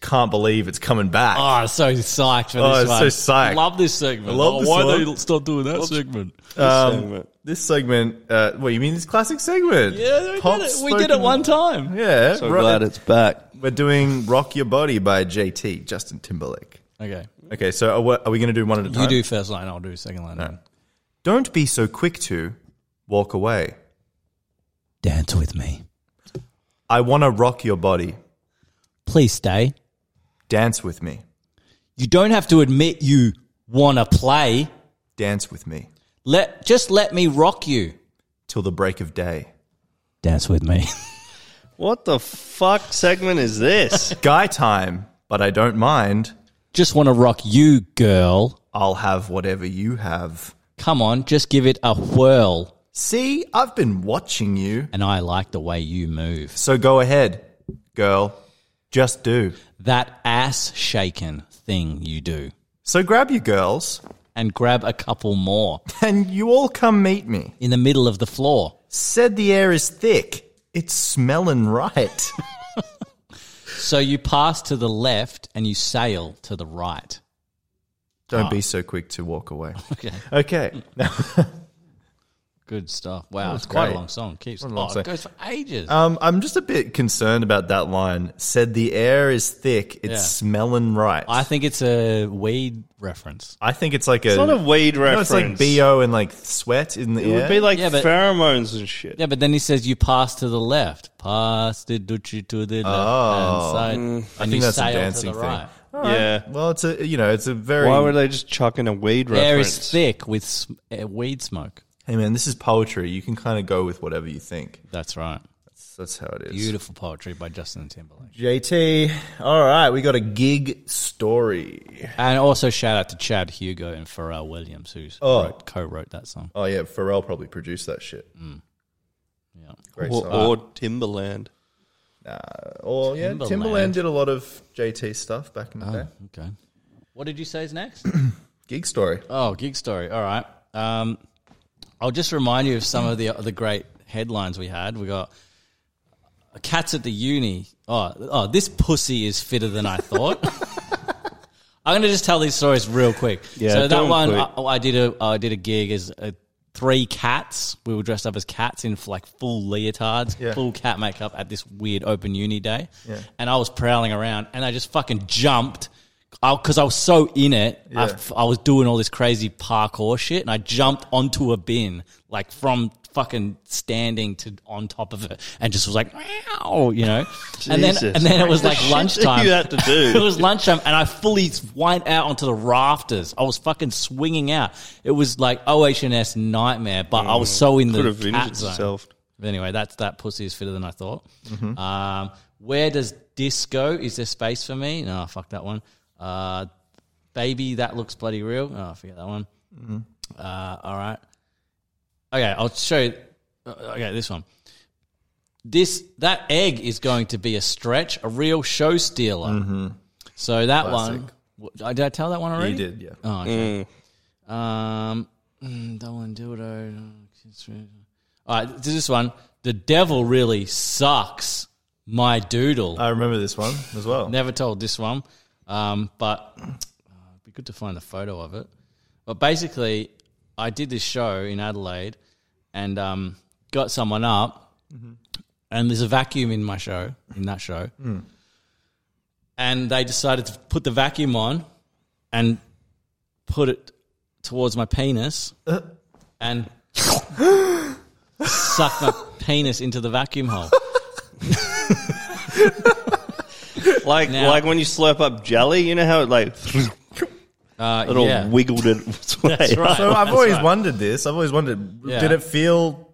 [SPEAKER 2] can't believe it's coming back.
[SPEAKER 5] Oh, so psyched for
[SPEAKER 2] Oh,
[SPEAKER 5] this one.
[SPEAKER 2] so psyched.
[SPEAKER 5] Love this segment.
[SPEAKER 2] I love
[SPEAKER 5] oh,
[SPEAKER 2] this
[SPEAKER 5] why
[SPEAKER 2] one.
[SPEAKER 5] they stop doing that segment?
[SPEAKER 2] Um, this segment. Uh, what you mean? This classic segment?
[SPEAKER 5] Yeah, we
[SPEAKER 2] Pop
[SPEAKER 5] did it. We did it
[SPEAKER 2] Spoken
[SPEAKER 5] one time.
[SPEAKER 2] Yeah,
[SPEAKER 3] so
[SPEAKER 2] right.
[SPEAKER 3] glad it's back.
[SPEAKER 2] we're doing "Rock Your Body" by JT Justin Timberlake.
[SPEAKER 5] Okay.
[SPEAKER 2] Okay, so are we, are we going to do one at a time?
[SPEAKER 5] You do first line. I'll do second line.
[SPEAKER 2] No. Don't be so quick to walk away.
[SPEAKER 5] Dance with me.
[SPEAKER 2] I want to rock your body.
[SPEAKER 5] Please stay.
[SPEAKER 2] Dance with me.
[SPEAKER 5] You don't have to admit you want to play.
[SPEAKER 2] Dance with me
[SPEAKER 5] Let just let me rock you.
[SPEAKER 2] till the break of day.
[SPEAKER 5] Dance with me.
[SPEAKER 3] What the fuck segment is this?
[SPEAKER 2] Guy time, but I don't mind.
[SPEAKER 5] just want to rock you, girl.
[SPEAKER 2] I'll have whatever you have.
[SPEAKER 5] Come on, just give it a whirl.
[SPEAKER 2] See, I've been watching you.
[SPEAKER 5] And I like the way you move.
[SPEAKER 2] So go ahead, girl. Just do.
[SPEAKER 5] That ass shaken thing you do.
[SPEAKER 2] So grab your girls,
[SPEAKER 5] And grab a couple more
[SPEAKER 2] and you all come meet me.
[SPEAKER 5] in the middle of the floor.
[SPEAKER 2] Said the air is thick. It's smelling right.
[SPEAKER 5] So you pass to the left and you sail to the right.
[SPEAKER 2] Don't
[SPEAKER 5] Ah.
[SPEAKER 2] be so quick to walk away.
[SPEAKER 5] Okay.
[SPEAKER 2] Okay. Now,
[SPEAKER 5] Good stuff. Wow,
[SPEAKER 2] was
[SPEAKER 5] it's quite
[SPEAKER 2] great.
[SPEAKER 5] a long song. Keeps
[SPEAKER 2] What a long
[SPEAKER 5] oh,
[SPEAKER 2] song.
[SPEAKER 5] it goes for ages.
[SPEAKER 2] um, I'm just a bit concerned about that line. Said the air is thick. It's
[SPEAKER 5] Yeah.
[SPEAKER 2] smelling right.
[SPEAKER 5] I think it's a weed reference.
[SPEAKER 2] I think it's like a.
[SPEAKER 3] It's not a weed
[SPEAKER 2] no,
[SPEAKER 3] reference.
[SPEAKER 2] it's like bo and like sweat in the
[SPEAKER 3] It
[SPEAKER 2] air.
[SPEAKER 3] would be like
[SPEAKER 5] Yeah, but-
[SPEAKER 3] pheromones and shit.
[SPEAKER 5] Yeah, but then he says you pass to the left, pass the duchy to the left
[SPEAKER 2] Oh.
[SPEAKER 5] hand side,
[SPEAKER 2] I
[SPEAKER 5] and
[SPEAKER 2] think
[SPEAKER 5] you
[SPEAKER 2] that's a
[SPEAKER 5] sail
[SPEAKER 2] dancing
[SPEAKER 5] to the
[SPEAKER 2] thing.
[SPEAKER 5] right.
[SPEAKER 3] Yeah.
[SPEAKER 2] Well, it's a you know, it's a very.
[SPEAKER 3] Why were they just chucking a weed
[SPEAKER 5] Air
[SPEAKER 3] reference?
[SPEAKER 5] is thick with s- uh, weed smoke.
[SPEAKER 2] hey man, this is poetry. You can kind of go with whatever you think.
[SPEAKER 5] That's right.
[SPEAKER 2] That's, that's how it is.
[SPEAKER 5] Beautiful poetry by Justin Timberlake.
[SPEAKER 2] JT, all right, we got a gig story.
[SPEAKER 5] And also shout out to Chad Hugo and Pharrell Williams, who
[SPEAKER 2] Oh.
[SPEAKER 5] wrote, co-wrote that song.
[SPEAKER 2] Oh yeah, Pharrell probably produced that shit.
[SPEAKER 5] Mm. Yeah.
[SPEAKER 2] Great
[SPEAKER 3] Or,
[SPEAKER 2] song. Uh,
[SPEAKER 3] or Timberland.
[SPEAKER 2] Or yeah,
[SPEAKER 5] Timberland. Oh.
[SPEAKER 2] Timberland did a lot of JT stuff back in the day.
[SPEAKER 5] Okay. What did you say is next?
[SPEAKER 2] Gig story.
[SPEAKER 5] Oh, gig story. All right. Um, I'll just remind you of some of the the great headlines we had. We got cats at the uni. Oh, oh, this pussy is fitter than I thought. I'm going to just tell these stories real quick.
[SPEAKER 3] Yeah,
[SPEAKER 5] so
[SPEAKER 3] tell
[SPEAKER 5] that
[SPEAKER 3] 'em
[SPEAKER 5] one,
[SPEAKER 3] quick.
[SPEAKER 5] I, I did a I did a gig as uh three cats. We were dressed up as cats in like full leotards,
[SPEAKER 2] Yeah.
[SPEAKER 5] full cat makeup at this weird open uni day.
[SPEAKER 2] Yeah.
[SPEAKER 5] And I was prowling around, and I just fucking jumped because I, was so in it. I,
[SPEAKER 2] Yeah.
[SPEAKER 5] f- I was doing all this crazy parkour shit, and I jumped onto a bin, like from fucking standing to on top of it, and just was like, wow, you know. and then
[SPEAKER 3] Jesus.
[SPEAKER 5] and then it was like
[SPEAKER 3] Shit that
[SPEAKER 5] lunchtime.
[SPEAKER 3] you had to do.
[SPEAKER 5] it was lunchtime, and I fully went out onto the rafters. I was fucking swinging out. It was like OHS nightmare, but I was
[SPEAKER 3] Mm.
[SPEAKER 5] so in
[SPEAKER 3] Could
[SPEAKER 5] the
[SPEAKER 3] have
[SPEAKER 5] cat
[SPEAKER 3] injured
[SPEAKER 5] zone.
[SPEAKER 3] itself.
[SPEAKER 5] But anyway, that's that pussy is fitter than I thought.
[SPEAKER 2] Mm-hmm.
[SPEAKER 5] Um, where does disco? Is there space for me? No, fuck that one. Uh, baby, that looks bloody real. Oh, forget that one.
[SPEAKER 2] Mm-hmm.
[SPEAKER 5] Mm. Uh, all right. Okay, I'll show you. uh, Okay, this one. This that egg is going to be a stretch, a real show stealer. So that
[SPEAKER 2] Mm-hmm. Classic.
[SPEAKER 5] one, w- did I tell that one already?
[SPEAKER 2] did, yeah.
[SPEAKER 5] Oh, okay. Um, mm, Dolan dildo. All right, this one. The devil really sucks. My doodle.
[SPEAKER 2] I remember this one as well.
[SPEAKER 5] Never told this one, um, but uh, it'd be good to find the photo of it. But basically, I did this show in Adelaide and um, got someone up, and there's a vacuum in my show, in that show.
[SPEAKER 11] Mm.
[SPEAKER 5] And they decided to put the vacuum on and put it towards my penis and suck my penis into the vacuum hole.
[SPEAKER 3] Like
[SPEAKER 5] Now-
[SPEAKER 3] like when you slurp up jelly, you know how it like
[SPEAKER 5] uh,
[SPEAKER 3] it all
[SPEAKER 2] yeah.
[SPEAKER 3] wiggled it. its way
[SPEAKER 5] That's right.
[SPEAKER 2] So I've
[SPEAKER 5] That's
[SPEAKER 2] always
[SPEAKER 5] right.
[SPEAKER 2] wondered this. I've always wondered,
[SPEAKER 5] Yeah.
[SPEAKER 2] did it feel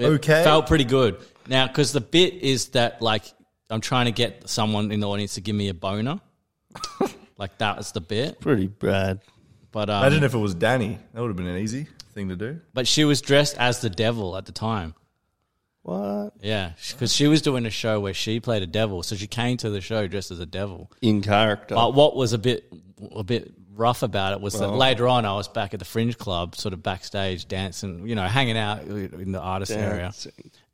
[SPEAKER 2] okay?
[SPEAKER 5] Felt pretty good. Now, because the bit is that like I'm trying to get someone in the audience to give me a boner. like that was the bit.
[SPEAKER 3] Pretty bad.
[SPEAKER 5] But um,
[SPEAKER 2] Imagine if it was Danny. That would have been an easy thing to do.
[SPEAKER 5] But she was dressed as the devil at the time.
[SPEAKER 3] What?
[SPEAKER 5] Yeah, because she was doing a show where she played a devil, so she came to the show dressed as a devil.
[SPEAKER 3] in character.
[SPEAKER 5] But what was a bit a bit rough about it was that
[SPEAKER 3] Oh.
[SPEAKER 5] later on I was back at the Fringe Club, sort of backstage dancing, you know, hanging out in the artist area.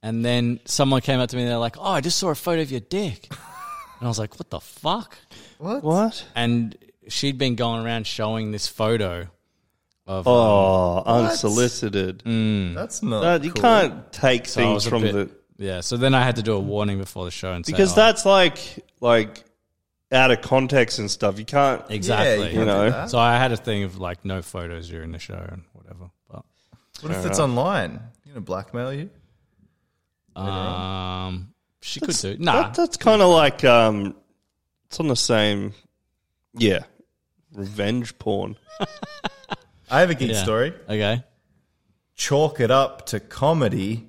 [SPEAKER 5] And then someone came up to me and they're like, "Oh, I just saw a photo of your dick," and I was like, "What the fuck?"
[SPEAKER 2] What?
[SPEAKER 3] What?
[SPEAKER 5] And she'd been going around showing this photo of
[SPEAKER 3] Oh,
[SPEAKER 5] um,
[SPEAKER 3] unsolicited.
[SPEAKER 2] That's not
[SPEAKER 3] That- you
[SPEAKER 5] Mm. cool.
[SPEAKER 3] can't take
[SPEAKER 5] So I
[SPEAKER 3] things
[SPEAKER 5] was a
[SPEAKER 3] from
[SPEAKER 5] bit-
[SPEAKER 3] the
[SPEAKER 5] yeah. So then I had to do a warning before the show and say,
[SPEAKER 3] because
[SPEAKER 5] "Oh,
[SPEAKER 3] that's like like out of context and stuff. You can't
[SPEAKER 5] Exactly.
[SPEAKER 3] you know.
[SPEAKER 5] So I had a thing of like no photos during the show and whatever. But
[SPEAKER 2] What if it's online? You know, blackmail you.
[SPEAKER 5] Um, she could
[SPEAKER 3] That's-
[SPEAKER 5] do. Nah,
[SPEAKER 3] that- that's kind of like um, it's on the same. Yeah, revenge porn.
[SPEAKER 2] I have a gig
[SPEAKER 3] Yeah.
[SPEAKER 2] story.
[SPEAKER 5] Okay.
[SPEAKER 2] Chalk it up to comedy.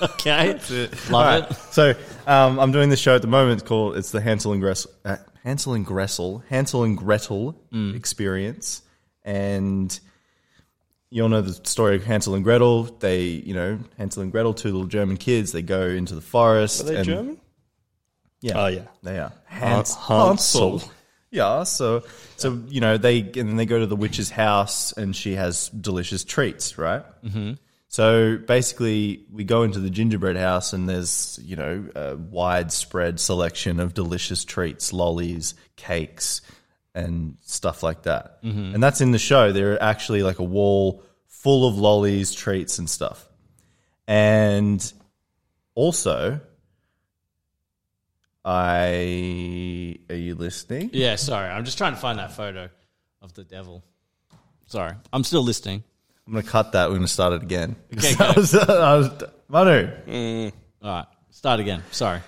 [SPEAKER 5] okay. Love it.
[SPEAKER 2] So um, I'm doing this show at the moment called it's the Hansel and Gretel uh, Hansel and Gretel Hansel and Gretel experience, and you all know the story of Hansel and Gretel. They, you know, Hansel and Gretel, two little German kids. They go into the forest.
[SPEAKER 3] Are they
[SPEAKER 2] and-
[SPEAKER 3] German?
[SPEAKER 2] Yeah.
[SPEAKER 3] Oh, yeah.
[SPEAKER 2] They are.
[SPEAKER 3] Hans- Hansel.
[SPEAKER 2] Yeah, so so you know they and then they go to the witch's house and she has delicious treats, right?
[SPEAKER 3] Mm-hmm.
[SPEAKER 5] Mhm.
[SPEAKER 2] So basically, we go into the gingerbread house and there's you know a widespread selection of delicious treats, lollies, cakes, and stuff like that.
[SPEAKER 3] Mm-hmm.
[SPEAKER 12] Mhm.
[SPEAKER 2] And that's in the show. There are actually like a wall full of lollies, treats, and stuff. And also, I are you listening?
[SPEAKER 5] yeah. Sorry, I'm just trying to find that photo of the devil. Sorry, I'm still listening.
[SPEAKER 2] I'm gonna cut that. We're gonna start it again.
[SPEAKER 5] Okay,
[SPEAKER 2] I was- I was- Manu.
[SPEAKER 5] All right, start again. Sorry.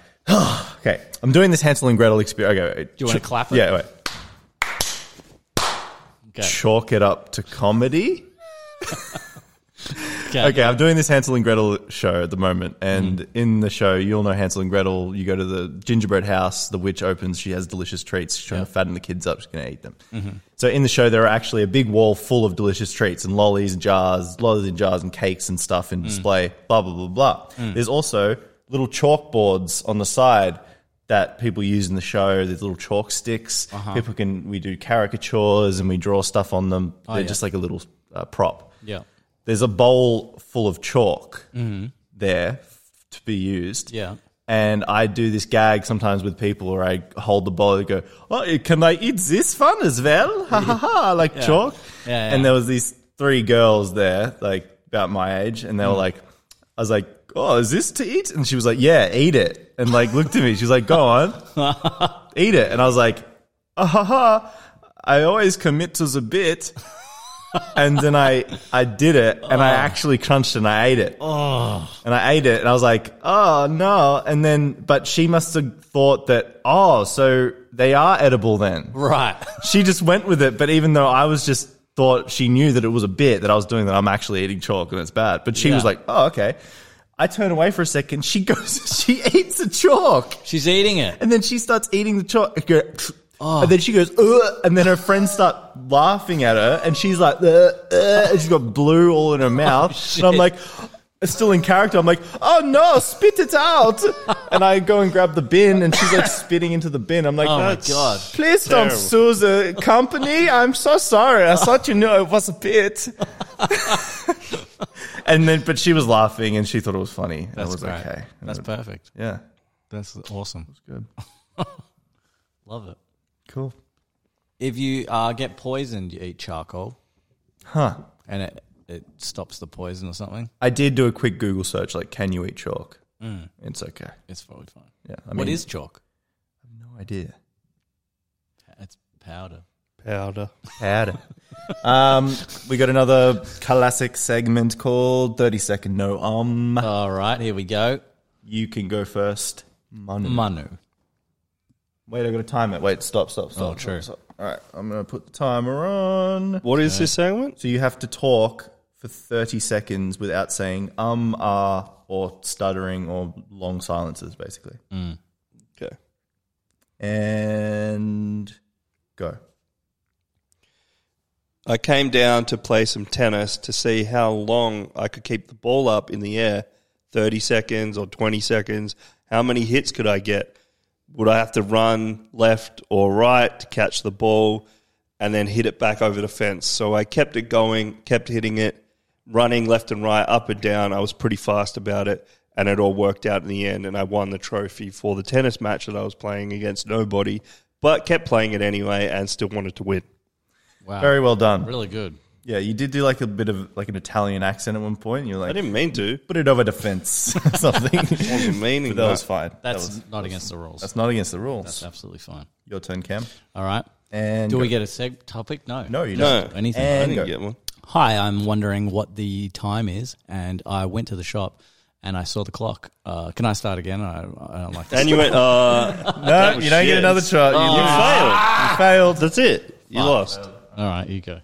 [SPEAKER 2] Okay, I'm doing this Hansel and Gretel experience. Okay, wait.
[SPEAKER 5] Do you wanna clap it?
[SPEAKER 2] Yeah, wait.
[SPEAKER 5] Okay.
[SPEAKER 2] Chalk it up to comedy.
[SPEAKER 5] Okay.
[SPEAKER 2] okay, I'm doing this Hansel and Gretel show at the moment, and
[SPEAKER 12] Mm.
[SPEAKER 2] in the show, you'll know Hansel and Gretel. You go to the gingerbread house. The witch opens. She has delicious treats. She's trying to fatten the kids up. She's going to eat them.
[SPEAKER 12] Mhm.
[SPEAKER 2] So in the show, there are actually a big wall full of delicious treats and lollies and jars, lollies and jars and cakes and stuff in display. Blah blah blah blah.
[SPEAKER 12] Mm.
[SPEAKER 2] There's also little chalkboards on the side that people use in the show. There's little chalk sticks.
[SPEAKER 12] Uh-huh.
[SPEAKER 2] People can we do caricatures and we draw stuff on them.
[SPEAKER 12] Oh,
[SPEAKER 2] They're
[SPEAKER 12] yeah.
[SPEAKER 2] just like a little uh, prop.
[SPEAKER 5] Yeah.
[SPEAKER 2] There's a bowl full of chalk
[SPEAKER 12] Mm-hmm.
[SPEAKER 5] Mhm.
[SPEAKER 2] there f- to be used.
[SPEAKER 5] Yeah.
[SPEAKER 2] And I do this gag sometimes with people, or I hold the bowl and go, "Oh, can I eat this one as well? Ha ha ha! I Like
[SPEAKER 12] Yeah.
[SPEAKER 2] chalk."
[SPEAKER 12] Yeah, yeah.
[SPEAKER 2] And there was these three girls there, like about my age, and they were
[SPEAKER 12] Mm.
[SPEAKER 2] like, "I was like, oh, is this to eat?" And she was like, "Yeah, eat it." And like looked at me. She was like, "Go on, eat it." And I was like, "Ah ha ha! I always commit to the bit." and then I I did it, and I actually crunched and I ate it.
[SPEAKER 5] Oh.
[SPEAKER 2] And I ate it and I was like, oh no. And then, but she must have thought that, oh, so they are edible then.
[SPEAKER 5] Right.
[SPEAKER 2] She just went with it. But even though I was just thought she knew that it was a bit that I was doing that I'm actually eating chalk and it's bad. But she was
[SPEAKER 5] Yeah.
[SPEAKER 2] like, oh, okay. I turn away for a second. She goes, she eats the chalk.
[SPEAKER 5] She's eating it.
[SPEAKER 2] And then she starts eating the chalk. I go,
[SPEAKER 5] Oh.
[SPEAKER 2] And then she goes, Ugh, and then her friends start laughing at her, and she's like, "Ugh, ugh," and she's got blue all in her
[SPEAKER 5] Oh,
[SPEAKER 2] mouth. and I'm like, it's still in character. I'm like, oh no, spit it out. and I go and grab the bin, and she's like spitting into the bin. I'm like,
[SPEAKER 5] Oh my
[SPEAKER 2] "That's-
[SPEAKER 5] God.
[SPEAKER 2] Please don't
[SPEAKER 3] Terrible.
[SPEAKER 2] sue the company. I'm so sorry. I thought you knew it was a bit. and then, but she was laughing, and she thought it was funny. and
[SPEAKER 5] That's
[SPEAKER 2] it was
[SPEAKER 5] great.
[SPEAKER 2] okay.
[SPEAKER 5] That's perfect.
[SPEAKER 2] Yeah,
[SPEAKER 5] That's awesome.
[SPEAKER 2] good.
[SPEAKER 5] Love it.
[SPEAKER 2] Cool.
[SPEAKER 5] If you uh, get poisoned, you eat charcoal
[SPEAKER 2] Huh.
[SPEAKER 5] and it, it stops the poison or something.
[SPEAKER 2] I did do a quick Google search, like, can you eat chalk? It's okay.
[SPEAKER 5] It's probably fine.
[SPEAKER 2] Yeah. I
[SPEAKER 5] Mm. what
[SPEAKER 2] mean,
[SPEAKER 5] is chalk?
[SPEAKER 2] No idea.
[SPEAKER 5] It's powder.
[SPEAKER 3] Powder.
[SPEAKER 2] Had. um, we got another classic segment called 30 Second No Um.
[SPEAKER 5] All right, here we go.
[SPEAKER 2] You can go first. Manu.
[SPEAKER 5] Manu.
[SPEAKER 2] Wait, I got to time it. Wait, stop, stop, stop.
[SPEAKER 5] Oh, true.
[SPEAKER 2] stop, stop. All right, I'm going to put the timer on.
[SPEAKER 3] What is this segment?
[SPEAKER 2] So you have to talk for 30 seconds without saying um, ah, or stuttering or long silences, basically.
[SPEAKER 5] Mm.
[SPEAKER 3] Okay.
[SPEAKER 2] And go.
[SPEAKER 3] I came down to play some tennis to see how long I could keep the ball up in the air 30 seconds or 20 seconds. How many hits could I get? Would I have to run left or right to catch the ball and then hit it back over the fence? So I kept it going, kept hitting it, running left and right, up and down. I was pretty fast about it, and it all worked out in the end. And I won the trophy for the tennis match that I was playing against nobody, but kept playing it anyway and still wanted to win.
[SPEAKER 5] Wow.
[SPEAKER 2] Very well done.
[SPEAKER 5] Really good.
[SPEAKER 2] Yeah, you did do like a bit of like an Italian accent at one point. You're
[SPEAKER 3] I
[SPEAKER 2] like,
[SPEAKER 3] didn't mean to.
[SPEAKER 2] put it over the fence or something.
[SPEAKER 3] wasn't meaning
[SPEAKER 2] But that was
[SPEAKER 3] that.
[SPEAKER 2] fine. That
[SPEAKER 5] That's
[SPEAKER 2] was-
[SPEAKER 5] not against the rules. That's
[SPEAKER 2] that's not against the rules.
[SPEAKER 5] absolutely fine.
[SPEAKER 2] Your turn, Cam.
[SPEAKER 5] All right.
[SPEAKER 2] And
[SPEAKER 5] Do we
[SPEAKER 2] go.
[SPEAKER 5] get a seg topic? No.
[SPEAKER 2] No, you
[SPEAKER 3] No.
[SPEAKER 2] don't.
[SPEAKER 5] Anything.
[SPEAKER 3] I
[SPEAKER 2] And
[SPEAKER 3] didn't
[SPEAKER 2] go.
[SPEAKER 3] get one.
[SPEAKER 5] Hi, I'm wondering what the time is, and I went to the shop and I saw the clock. Uh, can I start again? I, I don't like that.
[SPEAKER 3] And you went, uh,
[SPEAKER 2] No, you don't
[SPEAKER 3] shit.
[SPEAKER 2] get another shot. You,
[SPEAKER 3] you
[SPEAKER 2] lose.
[SPEAKER 3] failed.
[SPEAKER 2] You failed.
[SPEAKER 3] That's it. You lost.
[SPEAKER 5] All right, you go.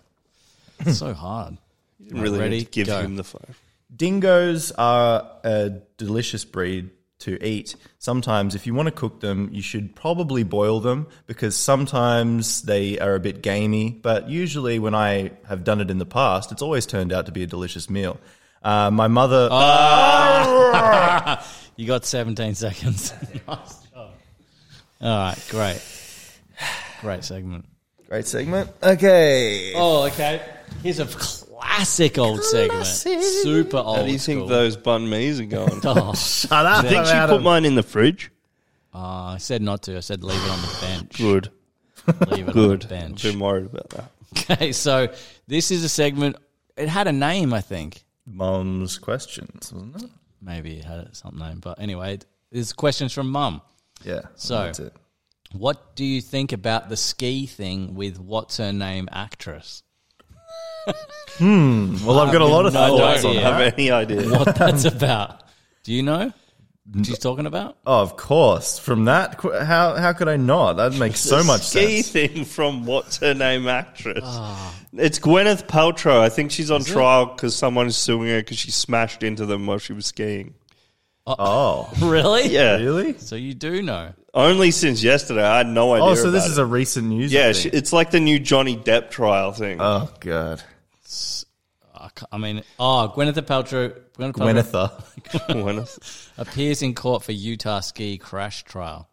[SPEAKER 5] It's so hard.
[SPEAKER 3] You didn't really
[SPEAKER 5] Ready?
[SPEAKER 3] need to give
[SPEAKER 5] Go.
[SPEAKER 3] him the five.
[SPEAKER 2] Dingoes are a delicious breed to eat. Sometimes, if you want to cook them, you should probably boil them because sometimes they are a bit gamey. But usually, when I have done it in the past, it's always turned out to be a delicious meal. Uh, my mother.
[SPEAKER 3] Oh.
[SPEAKER 5] You got 17 seconds. nice job. All right, great. Great segment.
[SPEAKER 2] Great segment. Okay.
[SPEAKER 5] Oh, okay. Here's a classic old segment. Super old.
[SPEAKER 3] How do you think
[SPEAKER 5] school.
[SPEAKER 3] those bun me's are going? I
[SPEAKER 5] Oh,
[SPEAKER 2] I
[SPEAKER 3] think she put mine in the fridge.
[SPEAKER 5] Oh, I said not to. I said leave it on the bench.
[SPEAKER 3] Good.
[SPEAKER 5] Leave it on
[SPEAKER 3] Good.
[SPEAKER 5] the
[SPEAKER 3] I've
[SPEAKER 5] bench.
[SPEAKER 3] been worried about that.
[SPEAKER 5] Okay, so this is a segment. It had a name, I think.
[SPEAKER 2] Mom's questions, wasn't it?
[SPEAKER 5] Maybe it had some name, but anyway, it's questions from Mum.
[SPEAKER 2] Yeah.
[SPEAKER 5] So-
[SPEAKER 2] that's it.
[SPEAKER 5] What do you think about the ski thing with what's her name actress?
[SPEAKER 2] Well, I've got a lot of
[SPEAKER 5] no
[SPEAKER 2] thoughts on
[SPEAKER 5] idea.
[SPEAKER 2] that.
[SPEAKER 3] I don't have any idea.
[SPEAKER 5] What that's about? Do you know? What she's talking about?
[SPEAKER 2] Oh, of course. From that, qu- how how could I not? That makes so much
[SPEAKER 3] ski
[SPEAKER 2] sense.
[SPEAKER 3] thing from what's her name actress. It's Gwyneth Paltrow. I think she's on trial because someone's suing her because she smashed into them while she was skiing.
[SPEAKER 2] Oh,
[SPEAKER 5] Really?
[SPEAKER 3] Yeah.
[SPEAKER 2] really?
[SPEAKER 5] So you do know.
[SPEAKER 3] Only since yesterday. I had no idea.
[SPEAKER 2] Oh, so this
[SPEAKER 3] about
[SPEAKER 2] is
[SPEAKER 3] it.
[SPEAKER 2] a recent news.
[SPEAKER 3] Yeah, she,
[SPEAKER 2] thing.
[SPEAKER 3] it's like the new Johnny Depp trial thing.
[SPEAKER 2] oh god,
[SPEAKER 5] I, ca- I mean, oh, Gwyneth Paltrow, Gwyneth Paltrow
[SPEAKER 2] Gwyneth.
[SPEAKER 3] Gwyneth.
[SPEAKER 5] appears in court for Utah ski crash trial,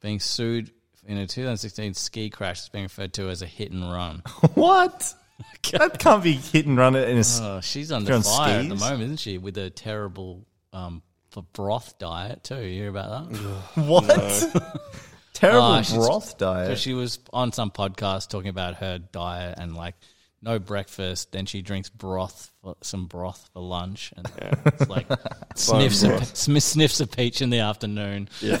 [SPEAKER 5] being sued in a 2016 ski crash that's being referred to as a hit and run.
[SPEAKER 2] what? That can't be hit and run it in a. s-
[SPEAKER 5] Oh, she's under
[SPEAKER 2] You're on
[SPEAKER 5] fire at the
[SPEAKER 2] skis?
[SPEAKER 5] moment, isn't she? With a terrible um, for broth diet too. You hear about that?
[SPEAKER 2] what? Terrible
[SPEAKER 5] Oh, she's-
[SPEAKER 2] broth
[SPEAKER 5] So
[SPEAKER 2] diet.
[SPEAKER 5] she was on some podcast talking about her diet and like no breakfast. Then she drinks broth, for, some broth for lunch, and it's like sniffs a,
[SPEAKER 3] broth.
[SPEAKER 5] sm- sniffs a peach in the afternoon. and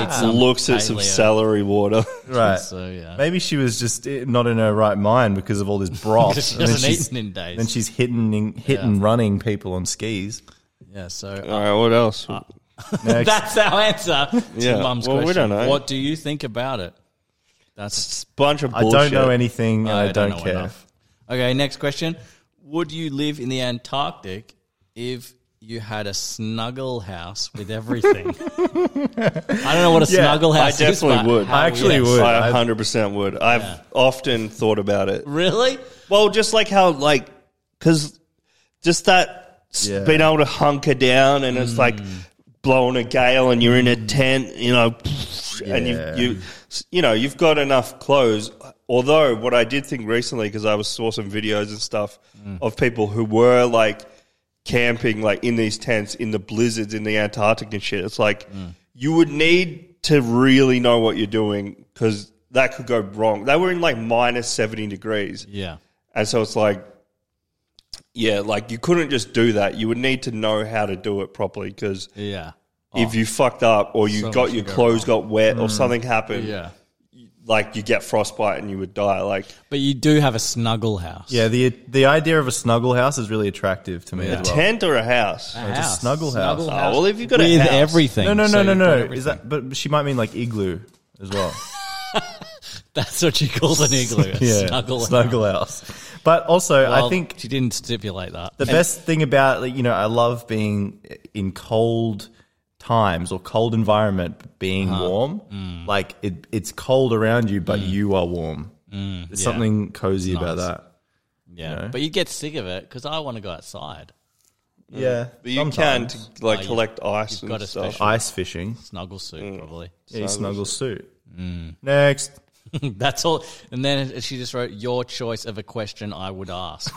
[SPEAKER 5] eats some
[SPEAKER 3] looks at some
[SPEAKER 5] paleo.
[SPEAKER 3] celery water.
[SPEAKER 2] right.
[SPEAKER 5] So yeah,
[SPEAKER 2] Maybe she was just eh, not in her right mind because of all this broth.
[SPEAKER 5] she
[SPEAKER 2] And then
[SPEAKER 5] hasn't
[SPEAKER 2] she's-
[SPEAKER 5] eaten in days.
[SPEAKER 2] Then she's hitting, hitting, running people on skis.
[SPEAKER 5] yeah, so
[SPEAKER 3] All right, what else?
[SPEAKER 2] Next.
[SPEAKER 5] that's our answer to
[SPEAKER 3] Yeah,
[SPEAKER 5] mum's
[SPEAKER 3] well, we
[SPEAKER 5] question.
[SPEAKER 3] don't know.
[SPEAKER 5] What do you think about it? That's
[SPEAKER 3] It's a bunch of
[SPEAKER 2] I don't
[SPEAKER 3] bullshit.
[SPEAKER 2] know anything. I, don't,
[SPEAKER 5] know
[SPEAKER 2] care.
[SPEAKER 5] enough. Okay, next question. Would you live in the Antarctic if you had a snuggle house with everything. I don't know what a snuggle house
[SPEAKER 3] I
[SPEAKER 5] is,
[SPEAKER 3] definitely
[SPEAKER 5] but
[SPEAKER 3] would.
[SPEAKER 5] how yes.
[SPEAKER 3] I 100% would. I've often thought about it.
[SPEAKER 5] Really?
[SPEAKER 3] Well, just like how, like, because just that s-
[SPEAKER 2] Yeah. Mm.
[SPEAKER 3] being able to hunker down and it's like blowing a gale and you're in a tent, you know, and you,
[SPEAKER 2] Yeah.
[SPEAKER 3] you, you know, you've got enough clothes. Although, what I did think recently, because I was saw some videos and stuff
[SPEAKER 2] Mm.
[SPEAKER 3] of people who were like camping, like in these tents in the blizzards in the Antarctic and shit. It's like
[SPEAKER 2] Mm.
[SPEAKER 3] you would need to really know what you're doing because that could go wrong. They were in like minus seventy degrees.
[SPEAKER 5] Yeah.
[SPEAKER 3] And so it's like, yeah, like you couldn't just do that. You would need to know how to do it properly because
[SPEAKER 5] Yeah.
[SPEAKER 3] if you fucked up or you
[SPEAKER 5] Oh, so much
[SPEAKER 3] got your
[SPEAKER 5] could go Mm.
[SPEAKER 3] clothes got wet or something happened,
[SPEAKER 5] Yeah.
[SPEAKER 3] like you get frostbite and you would die. Like,
[SPEAKER 5] But you do have a snuggle house.
[SPEAKER 2] Yeah, the the idea of a snuggle house is really attractive to me
[SPEAKER 5] Yeah.
[SPEAKER 2] as well.
[SPEAKER 3] tent or a house?
[SPEAKER 5] A
[SPEAKER 2] just
[SPEAKER 5] house.
[SPEAKER 2] snuggle house.
[SPEAKER 3] Oh, well, if you've got a
[SPEAKER 5] with
[SPEAKER 3] house-
[SPEAKER 5] everything.
[SPEAKER 2] No, no,
[SPEAKER 5] so
[SPEAKER 2] no, no,
[SPEAKER 5] you've
[SPEAKER 2] no.
[SPEAKER 5] got
[SPEAKER 2] Is that? But she might mean like igloo as well.
[SPEAKER 5] That's what you call an igloo. A
[SPEAKER 2] yeah,
[SPEAKER 5] snuggle.
[SPEAKER 2] snuggle house. But also,
[SPEAKER 5] Well,
[SPEAKER 2] I think
[SPEAKER 5] she didn't stipulate that.
[SPEAKER 2] the best thing about like, you know, I love being in cold times or cold environment, but being
[SPEAKER 5] Uh-huh.
[SPEAKER 2] warm.
[SPEAKER 5] Mm.
[SPEAKER 2] Like it, it's cold around you, but you are warm.
[SPEAKER 5] Mm,
[SPEAKER 2] There's something cozy about that.
[SPEAKER 5] yeah, but you get sick of it because I want to go outside.
[SPEAKER 2] Yeah,
[SPEAKER 3] But you
[SPEAKER 2] sometimes.
[SPEAKER 3] can to like collect ice and
[SPEAKER 5] got a
[SPEAKER 3] stuff.
[SPEAKER 5] special-
[SPEAKER 2] ice fishing.
[SPEAKER 5] Snuggle suit,
[SPEAKER 2] Mm.
[SPEAKER 5] probably.
[SPEAKER 2] Yeah, you snuggle suit.
[SPEAKER 5] Mm.
[SPEAKER 2] Next.
[SPEAKER 5] That's all. And then she just wrote your choice of a question I would ask.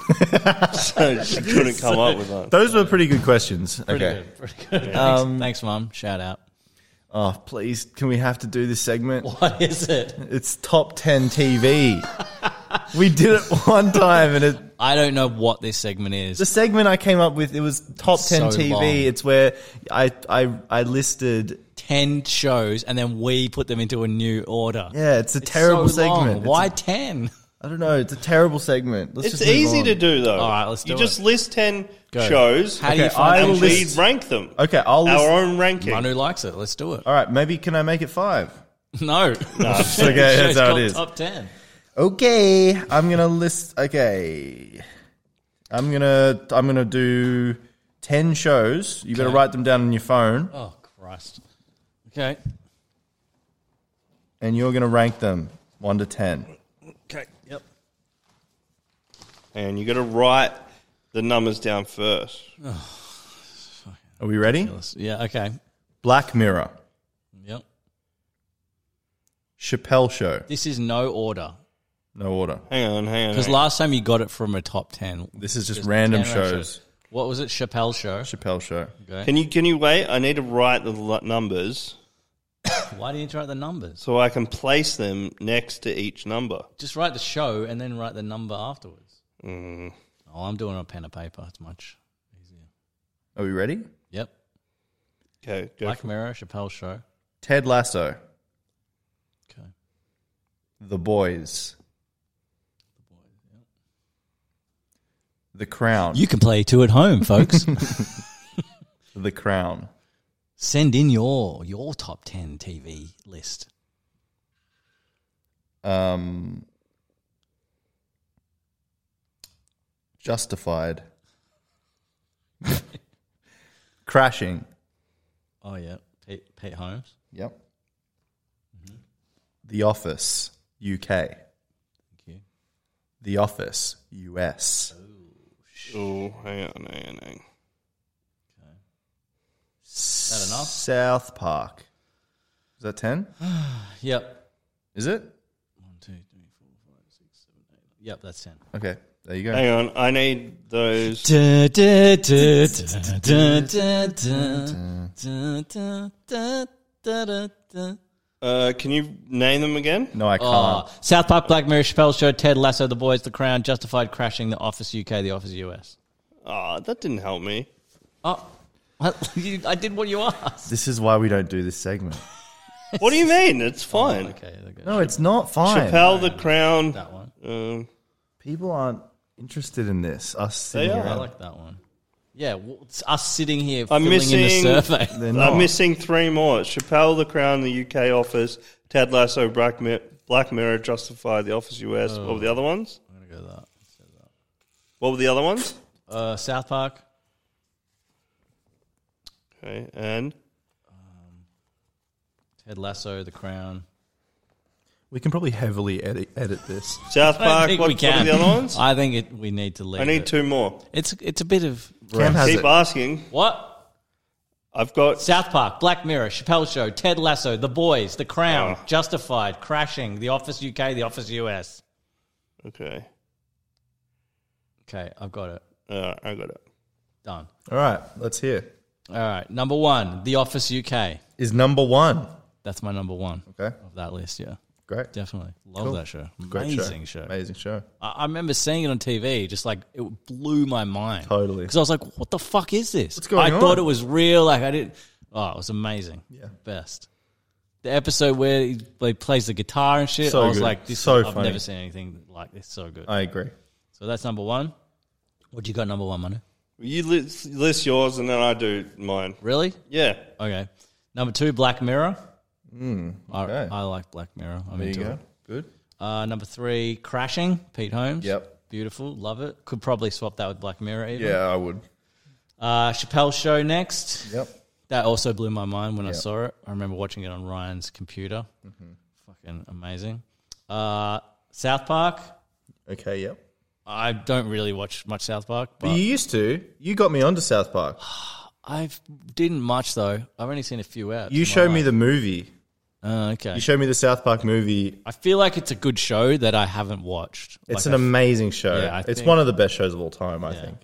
[SPEAKER 3] so she couldn't come up with one.
[SPEAKER 2] Those were pretty good questions. okay.
[SPEAKER 5] Pretty good. Pretty good. Thanks, thanks, mum. Shout out.
[SPEAKER 2] Oh, please, can we have to do this segment?
[SPEAKER 5] What is it?
[SPEAKER 2] It's top 10 TV. we did it one time and it
[SPEAKER 5] I don't know what this segment is.
[SPEAKER 2] the segment I came up with it was top 10
[SPEAKER 5] So
[SPEAKER 2] TV.
[SPEAKER 5] long.
[SPEAKER 2] It's where I I I listed
[SPEAKER 5] ten shows, and then we put them into a new order.
[SPEAKER 2] yeah, it's a
[SPEAKER 5] It's
[SPEAKER 2] terrible
[SPEAKER 5] so long.
[SPEAKER 2] segment.
[SPEAKER 5] Why
[SPEAKER 2] It's
[SPEAKER 5] ten?
[SPEAKER 2] a, I don't know, it's a terrible segment. Let's
[SPEAKER 3] It's
[SPEAKER 2] just move
[SPEAKER 3] easy
[SPEAKER 2] on.
[SPEAKER 3] to do though.
[SPEAKER 5] All right, let's do
[SPEAKER 3] You
[SPEAKER 5] it.
[SPEAKER 3] just list ten
[SPEAKER 5] Go.
[SPEAKER 3] shows.
[SPEAKER 5] How do you
[SPEAKER 2] Okay,
[SPEAKER 5] find
[SPEAKER 2] I
[SPEAKER 5] them?
[SPEAKER 2] will
[SPEAKER 3] and we
[SPEAKER 2] list-
[SPEAKER 3] rank them.
[SPEAKER 2] Okay, I'll list,
[SPEAKER 3] Our own ranking.
[SPEAKER 5] One who likes it. Let's do it.
[SPEAKER 2] All right, maybe can I make it 5?
[SPEAKER 5] No,
[SPEAKER 2] Okay, that's how it
[SPEAKER 5] It's
[SPEAKER 2] is.
[SPEAKER 5] called Top ten.
[SPEAKER 2] Okay, I'm going to list okay. I'm going to I'm going to do 10 shows. You better write them down on your phone
[SPEAKER 5] Oh Christ. Okay.
[SPEAKER 2] and you're going to rank them 1 to 10.
[SPEAKER 5] Okay. Yep.
[SPEAKER 3] and you got to write the numbers down first.
[SPEAKER 2] Are we ready?
[SPEAKER 5] Yeah. Okay.
[SPEAKER 2] Black Mirror,
[SPEAKER 5] Yep.
[SPEAKER 2] Chappelle Show.
[SPEAKER 5] This is no order
[SPEAKER 2] No order.
[SPEAKER 3] Hang on, hang on.
[SPEAKER 5] because
[SPEAKER 3] hang on.
[SPEAKER 5] last time you got it from a top ten.
[SPEAKER 2] This is just random
[SPEAKER 5] 10 random
[SPEAKER 2] shows.
[SPEAKER 5] What was it? Chappelle show.
[SPEAKER 2] Chappelle Show.
[SPEAKER 3] Can you can you wait? I need to write the l- numbers
[SPEAKER 5] Why do you need to write the numbers?
[SPEAKER 3] so I can place them next to each number.
[SPEAKER 5] Just write the show and then write the number afterwards.
[SPEAKER 3] Mm,
[SPEAKER 5] Oh, I'm doing it on pen and paper. It's much.
[SPEAKER 2] Are we ready?
[SPEAKER 5] Yep.
[SPEAKER 3] Okay, go.
[SPEAKER 5] Black Mirror, Chappelle show.
[SPEAKER 2] Ted Lasso,
[SPEAKER 5] Okay.
[SPEAKER 2] The Boys, The Crown.
[SPEAKER 5] You can play two at home, folks.
[SPEAKER 2] the Crown.
[SPEAKER 5] Send in your your top ten TV list.
[SPEAKER 2] Um, Justified. Crashing.
[SPEAKER 5] Oh yeah, Pete, Pete Holmes.
[SPEAKER 2] Yep. The Office, UK.
[SPEAKER 5] Thank you.
[SPEAKER 2] The Office, US.
[SPEAKER 3] Oh, hang on, hang on, hang on.
[SPEAKER 5] Is that enough?
[SPEAKER 2] South Park. Is that 10?
[SPEAKER 5] Yep.
[SPEAKER 2] Is it?
[SPEAKER 5] One, two, three, four, five, six, seven, eight. nine. Yep, that's ten.
[SPEAKER 2] Okay. There you go.
[SPEAKER 3] Hang on, I need those.
[SPEAKER 5] Da, da, da, da, da, da, da, da, da, da, da, da.
[SPEAKER 3] Uh, can you name them again?
[SPEAKER 2] No, I can't.
[SPEAKER 5] Oh, South Park, Black Mirror, Chappelle Show, Ted Lasso, The Boys, The Crown, Justified, Crashing, The Office UK, The Office US.
[SPEAKER 3] Ah, that didn't help me. Uh,
[SPEAKER 5] Oh, what? You- I did what you asked.
[SPEAKER 2] This is why we don't do this segment.
[SPEAKER 3] What do you mean? It's
[SPEAKER 5] Oh
[SPEAKER 3] fine.
[SPEAKER 5] Okay, okay.
[SPEAKER 2] No, it's not fine.
[SPEAKER 3] Chappelle, the Crown.
[SPEAKER 5] That one.
[SPEAKER 3] Um,
[SPEAKER 2] People aren't interested in this. Us sitting
[SPEAKER 3] They are.
[SPEAKER 5] I
[SPEAKER 2] around.
[SPEAKER 5] like that one. Yeah, w- it's us sitting here
[SPEAKER 3] I'm
[SPEAKER 5] filling in the
[SPEAKER 3] missing-
[SPEAKER 5] survey.
[SPEAKER 2] They're not.
[SPEAKER 3] I'm missing three more. It's Chappelle, The Crown, The UK Office, Ted Lasso, Black, Mir- Black Mirror, Justify, The Office US. What were the other ones?
[SPEAKER 2] Oh,
[SPEAKER 5] I'm gonna go with
[SPEAKER 3] What were the other ones?
[SPEAKER 5] that. Uh, South Park,
[SPEAKER 3] Okay, and
[SPEAKER 5] Ted Lasso, The Crown.
[SPEAKER 2] We can probably heavily edit, edit this.
[SPEAKER 3] South
[SPEAKER 5] I don't
[SPEAKER 3] Park.
[SPEAKER 5] think
[SPEAKER 3] What,
[SPEAKER 5] we
[SPEAKER 3] what are
[SPEAKER 5] can.
[SPEAKER 3] the other ones?
[SPEAKER 5] I think it, we need to leave.
[SPEAKER 3] I need
[SPEAKER 5] it.
[SPEAKER 3] two more.
[SPEAKER 5] It's it's a bit of
[SPEAKER 2] Cam has
[SPEAKER 3] Keep
[SPEAKER 2] it.
[SPEAKER 3] asking.
[SPEAKER 5] what
[SPEAKER 3] I've got
[SPEAKER 5] South Park, Black Mirror, Chappelle Show, Ted Lasso, The Boys, The Crown,
[SPEAKER 3] Oh.
[SPEAKER 5] Justified, Crashing, The Office UK, The Office US.
[SPEAKER 3] okay.
[SPEAKER 5] Okay, I've got it
[SPEAKER 3] Uh, I got it.
[SPEAKER 5] done.
[SPEAKER 2] All right, let's hear.
[SPEAKER 5] All right, number one, The Office UK.
[SPEAKER 2] Is number one.
[SPEAKER 5] That's my number one
[SPEAKER 2] Okay,
[SPEAKER 5] of that list. Yeah,
[SPEAKER 2] great.
[SPEAKER 5] definitely love
[SPEAKER 2] Cool.
[SPEAKER 5] that show.
[SPEAKER 2] Great
[SPEAKER 5] Amazing show.
[SPEAKER 2] Amazing show.
[SPEAKER 5] I, I remember seeing it on TV. Just like it blew my mind.
[SPEAKER 2] Totally.
[SPEAKER 5] Because I was like, "What the fuck is this?"
[SPEAKER 2] What's going
[SPEAKER 5] I
[SPEAKER 2] on?
[SPEAKER 5] thought it was real. Like I didn't. Oh, it was amazing. Yeah, best. The episode where he like, plays the guitar and shit.
[SPEAKER 2] So
[SPEAKER 5] I was
[SPEAKER 2] good.
[SPEAKER 5] like, "This
[SPEAKER 2] So
[SPEAKER 5] I've
[SPEAKER 2] funny. Uh,
[SPEAKER 5] never seen anything like this. So good."
[SPEAKER 2] I agree.
[SPEAKER 5] so that's number one. What do you got? Number one, Manu?
[SPEAKER 3] You list, list yours and then I do mine.
[SPEAKER 5] Really?
[SPEAKER 3] Yeah.
[SPEAKER 5] Okay. Number two, Black Mirror.
[SPEAKER 2] Hmm, okay.
[SPEAKER 5] I, I like Black Mirror. I'm
[SPEAKER 2] There you
[SPEAKER 5] into
[SPEAKER 2] go.
[SPEAKER 5] it.
[SPEAKER 2] Good.
[SPEAKER 5] Uh, number three, Crashing, Pete Holmes.
[SPEAKER 2] Yep.
[SPEAKER 5] Beautiful. Love it. Could probably swap that with Black Mirror even.
[SPEAKER 2] Yeah, I would.
[SPEAKER 5] Uh, Chappelle's Show next.
[SPEAKER 2] Yep.
[SPEAKER 5] That also blew my mind when I saw it. I remember watching it on Ryan's computer.
[SPEAKER 2] Mm-hmm.
[SPEAKER 5] Fucking amazing. Uh, South Park.
[SPEAKER 2] Okay, yep.
[SPEAKER 5] I don't really watch much South Park,
[SPEAKER 2] But
[SPEAKER 5] but
[SPEAKER 2] you used to. You got me onto South Park.
[SPEAKER 5] I didn't much though. I've only seen a few out.
[SPEAKER 2] You showed me the movie.
[SPEAKER 5] Uh, okay.
[SPEAKER 2] You showed me the South Park movie.
[SPEAKER 5] I feel like it's a good show that I haven't watched.
[SPEAKER 2] It's an
[SPEAKER 5] Like I-
[SPEAKER 2] amazing show.
[SPEAKER 5] Yeah, I
[SPEAKER 2] it's
[SPEAKER 5] think-
[SPEAKER 2] one of the best shows of all time, I think.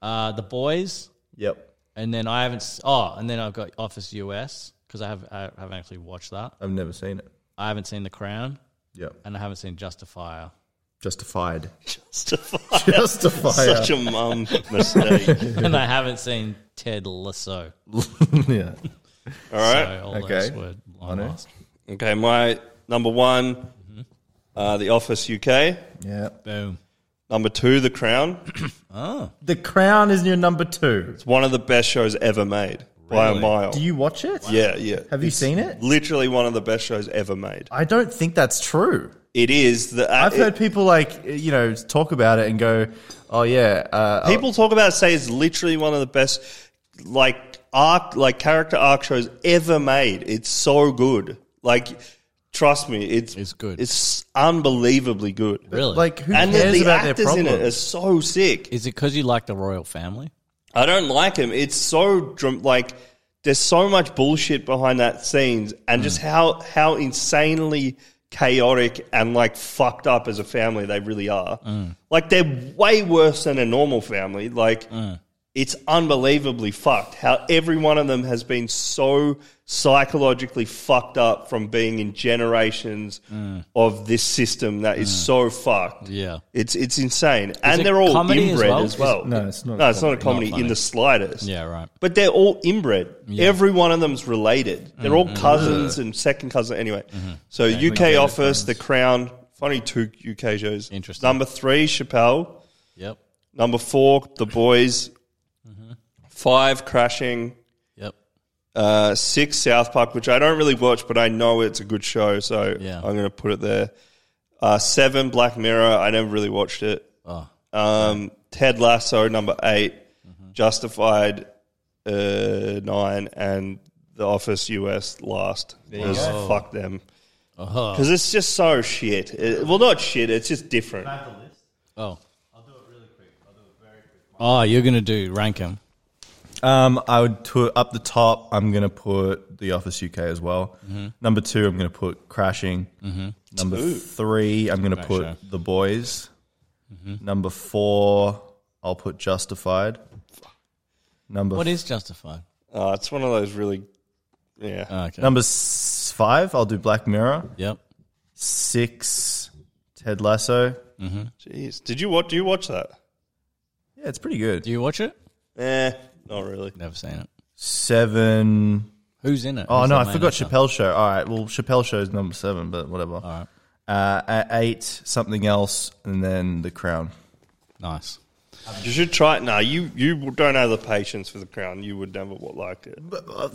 [SPEAKER 5] uh, The Boys,
[SPEAKER 2] Yep.
[SPEAKER 5] and then I haven't. s- Oh, and then I've got Office US because I have I haven't actually watched that.
[SPEAKER 2] I've never seen it.
[SPEAKER 5] I haven't seen The Crown,
[SPEAKER 2] Yep.
[SPEAKER 5] and I haven't seen Justifier.
[SPEAKER 2] Justified.
[SPEAKER 3] Justify.
[SPEAKER 2] Justified.
[SPEAKER 3] Such a mum mistake.
[SPEAKER 5] and I haven't seen Ted Lasso.
[SPEAKER 2] yeah.
[SPEAKER 3] All right.
[SPEAKER 5] So all
[SPEAKER 2] okay.
[SPEAKER 5] those were long lost.
[SPEAKER 3] Okay, my number one,
[SPEAKER 5] Mm-hmm.
[SPEAKER 3] uh, The Office UK.
[SPEAKER 2] Yeah.
[SPEAKER 5] Boom.
[SPEAKER 3] Number two, The Crown.
[SPEAKER 2] The Crown is your number two.
[SPEAKER 3] It's one of the best shows ever made by a mile.
[SPEAKER 2] Do you watch it?
[SPEAKER 3] yeah, yeah.
[SPEAKER 2] Have you
[SPEAKER 3] It's
[SPEAKER 2] seen it?
[SPEAKER 3] Literally one of the best shows ever made.
[SPEAKER 2] I don't think that's true.
[SPEAKER 3] It is the. Uh,
[SPEAKER 2] I've
[SPEAKER 3] it-
[SPEAKER 2] heard people like you know talk about it and go, "Oh yeah, uh,
[SPEAKER 3] people talk about it, say it's literally one of the best like arc like character arc shows ever made. It's so good. Like trust me, it's
[SPEAKER 5] It's good.
[SPEAKER 3] It's unbelievably good.
[SPEAKER 5] Really?
[SPEAKER 2] like who
[SPEAKER 3] And the,
[SPEAKER 2] cares
[SPEAKER 3] the
[SPEAKER 2] about their
[SPEAKER 3] actors in
[SPEAKER 2] problems?"
[SPEAKER 3] it are so sick.
[SPEAKER 5] is it because you like the royal family?
[SPEAKER 3] I don't like him. It's so drum- like there's so much bullshit behind that scenes, and just how how insanely chaotic and like fucked up as a family they really are. Like they're way worse than a normal family. Like it's unbelievably fucked how every one of them has been so psychologically fucked up from being in generations of this system that is so fucked.
[SPEAKER 5] Yeah.
[SPEAKER 3] It's it's insane, and
[SPEAKER 5] it
[SPEAKER 3] they're all
[SPEAKER 5] comedy as
[SPEAKER 3] inbred
[SPEAKER 5] well?
[SPEAKER 3] as well.
[SPEAKER 2] No, it's not a
[SPEAKER 3] No, it's not a
[SPEAKER 2] comedy.
[SPEAKER 3] comedy in the slightest.
[SPEAKER 5] Yeah, right.
[SPEAKER 3] But they're all inbred. Every one of them's related. They're
[SPEAKER 5] Mm-hmm.
[SPEAKER 3] all cousins and second cousin. Anyway, so UK Office, The Crown. Funny two UK shows.
[SPEAKER 5] Interesting.
[SPEAKER 3] Number three, Chappelle.
[SPEAKER 5] Yep.
[SPEAKER 3] Number four, The Boys.
[SPEAKER 5] Mm-hmm.
[SPEAKER 3] Five, Crashing.
[SPEAKER 5] Yep.
[SPEAKER 3] Uh, six, South Park, which I don't really watch, but I know it's a good show, so
[SPEAKER 5] Yeah.
[SPEAKER 3] I'm going to put it there. Uh, seven, Black Mirror. I never really watched it.
[SPEAKER 5] Oh,
[SPEAKER 3] Um, Ted Lasso, number 8
[SPEAKER 5] Mm-hmm.
[SPEAKER 3] Justified, uh, nine, and The Office US last. Because fuck them.
[SPEAKER 5] oh,
[SPEAKER 3] Because it's just so shit. It- well, not shit, it's just different.
[SPEAKER 5] oh. Oh, you're gonna do rank him.
[SPEAKER 2] Um, I would put up the top. I'm gonna put The Office UK as well.
[SPEAKER 5] Mm-hmm.
[SPEAKER 2] Number two, I'm gonna put Crashing. Number three, I'm gonna put
[SPEAKER 5] show.
[SPEAKER 2] The Boys.
[SPEAKER 5] Mm-hmm.
[SPEAKER 2] Number four, I'll put Justified. Number
[SPEAKER 5] What is justified?
[SPEAKER 3] Uh, it's one of those really. Yeah.
[SPEAKER 5] Okay.
[SPEAKER 2] number s- five? I'll do Black Mirror.
[SPEAKER 5] Yep.
[SPEAKER 2] Six, Ted Lasso.
[SPEAKER 3] Jeez. Did you watch, do you watch that?
[SPEAKER 2] Yeah, it's pretty good.
[SPEAKER 5] Do you watch it?
[SPEAKER 3] Eh, not really.
[SPEAKER 5] Never seen it.
[SPEAKER 2] Seven.
[SPEAKER 5] Who's in it?
[SPEAKER 2] Oh
[SPEAKER 5] Who's
[SPEAKER 2] no,
[SPEAKER 5] the
[SPEAKER 2] I
[SPEAKER 5] main
[SPEAKER 2] forgot
[SPEAKER 5] actor?
[SPEAKER 2] Chappelle Show. All right, well Chappelle Show is number seven, but whatever. All
[SPEAKER 5] right.
[SPEAKER 2] Uh, at eight, something else, and then The Crown.
[SPEAKER 5] Nice.
[SPEAKER 3] You should try it. No, you, you don't have the patience for The Crown. You would never wa- like it.
[SPEAKER 2] But, uh,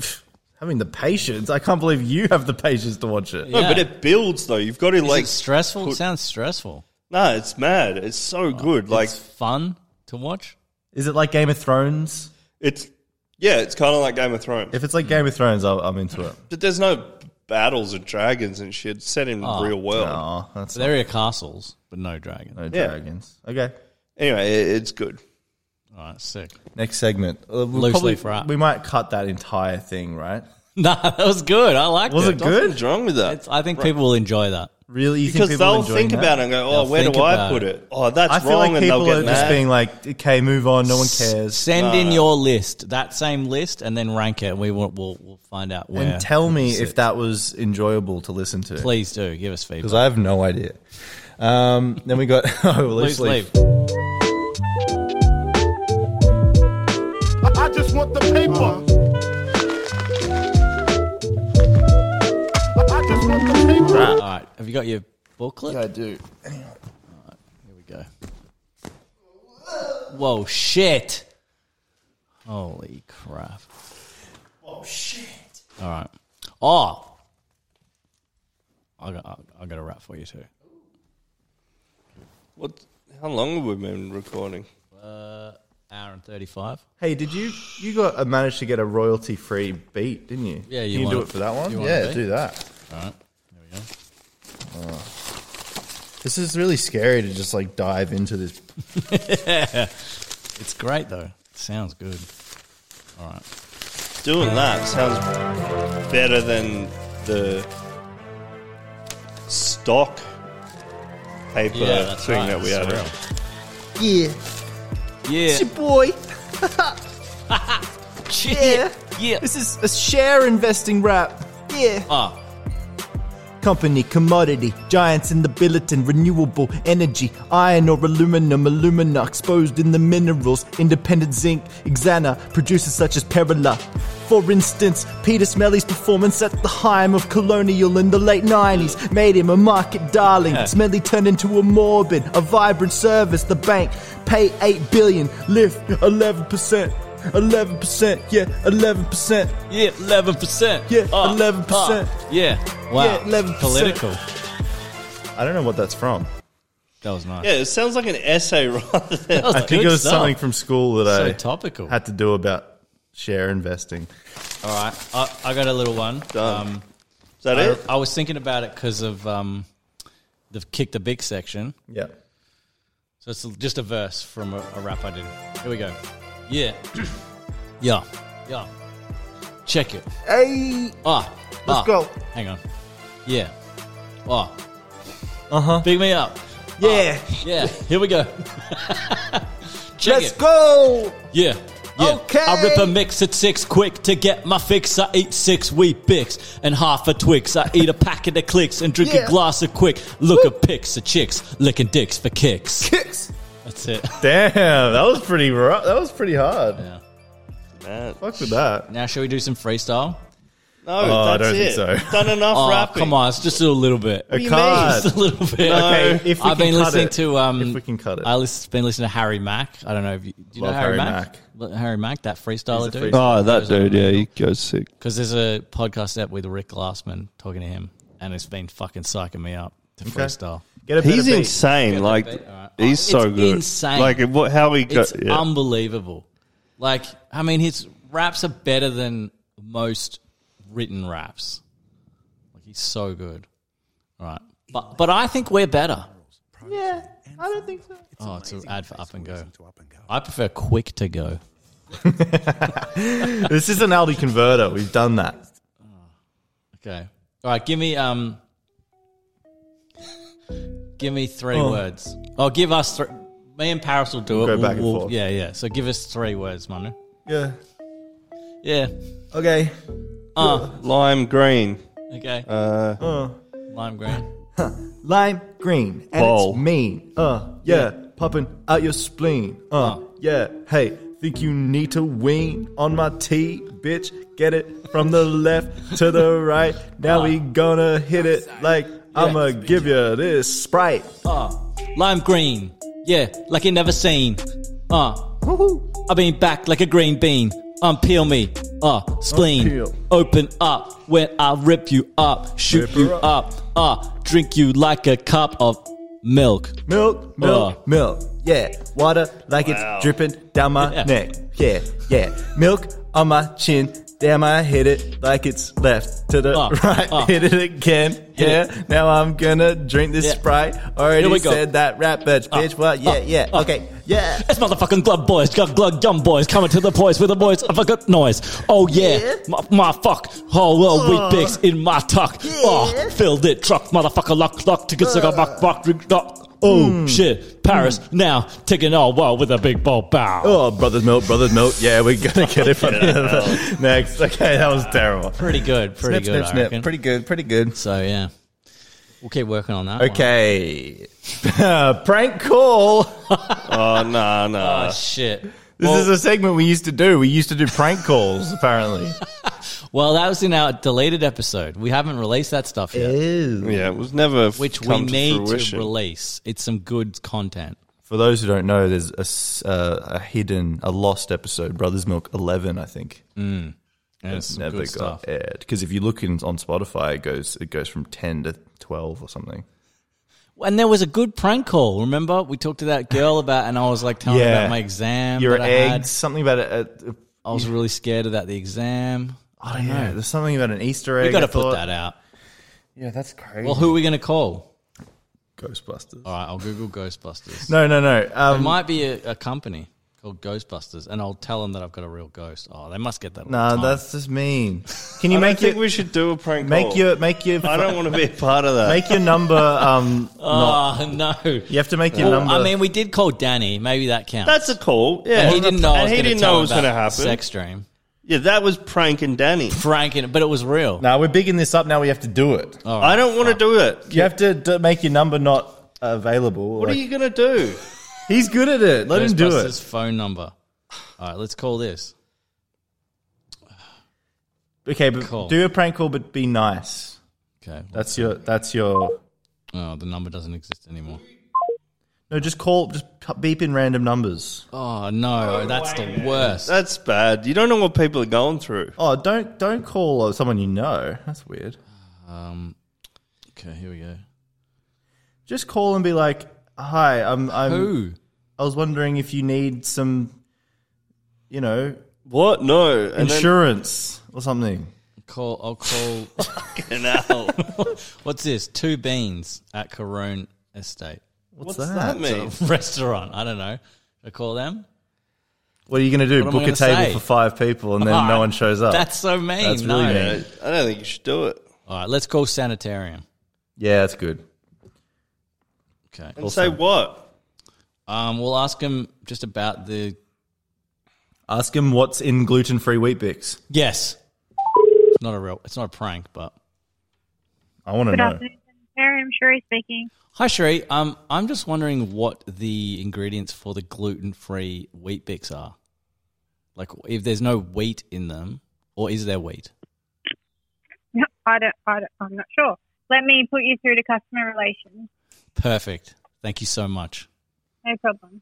[SPEAKER 2] having the patience, I can't believe you have the patience to watch it.
[SPEAKER 3] No,
[SPEAKER 5] Yeah.
[SPEAKER 3] but it builds, though. You've got to,
[SPEAKER 5] Is
[SPEAKER 3] like.
[SPEAKER 5] it stressful? It sounds stressful.
[SPEAKER 3] no, it's mad. It's
[SPEAKER 2] Oh,
[SPEAKER 3] so good. Like,
[SPEAKER 5] It's fun to watch.
[SPEAKER 2] Is it like Game of Thrones?
[SPEAKER 3] It's Yeah, it's kind of like Game of Thrones.
[SPEAKER 2] If it's like Game of Thrones, I'll, I'm into it.
[SPEAKER 3] But there's no battles and dragons and shit set in
[SPEAKER 5] Oh,
[SPEAKER 3] the real world.
[SPEAKER 2] Aw, that's
[SPEAKER 5] there are castles, but no dragons.
[SPEAKER 2] no
[SPEAKER 3] Yeah.
[SPEAKER 2] dragons. Okay.
[SPEAKER 3] Anyway, it, it's good.
[SPEAKER 5] All right, sick.
[SPEAKER 2] Next segment. Uh, we'll
[SPEAKER 5] Loosely
[SPEAKER 2] probably-
[SPEAKER 5] frapped.
[SPEAKER 2] We might cut that entire thing, right?
[SPEAKER 5] Nah, that was good. I liked
[SPEAKER 2] Was
[SPEAKER 5] it.
[SPEAKER 2] it good?
[SPEAKER 3] What's wrong with that?
[SPEAKER 5] It's, I think people will enjoy that.
[SPEAKER 2] Really? You
[SPEAKER 3] because
[SPEAKER 2] think people
[SPEAKER 3] they'll
[SPEAKER 2] enjoying
[SPEAKER 3] think
[SPEAKER 2] that?
[SPEAKER 3] about it and go, oh,
[SPEAKER 5] They'll
[SPEAKER 3] where
[SPEAKER 5] think
[SPEAKER 3] do I
[SPEAKER 5] about
[SPEAKER 3] put
[SPEAKER 5] it.
[SPEAKER 3] it? Oh, that's
[SPEAKER 2] I feel
[SPEAKER 3] wrong,
[SPEAKER 2] like
[SPEAKER 3] and they'll
[SPEAKER 2] people are
[SPEAKER 3] get
[SPEAKER 2] just
[SPEAKER 3] mad.
[SPEAKER 2] being like, okay, move on. No one cares.
[SPEAKER 5] Send in your list, that same list, and then rank it. We will we'll, we'll find out where.
[SPEAKER 2] And tell me
[SPEAKER 5] Sit.
[SPEAKER 2] if that was enjoyable to listen to.
[SPEAKER 5] Please do give us
[SPEAKER 2] Because
[SPEAKER 5] feedback.
[SPEAKER 2] I have no idea. Um, then we got oh, loose
[SPEAKER 5] Loose
[SPEAKER 2] leaf.
[SPEAKER 5] leaf.
[SPEAKER 8] I just want the paper. I just want the paper.
[SPEAKER 5] All right, have you got your booklet?
[SPEAKER 2] I do.
[SPEAKER 5] Here we go. Whoa, shit! Holy crap! Oh shit! All right. Oh, I got I got a rap for you too.
[SPEAKER 3] What? How long have we been recording?
[SPEAKER 5] Hour and thirty-five.
[SPEAKER 2] Hey, did you you got uh, managed to get a royalty free beat, didn't you?
[SPEAKER 5] Yeah, you
[SPEAKER 2] Can you do
[SPEAKER 5] want-
[SPEAKER 2] it for that one.
[SPEAKER 5] you want a
[SPEAKER 2] yeah,
[SPEAKER 5] beat?
[SPEAKER 2] do that. Oh.
[SPEAKER 5] All right, there we go.
[SPEAKER 2] This is really scary to just like dive into this.
[SPEAKER 5] It's great though. sounds good. All right.
[SPEAKER 3] Doing that sounds better than the stock paper
[SPEAKER 5] Yeah, that's
[SPEAKER 3] thing
[SPEAKER 5] right,
[SPEAKER 3] that we
[SPEAKER 5] that's
[SPEAKER 3] had.
[SPEAKER 9] Yeah,
[SPEAKER 5] Yeah.
[SPEAKER 2] boy.
[SPEAKER 5] Yeah. Yeah.
[SPEAKER 2] This is a share investing rap. Yeah.
[SPEAKER 5] Ah.
[SPEAKER 2] Company, commodity, giants in the billiton, renewable energy, iron or aluminum, alumina exposed in the minerals, independent zinc, Xana, producers such as Perilla. For instance, Peter Smelly's performance at the Heim of Colonial in the late 90s made him a market darling. Smelly turned into a morbid, a vibrant service. The bank paid 8 billion, lift 11%, 11%, yeah, 11%.
[SPEAKER 5] Yeah. Eleven percent. Uh,
[SPEAKER 2] Yeah, 11%.
[SPEAKER 5] yeah. Wow.
[SPEAKER 2] Yeah, 11%.
[SPEAKER 5] Political.
[SPEAKER 2] I don't know what that's from.
[SPEAKER 5] That was nice.
[SPEAKER 3] Yeah, it sounds like an essay rather than
[SPEAKER 5] That was
[SPEAKER 2] I think
[SPEAKER 5] good
[SPEAKER 2] it was
[SPEAKER 5] stuff.
[SPEAKER 2] something from school that
[SPEAKER 5] So
[SPEAKER 2] I
[SPEAKER 5] topical.
[SPEAKER 2] had to do about share investing.
[SPEAKER 5] All right. I, I got a little one.
[SPEAKER 3] Done.
[SPEAKER 5] Um,
[SPEAKER 3] Is that
[SPEAKER 5] I,
[SPEAKER 3] it?
[SPEAKER 5] I was thinking about it because of um, the kick the big section.
[SPEAKER 2] Yeah.
[SPEAKER 5] So it's just a verse from a, a rap I did. Here we go. Yeah. yeah. Yeah. Check it.
[SPEAKER 2] Hey.
[SPEAKER 5] Ah.
[SPEAKER 2] Let's
[SPEAKER 5] ah.
[SPEAKER 2] go.
[SPEAKER 5] Hang on. Yeah. Ah.
[SPEAKER 2] Uh-huh.
[SPEAKER 5] Uh huh. Pick me up.
[SPEAKER 2] Yeah.
[SPEAKER 5] Yeah. Here we go. Check
[SPEAKER 2] Let's
[SPEAKER 5] it.
[SPEAKER 2] go.
[SPEAKER 5] Yeah. Yeah.
[SPEAKER 2] Okay.
[SPEAKER 5] I rip a mix at six quick to get my fix. I eat six wheat bix and half a Twix. I eat a packet of clicks and drink
[SPEAKER 2] Yeah.
[SPEAKER 5] a glass of quick. Look at pics of chicks licking dicks for kicks.
[SPEAKER 2] Kicks.
[SPEAKER 5] That's it.
[SPEAKER 2] Damn, that was pretty rough. That was pretty hard.
[SPEAKER 5] Yeah.
[SPEAKER 3] Nah.
[SPEAKER 2] Fuck with that.
[SPEAKER 5] Now, shall we do some freestyle?
[SPEAKER 3] No,
[SPEAKER 2] Oh, I
[SPEAKER 3] that's
[SPEAKER 2] don't think
[SPEAKER 3] it.
[SPEAKER 2] so.
[SPEAKER 3] We've Done enough
[SPEAKER 5] Oh,
[SPEAKER 3] rapping.
[SPEAKER 5] come on. It's just a little bit.
[SPEAKER 2] A
[SPEAKER 3] you
[SPEAKER 2] card.
[SPEAKER 5] Just a little bit.
[SPEAKER 2] Okay, if we can
[SPEAKER 5] I've been
[SPEAKER 2] cut
[SPEAKER 5] listening
[SPEAKER 2] it.
[SPEAKER 5] to. Um,
[SPEAKER 2] If we can cut it.
[SPEAKER 5] I've lis- been listening to Harry Mack. I don't know if you. Do you
[SPEAKER 2] Love
[SPEAKER 5] know
[SPEAKER 2] Harry
[SPEAKER 5] Harry, Mack?
[SPEAKER 2] Mack.
[SPEAKER 5] Look, Harry Mack, that freestyler
[SPEAKER 2] He's a
[SPEAKER 5] dude.
[SPEAKER 2] freestyler.
[SPEAKER 3] Oh, that dude, yeah, he goes sick.
[SPEAKER 5] Because there's a podcast app with Rick Glassman talking to him, and it's been fucking psyching me up to freestyle.
[SPEAKER 2] Get a better
[SPEAKER 3] He's
[SPEAKER 2] beat.
[SPEAKER 3] insane. Like,
[SPEAKER 5] beat, alright.
[SPEAKER 3] he's
[SPEAKER 5] Oh,
[SPEAKER 3] so
[SPEAKER 5] it's
[SPEAKER 3] good.
[SPEAKER 5] insane.
[SPEAKER 3] Like, what, how he got.
[SPEAKER 5] It's um
[SPEAKER 3] Yeah.
[SPEAKER 5] unbelievable. Like, I mean, his raps are better than most written raps. Like, he's so good. All right, but but I think we're better. Yeah, I don't think so. Oh, to ad for up and go. I prefer quick to go.
[SPEAKER 2] This is an Aldi converter. We've done that.
[SPEAKER 5] Okay. All right. Give me um. Give me three words. Oh, give us three. Me and Paris will do it.
[SPEAKER 2] Go back and forth.
[SPEAKER 5] Yeah, yeah. So give us three words, Manu.
[SPEAKER 2] Yeah.
[SPEAKER 5] Yeah.
[SPEAKER 2] Okay.
[SPEAKER 5] Uh,
[SPEAKER 3] Lime green.
[SPEAKER 5] okay.
[SPEAKER 3] Uh,
[SPEAKER 5] Lime green.
[SPEAKER 2] Lime green and
[SPEAKER 3] Ball.
[SPEAKER 2] it's mean. Uh, yeah, popping out your spleen. Uh, yeah. Hey, think you need to wean on my tea, bitch? Get it from the left to the right. Now we gonna hit it like I'ma give you this sprite.
[SPEAKER 5] Lime green. Yeah, like you never seen. Uh. I've been back like a green bean. Unpeel me. Uh, spleen.
[SPEAKER 2] Unpeel.
[SPEAKER 5] Open up when I rip you up. Shoot
[SPEAKER 2] Rip her
[SPEAKER 5] you up. Uh, drink you like a cup of milk.
[SPEAKER 2] Milk, milk,
[SPEAKER 5] Uh.
[SPEAKER 2] milk. Yeah, water like it's dripping down my
[SPEAKER 5] Yeah.
[SPEAKER 2] neck. Yeah, yeah. Milk on my chin. Damn, I hit it like it's left to the
[SPEAKER 5] Up,
[SPEAKER 2] right.
[SPEAKER 5] up.
[SPEAKER 2] Hit it again. yeah. Now I'm gonna drink this
[SPEAKER 5] Yeah.
[SPEAKER 2] Sprite. Already
[SPEAKER 5] Here we go.
[SPEAKER 2] said that rap, bitch. bitch, what? Yeah, yeah. okay. Yeah.
[SPEAKER 5] It's motherfucking glove boys, glug glug gum boys, coming to the boys with a boys of a good noise. Oh yeah, My, my fuck, whole world
[SPEAKER 2] Uh,
[SPEAKER 5] wheat bakes in my tuck. Oh, filled it truck, motherfucker, luck luck, ticket sugar,
[SPEAKER 2] Uh.
[SPEAKER 5] buck buck, drink duck. Oh
[SPEAKER 2] Hmm.
[SPEAKER 5] shit, Paris now taking all well with a big bowl bow.
[SPEAKER 2] Oh, brothers milk, brothers milk. Yeah, we're gonna get it from the next. Okay, that was terrible.
[SPEAKER 5] Pretty good,
[SPEAKER 2] Snip,
[SPEAKER 5] pretty good,
[SPEAKER 2] snip,
[SPEAKER 5] I
[SPEAKER 2] snip.
[SPEAKER 5] reckon.
[SPEAKER 2] Pretty good. Pretty good.
[SPEAKER 5] So yeah, we'll keep working on that. one.
[SPEAKER 2] Okay. Prank call.
[SPEAKER 3] Oh, nah, nah.
[SPEAKER 5] Oh shit.
[SPEAKER 2] This is a segment we used to do. We used to do prank calls, apparently.
[SPEAKER 5] Well, that was in our deleted episode. We haven't released that stuff yet,
[SPEAKER 3] yeah, it was never
[SPEAKER 5] which we
[SPEAKER 3] come to
[SPEAKER 5] need to
[SPEAKER 3] fruition.
[SPEAKER 5] release. It's some good content.
[SPEAKER 2] For those who don't know, there's a, s- uh, a hidden, a lost episode, Brothers Milk 11, I think.
[SPEAKER 5] And it's some
[SPEAKER 2] never
[SPEAKER 5] good stuff.
[SPEAKER 2] got aired. Because if you look in, on Spotify, it goes, it goes from 10 to 12 or something.
[SPEAKER 5] And there was a good prank call. Remember, we talked to that girl about, and I was like telling her
[SPEAKER 2] Yeah.
[SPEAKER 5] about my exam.
[SPEAKER 2] Your
[SPEAKER 5] that I
[SPEAKER 2] eggs,
[SPEAKER 5] had.
[SPEAKER 2] something about it. Uh,
[SPEAKER 5] I was really scared about the exam.
[SPEAKER 2] I don't know. There's something about an Easter egg.
[SPEAKER 5] We got to
[SPEAKER 2] I thought.
[SPEAKER 5] put that out.
[SPEAKER 2] Yeah, that's crazy.
[SPEAKER 5] Well, who are we going to call?
[SPEAKER 2] Ghostbusters.
[SPEAKER 5] All right, I'll Google Ghostbusters.
[SPEAKER 2] No, no, no.
[SPEAKER 5] There
[SPEAKER 2] Um,
[SPEAKER 5] might be a, a company called Ghostbusters, and I'll tell them that I've got a real ghost. Oh, they must get that. all the
[SPEAKER 2] nah,
[SPEAKER 5] time.
[SPEAKER 2] that's just mean. Can
[SPEAKER 3] I
[SPEAKER 2] you
[SPEAKER 3] don't
[SPEAKER 2] make
[SPEAKER 3] think
[SPEAKER 2] your
[SPEAKER 3] we should do a prank
[SPEAKER 2] make
[SPEAKER 3] call.
[SPEAKER 2] your make your
[SPEAKER 3] I don't want to be a part of that.
[SPEAKER 2] make your number um not.
[SPEAKER 5] Oh no.
[SPEAKER 2] You have to make your
[SPEAKER 5] Well,
[SPEAKER 2] number.
[SPEAKER 5] I mean, we did call Danny. Maybe that counts.
[SPEAKER 3] That's a call. Yeah,
[SPEAKER 5] And he didn't know. I
[SPEAKER 3] And
[SPEAKER 5] was
[SPEAKER 3] he
[SPEAKER 5] gonna
[SPEAKER 3] didn't
[SPEAKER 5] tell
[SPEAKER 3] know
[SPEAKER 5] him
[SPEAKER 3] it was going to
[SPEAKER 5] about
[SPEAKER 3] happen.
[SPEAKER 5] Sex dream.
[SPEAKER 3] Yeah, that was prank and Danny.
[SPEAKER 5] Frank, and, but it was real.
[SPEAKER 2] now we're bigging this up. Now we have to do it.
[SPEAKER 5] Oh,
[SPEAKER 3] I don't want to do it.
[SPEAKER 2] You have to d- make your number not available.
[SPEAKER 3] What are
[SPEAKER 2] like-
[SPEAKER 3] you going to do?
[SPEAKER 2] He's good at it. Let him do
[SPEAKER 5] Ghostbusters
[SPEAKER 2] it.
[SPEAKER 5] phone number. All right, let's call this.
[SPEAKER 2] Okay, but
[SPEAKER 5] Call.
[SPEAKER 2] do a prank call, but be nice.
[SPEAKER 5] Okay.
[SPEAKER 2] That's your. That's your.
[SPEAKER 5] Oh, the number doesn't exist anymore.
[SPEAKER 2] No, just call. Just beep in random numbers.
[SPEAKER 5] Oh no, that's the worst.
[SPEAKER 3] That's bad. You don't know what people are going through.
[SPEAKER 2] Oh, don't don't call someone you know. That's weird.
[SPEAKER 5] Um, okay, here we go.
[SPEAKER 2] Just call and be like, "Hi, I'm. I'm
[SPEAKER 5] Who?
[SPEAKER 2] I was wondering if you need some, you know,
[SPEAKER 3] What? No. And
[SPEAKER 2] insurance or something."
[SPEAKER 5] Call. I'll call.
[SPEAKER 3] Then, no.
[SPEAKER 5] what's this? Two beans at Corone Estate
[SPEAKER 2] What's,
[SPEAKER 3] What's that mean?
[SPEAKER 5] restaurant. I don't know. I call them.
[SPEAKER 2] What are you going to do?
[SPEAKER 5] What am I
[SPEAKER 2] Book a
[SPEAKER 5] gonna
[SPEAKER 2] table
[SPEAKER 5] say?
[SPEAKER 2] for five people and then no one shows up.
[SPEAKER 5] That's so mean.
[SPEAKER 2] That's
[SPEAKER 5] no.
[SPEAKER 2] really mean.
[SPEAKER 3] I I don't think you should do it.
[SPEAKER 5] All right, let's call sanitarium.
[SPEAKER 2] yeah, that's good.
[SPEAKER 5] Okay.
[SPEAKER 3] And say what?
[SPEAKER 5] Um, we'll ask him just about the
[SPEAKER 2] Ask him what's in gluten-free wheat bix.
[SPEAKER 5] yes. It's not a real. It's not a prank, but
[SPEAKER 2] I want to
[SPEAKER 11] Good
[SPEAKER 2] know.
[SPEAKER 11] afternoon, Mary. I'm Sherry speaking.
[SPEAKER 5] Hi, Sheree. Um, I'm just wondering what the ingredients for the gluten-free wheat bix are. Like, if there's no wheat in them, or is there wheat?
[SPEAKER 11] No, I don't, I don't, I'm not sure. Let me put you through to customer relations.
[SPEAKER 5] Perfect. Thank you so much.
[SPEAKER 11] No problem.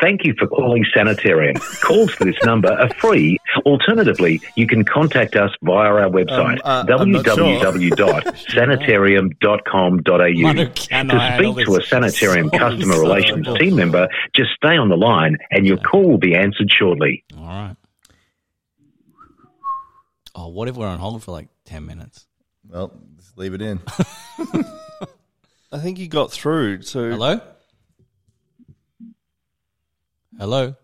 [SPEAKER 12] Thank you for calling Sanitarium. Calls to this number are free. Alternatively, you can contact us via our website,
[SPEAKER 2] Um, uh, I'm not sure.
[SPEAKER 12] www.sanitarium.com.au.
[SPEAKER 5] Manu, can I
[SPEAKER 12] To
[SPEAKER 5] handle
[SPEAKER 12] speak to a
[SPEAKER 5] this?
[SPEAKER 12] Sanitarium
[SPEAKER 5] Sorry,
[SPEAKER 12] customer
[SPEAKER 5] so
[SPEAKER 12] relations
[SPEAKER 2] uh,
[SPEAKER 5] horrible.
[SPEAKER 12] team member, just stay on the line and your call will be answered shortly.
[SPEAKER 5] All right. Oh, what if we're on hold for like ten minutes?
[SPEAKER 2] Well, just leave it in.
[SPEAKER 3] I think you got through. So
[SPEAKER 5] Hello. Hello.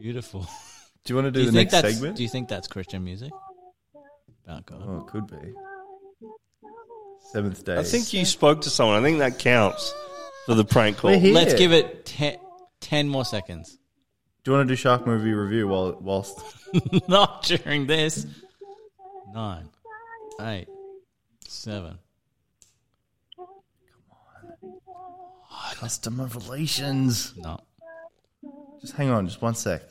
[SPEAKER 5] Beautiful.
[SPEAKER 2] Do you want to do,
[SPEAKER 5] Do you
[SPEAKER 2] the
[SPEAKER 5] think
[SPEAKER 2] next
[SPEAKER 5] that's?
[SPEAKER 2] segment?
[SPEAKER 5] Do you think that's Christian music? About God.
[SPEAKER 2] oh, it could be. Seventh day.
[SPEAKER 3] I think you spoke to someone. I think that counts for the prank call.
[SPEAKER 2] We're here.
[SPEAKER 5] Let's give it ten, 10 more seconds.
[SPEAKER 2] Do you want to do Shark Movie review while whilst?
[SPEAKER 5] Not during this. Nine, eight, seven.
[SPEAKER 2] Customer relations.
[SPEAKER 5] No.
[SPEAKER 2] Just hang on, just one sec.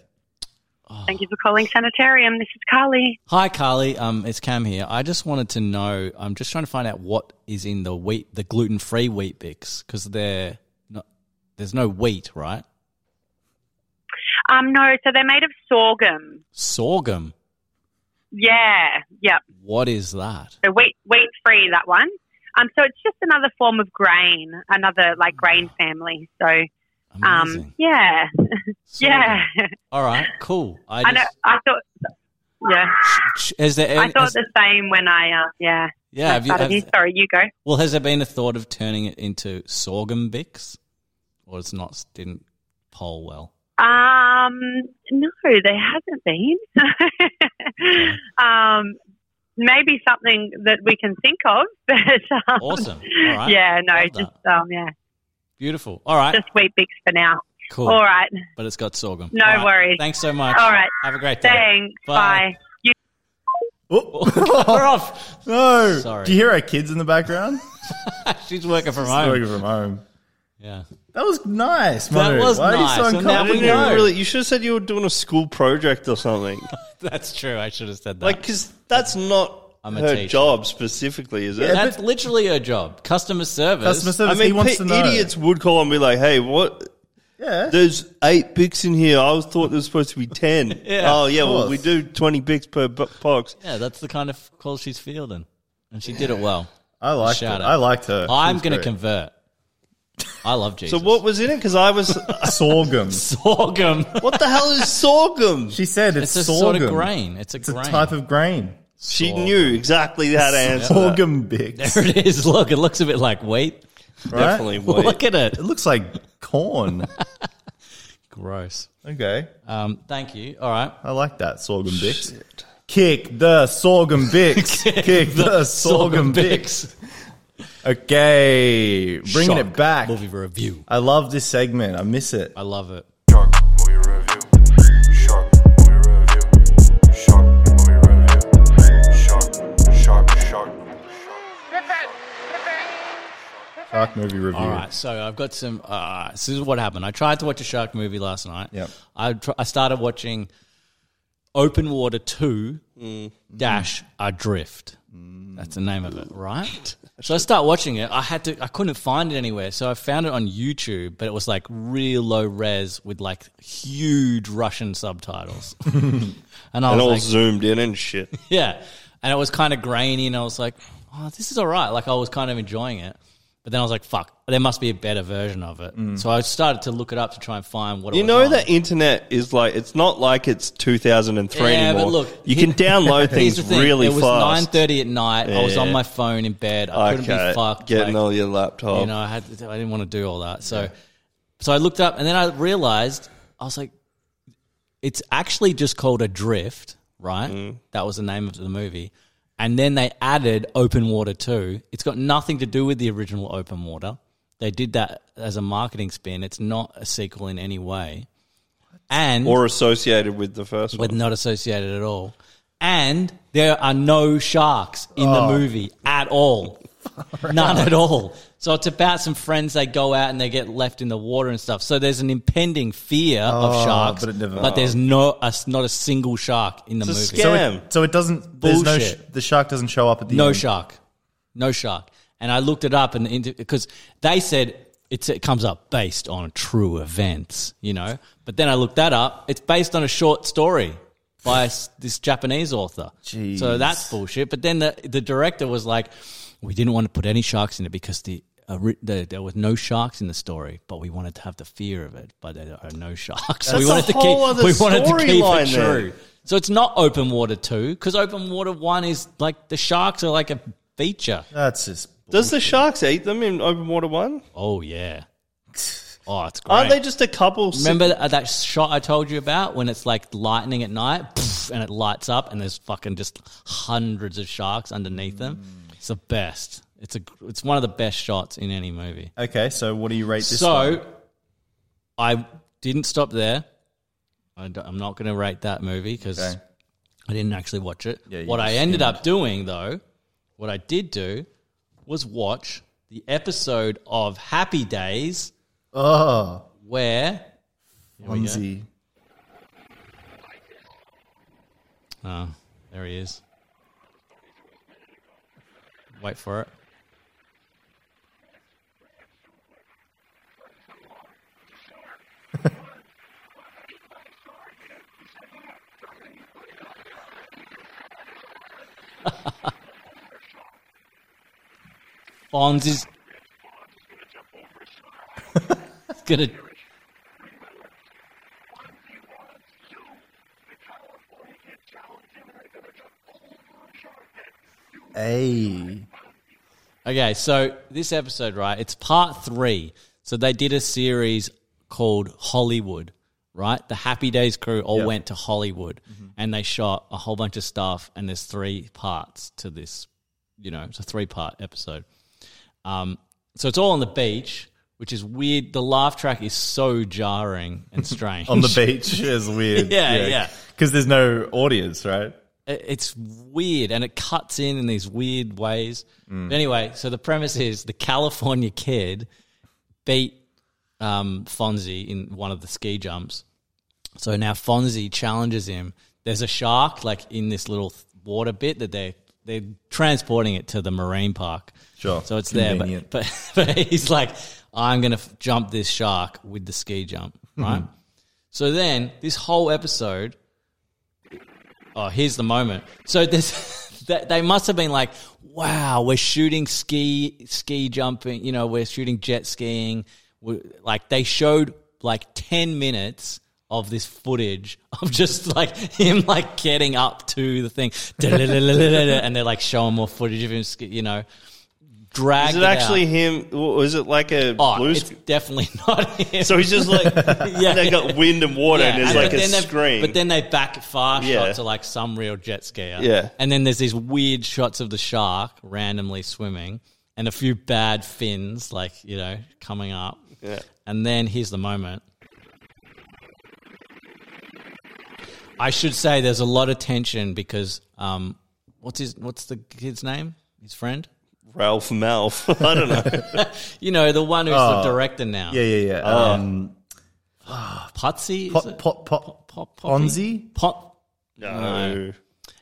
[SPEAKER 11] Thank you for calling Sanitarium. This is Carly.
[SPEAKER 5] Hi, Carly. Um, it's Cam here. I just wanted to know. I'm just trying to find out what is in the wheat, the gluten-free wheat bix, because they're not. There's no wheat, right?
[SPEAKER 11] Um, no, so they're made of sorghum.
[SPEAKER 5] Sorghum.
[SPEAKER 11] Yeah, yep.
[SPEAKER 5] What is that?
[SPEAKER 11] So wheat, wheat free, that one. Um, so it's just another form of grain, another like grain family. So, um,
[SPEAKER 5] Amazing.
[SPEAKER 11] yeah, yeah.
[SPEAKER 5] All right, cool. I,
[SPEAKER 11] I, know.
[SPEAKER 5] just,
[SPEAKER 11] I thought, yeah.
[SPEAKER 5] sh- is there
[SPEAKER 11] I
[SPEAKER 5] any,
[SPEAKER 11] thought
[SPEAKER 5] has-
[SPEAKER 11] the same when I, uh, yeah.
[SPEAKER 5] Yeah,
[SPEAKER 11] I
[SPEAKER 5] have you-
[SPEAKER 11] started
[SPEAKER 5] have-
[SPEAKER 11] you- sorry, you go.
[SPEAKER 5] well, has there been a thought of turning it into sorghum bix, or it's not didn't poll well?
[SPEAKER 11] Um, no, there hasn't been. um, maybe something that we can think of. But, um,
[SPEAKER 5] Awesome. All right.
[SPEAKER 11] Yeah, no,
[SPEAKER 5] Love
[SPEAKER 11] just um, yeah,
[SPEAKER 5] Beautiful. All right,
[SPEAKER 11] just wheat bix for now.
[SPEAKER 5] cool.
[SPEAKER 11] All right.
[SPEAKER 5] but it's got sorghum.
[SPEAKER 11] No
[SPEAKER 5] All right.
[SPEAKER 11] worries.
[SPEAKER 5] Thanks so much.
[SPEAKER 11] All right.
[SPEAKER 5] have a great day.
[SPEAKER 11] Thanks. Bye. You-
[SPEAKER 5] We're off.
[SPEAKER 2] Oh! No.
[SPEAKER 5] Oh. Sorry.
[SPEAKER 2] Do you hear our kids in the background?
[SPEAKER 5] She's working from
[SPEAKER 2] She's
[SPEAKER 5] home.
[SPEAKER 2] Working from home.
[SPEAKER 5] Yeah.
[SPEAKER 2] That was nice.
[SPEAKER 5] That
[SPEAKER 2] Manu.
[SPEAKER 5] was
[SPEAKER 2] Why
[SPEAKER 5] nice,
[SPEAKER 2] Are you so
[SPEAKER 5] and now
[SPEAKER 2] uncomfortable?
[SPEAKER 5] we know.
[SPEAKER 3] Really, you should have said you were doing a school project or something.
[SPEAKER 5] That's true. I should have said that.
[SPEAKER 3] like, because that's not
[SPEAKER 5] I'm a
[SPEAKER 3] her
[SPEAKER 5] teacher.
[SPEAKER 3] job specifically, is it?
[SPEAKER 5] that's literally her job. Customer service.
[SPEAKER 3] I mean, pe- idiots would call and be like, "Hey, what?
[SPEAKER 2] Yeah.
[SPEAKER 3] There's eight bics in here. I was thought there was supposed to be ten.
[SPEAKER 5] Yeah,
[SPEAKER 3] oh yeah,
[SPEAKER 5] of
[SPEAKER 3] well
[SPEAKER 5] course.
[SPEAKER 3] we do twenty bics per bu- box.
[SPEAKER 5] Yeah, that's the kind of call she's fielding, and she did it well.
[SPEAKER 2] I liked
[SPEAKER 5] Shout
[SPEAKER 2] it.
[SPEAKER 5] out.
[SPEAKER 2] I liked her. She
[SPEAKER 5] I'm
[SPEAKER 2] was
[SPEAKER 5] going to
[SPEAKER 2] great.
[SPEAKER 5] convert. I love Jesus.
[SPEAKER 3] So what was in it? Because I was.
[SPEAKER 2] Sorghum.
[SPEAKER 5] sorghum.
[SPEAKER 3] what the hell is sorghum?
[SPEAKER 2] She said it's,
[SPEAKER 5] It's a
[SPEAKER 2] sorghum.
[SPEAKER 5] sort of grain. It's a
[SPEAKER 2] It's a
[SPEAKER 5] grain.
[SPEAKER 2] type of grain.
[SPEAKER 3] She knew exactly how to answer. that.
[SPEAKER 2] Sorghum bix.
[SPEAKER 5] There it is. Look, it looks a bit like wheat.
[SPEAKER 2] Right?
[SPEAKER 3] Definitely wheat.
[SPEAKER 5] Look at it.
[SPEAKER 2] It looks like corn.
[SPEAKER 5] Gross.
[SPEAKER 2] okay.
[SPEAKER 5] Um, thank you. All right.
[SPEAKER 2] I like that sorghum bix. Kick the sorghum bix. Kick the sorghum bix. Okay, bringing it
[SPEAKER 5] Shock.
[SPEAKER 2] back.
[SPEAKER 5] Movie review.
[SPEAKER 2] I love this segment. I miss it.
[SPEAKER 5] I love it.
[SPEAKER 2] Shark movie review.
[SPEAKER 5] All right, so I've got some. Uh, this is what happened. I tried to watch a shark movie last night.
[SPEAKER 2] Yep.
[SPEAKER 5] I tr- I started watching Open Water Two Dash Adrift. That's the name of it, right? so I start watching it. I had to. I couldn't find it anywhere, so I found it on YouTube, but it was like real low res with like huge Russian subtitles, and I
[SPEAKER 3] and
[SPEAKER 5] was
[SPEAKER 3] all
[SPEAKER 5] like,
[SPEAKER 3] zoomed in and shit.
[SPEAKER 5] yeah. And it was kind of grainy, and I was like, oh, this is all right. Like, I was kind of enjoying it. But then I was like, fuck, there must be a better version of it.
[SPEAKER 3] Mm.
[SPEAKER 5] So I started to look it up to try and find what it
[SPEAKER 3] You
[SPEAKER 5] was
[SPEAKER 3] know
[SPEAKER 5] on.
[SPEAKER 3] the internet is like it's not like it's 2003
[SPEAKER 5] Yeah, but
[SPEAKER 3] anymore.
[SPEAKER 5] look,
[SPEAKER 3] you
[SPEAKER 5] he-
[SPEAKER 3] can download
[SPEAKER 5] Here's
[SPEAKER 3] things
[SPEAKER 5] the thing.
[SPEAKER 3] really
[SPEAKER 5] It was
[SPEAKER 3] fast.
[SPEAKER 5] 9.30 at night. I was
[SPEAKER 3] Yeah.
[SPEAKER 5] on my phone in bed. I couldn't
[SPEAKER 3] okay,
[SPEAKER 5] be fucked.
[SPEAKER 3] getting
[SPEAKER 5] Like,
[SPEAKER 3] all your laptop.
[SPEAKER 5] You know, I had I didn't want to do all that. So so I looked up and then I realized I was like it's actually just called Adrift, right? That was the name of the movie. And then they added Open Water 2. It's got nothing to do with the original Open Water. They did that as a marketing spin. It's not a sequel in any way. And
[SPEAKER 3] or associated with the first
[SPEAKER 5] but
[SPEAKER 3] one.
[SPEAKER 5] not associated at all. And there are no sharks in
[SPEAKER 2] Oh.
[SPEAKER 5] the movie at all. None at all. So it's about some friends they go out and they get left in the water and stuff. So there's an impending fear
[SPEAKER 2] Oh,
[SPEAKER 5] of sharks,
[SPEAKER 2] but it never-
[SPEAKER 5] there's no a, not a single shark in the
[SPEAKER 3] It's a
[SPEAKER 5] movie.
[SPEAKER 3] scam.
[SPEAKER 2] So it, so it doesn't. There's no. Sh-
[SPEAKER 5] Bullshit.
[SPEAKER 2] the shark doesn't show up at the
[SPEAKER 5] No
[SPEAKER 2] end.
[SPEAKER 5] shark. No shark. And I looked it up and because they said it's, it comes up based on true events, you know. But then I looked that up. It's based on a short story by s- this Japanese author.
[SPEAKER 2] Jeez.
[SPEAKER 5] So that's bullshit. But then the, the director was like, we didn't want to put any sharks in it because the, uh, ri- the there was no sharks in the story, but we wanted to have the fear of it. But there are no sharks. so
[SPEAKER 3] That's
[SPEAKER 5] we wanted
[SPEAKER 3] a
[SPEAKER 5] to
[SPEAKER 3] whole
[SPEAKER 5] keep
[SPEAKER 3] other
[SPEAKER 5] we wanted to keep it
[SPEAKER 3] storyline there.
[SPEAKER 5] true. So it's not open water two because open water one is like the sharks are like a feature.
[SPEAKER 2] That's just.
[SPEAKER 3] Does the sharks eat them in open water one?
[SPEAKER 5] Oh yeah. Oh, it's great.
[SPEAKER 3] Aren't they just a couple? si-
[SPEAKER 5] Remember that, that shot I told you about when it's like lightning at night poof, and it lights up and there's fucking just hundreds of sharks underneath them.
[SPEAKER 3] Mm.
[SPEAKER 5] It's the best. It's a it's one of the best shots in any movie.
[SPEAKER 2] Okay, so what do you rate this? one?
[SPEAKER 5] so I didn't stop there. I don't- I'm not going to rate that movie because
[SPEAKER 2] Okay.
[SPEAKER 5] I didn't actually watch it.
[SPEAKER 2] Yeah, you
[SPEAKER 5] what I
[SPEAKER 2] just
[SPEAKER 5] ended up doing, though, what I did do was watch the episode of Happy Days
[SPEAKER 2] Oh,
[SPEAKER 5] where. Here we go.
[SPEAKER 2] onesie.
[SPEAKER 5] Oh, there he is. Wait for it. Bonds is gonna.
[SPEAKER 2] Hey.
[SPEAKER 5] Okay, so this episode, right? It's part three. So they did a series called Hollywood, right? The Happy Days crew all
[SPEAKER 13] Yep.
[SPEAKER 5] went to Hollywood and they shot a whole bunch of stuff. And there's three parts to this, you know, it's a three part episode. Um, so it's all on the beach, which is weird. The laugh track is so jarring and strange
[SPEAKER 2] on the beach is weird.
[SPEAKER 5] yeah, yeah.
[SPEAKER 2] Because there's no audience, right?
[SPEAKER 5] It- It's weird and it cuts in in these weird ways.
[SPEAKER 2] Mm.
[SPEAKER 5] But anyway, so the premise is the California kid beat um, Fonzie in one of the ski jumps. So now Fonzie challenges him. There's a shark like in this little th- water bit that they they're transporting it to the marine park.
[SPEAKER 2] Sure.
[SPEAKER 5] So it's there,
[SPEAKER 2] Convenient.
[SPEAKER 5] but, but but he's like, I'm gonna f- jump this shark with the ski jump,
[SPEAKER 2] Mm-hmm.
[SPEAKER 5] right?
[SPEAKER 13] Mhm.
[SPEAKER 5] So then this whole episode Oh, here's the moment. So there's that they must have been like, wow, we're shooting ski ski jumping. You know, we're shooting jet skiing. we like they showed like ten minutes of this footage of just like him like getting up to the thing, and they're like showing more footage of him. ski- You know. Dragged
[SPEAKER 3] Is it actually him? Was it like a
[SPEAKER 5] Oh,
[SPEAKER 3] blue
[SPEAKER 5] it's definitely not him.
[SPEAKER 3] So he's just like,
[SPEAKER 5] Yeah.
[SPEAKER 3] they got wind and water,
[SPEAKER 5] Yeah,
[SPEAKER 3] and there's
[SPEAKER 5] and
[SPEAKER 3] like
[SPEAKER 5] but
[SPEAKER 3] a
[SPEAKER 5] then they-
[SPEAKER 3] screen.
[SPEAKER 5] But then they back far
[SPEAKER 3] Yeah.
[SPEAKER 5] shot to like some real jet skier.
[SPEAKER 3] Yeah.
[SPEAKER 5] And then there's these weird shots of the shark randomly swimming and a few bad fins, like, you know, coming up.
[SPEAKER 3] Yeah.
[SPEAKER 5] And then here's the moment. I should say there's a lot of tension because um, what's his what's the kid's name? His friend?
[SPEAKER 3] Ralph Malph. I don't know.
[SPEAKER 5] you know, the one who's
[SPEAKER 3] Oh.
[SPEAKER 5] the director now.
[SPEAKER 2] Yeah, yeah, yeah.
[SPEAKER 5] Oh.
[SPEAKER 2] Um,
[SPEAKER 5] Potsy?
[SPEAKER 2] Pot- pot- pot- Ponzi?
[SPEAKER 5] Pot.
[SPEAKER 2] No.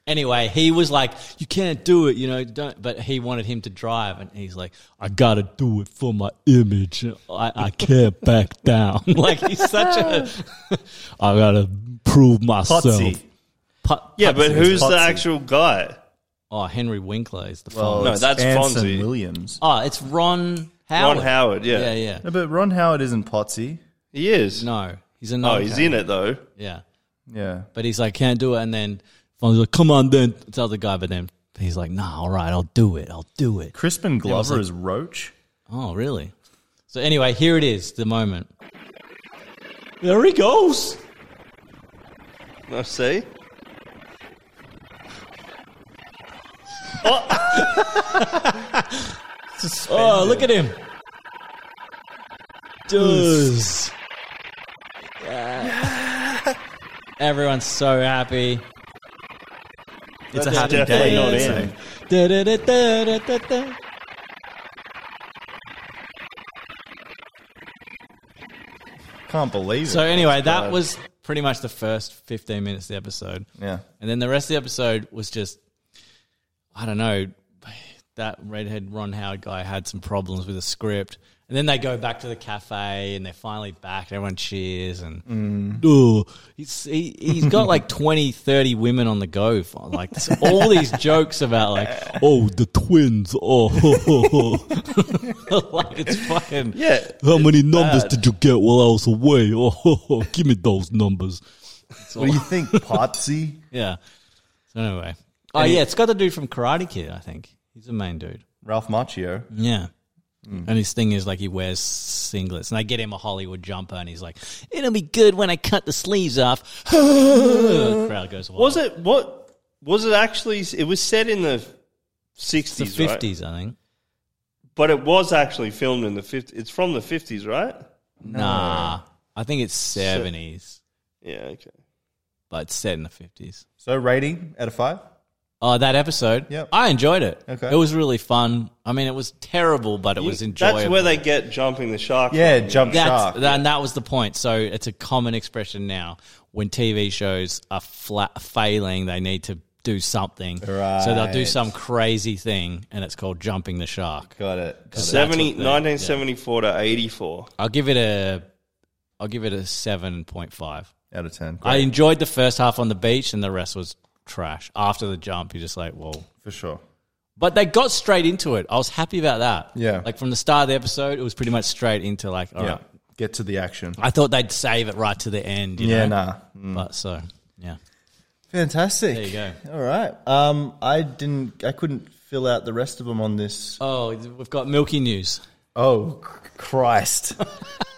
[SPEAKER 5] Anyway, he was like, "You can't do it," you know. Don't. But he wanted him to drive, and he's like, "I gotta do it for my image. I, I can't back down." like he's such a, I gotta prove myself.
[SPEAKER 3] Potsy. yeah, but who's the actual guy?
[SPEAKER 5] Oh, Henry Winkler is the
[SPEAKER 3] Well,
[SPEAKER 5] Fonzie.
[SPEAKER 3] No, it's that's Anson
[SPEAKER 2] Fonzie. Williams.
[SPEAKER 5] Oh, it's Ron Howard. yeah, yeah.
[SPEAKER 2] No, but Ron Howard isn't Potsy.
[SPEAKER 3] He is.
[SPEAKER 5] No, he's
[SPEAKER 3] Oh,
[SPEAKER 5] another.
[SPEAKER 3] he's
[SPEAKER 5] character.
[SPEAKER 3] in it though.
[SPEAKER 5] Yeah.
[SPEAKER 2] Yeah.
[SPEAKER 5] But he's like, can't do it. And then Fonzie's like, come on then. Tell the guy, but then he's like, nah, all right, I'll do it. I'll do it.
[SPEAKER 2] Crispin
[SPEAKER 5] And I was
[SPEAKER 2] Glover
[SPEAKER 5] like,
[SPEAKER 2] is Roach.
[SPEAKER 5] Oh, really? So anyway, here it is, the moment. There he goes.
[SPEAKER 3] I see.
[SPEAKER 5] Oh, look at him. Does. Yeah. Everyone's so happy. It's
[SPEAKER 13] That
[SPEAKER 5] a
[SPEAKER 13] is
[SPEAKER 5] happy
[SPEAKER 13] definitely
[SPEAKER 5] day.
[SPEAKER 13] not him.
[SPEAKER 5] Da-da-da-da-da-da-da.
[SPEAKER 2] Can't believe it.
[SPEAKER 5] So anyway, that
[SPEAKER 2] God.
[SPEAKER 5] was pretty much the first 15 minutes of the episode.
[SPEAKER 2] Yeah.
[SPEAKER 5] And then the rest of the episode was just I don't know, that redhead Ron Howard guy had some problems with the script. And then they go back to the cafe and they're finally back. Everyone cheers and
[SPEAKER 2] Mm.
[SPEAKER 5] Ugh. he's he, he's got like 20, 30 women on the go. For, like so all these jokes about like oh the twins oh like it's fucking
[SPEAKER 3] yeah.
[SPEAKER 13] How many
[SPEAKER 5] it's
[SPEAKER 13] numbers
[SPEAKER 5] bad.
[SPEAKER 13] did you get while I was away? Oh, give me those numbers.
[SPEAKER 5] What do you
[SPEAKER 2] think, Potsy?
[SPEAKER 5] yeah. So anyway, oh
[SPEAKER 2] Any-
[SPEAKER 5] yeah, it's got the dude from Karate Kid. I think he's the main dude.
[SPEAKER 2] Ralph Macchio.
[SPEAKER 5] Yeah.
[SPEAKER 2] Mm.
[SPEAKER 5] And his thing is like he wears singlets, and they get him a Hollywood jumper, and he's like, "It'll be good when I cut the sleeves off." the crowd goes wild.
[SPEAKER 3] Was it what? Was it actually? It was set in the sixties,
[SPEAKER 5] It's the 50s, I think.
[SPEAKER 3] But it was actually filmed in the 50s. It's from the fifties, right?
[SPEAKER 5] Nah, I think it's seventies,
[SPEAKER 3] Yeah. Okay.
[SPEAKER 5] but it's set in the fifties.
[SPEAKER 2] So rating out of five?
[SPEAKER 5] Oh, that episode.
[SPEAKER 2] Yep.
[SPEAKER 5] I enjoyed it.
[SPEAKER 2] Okay.
[SPEAKER 5] It was really fun. I mean, it was terrible, but it was enjoyable.
[SPEAKER 3] That's where they get jumping the shark. from.
[SPEAKER 5] That's- that- and that was the point. So it's a common expression now when TV shows are flat, failing, they need to do something. So they'll do
[SPEAKER 3] Right.
[SPEAKER 5] some crazy thing, and it's called jumping the shark.
[SPEAKER 2] Got it.
[SPEAKER 3] 70,
[SPEAKER 5] Seventy, nineteen
[SPEAKER 3] 1974 to 84.
[SPEAKER 5] I'll give it a, I'll give it a seven point five
[SPEAKER 2] out of ten.
[SPEAKER 5] I enjoyed the first half on the beach, and the rest was trash. After the jump, you're just like, whoa,
[SPEAKER 2] for sure.
[SPEAKER 5] But they got straight into it. I was happy about that.
[SPEAKER 2] Yeah.
[SPEAKER 5] Like from the start of the episode, it was pretty much straight into like, all right.
[SPEAKER 2] Yeah. Get to the action.
[SPEAKER 5] I thought they'd save it right to the end. You
[SPEAKER 2] Yeah,
[SPEAKER 5] know?
[SPEAKER 2] nah.
[SPEAKER 5] But so, yeah.
[SPEAKER 2] Fantastic.
[SPEAKER 5] There you go.
[SPEAKER 2] All right. Um, I didn't. I couldn't fill out the rest of them on this.
[SPEAKER 5] Oh, we've got Milky News.
[SPEAKER 2] Oh, c- Christ!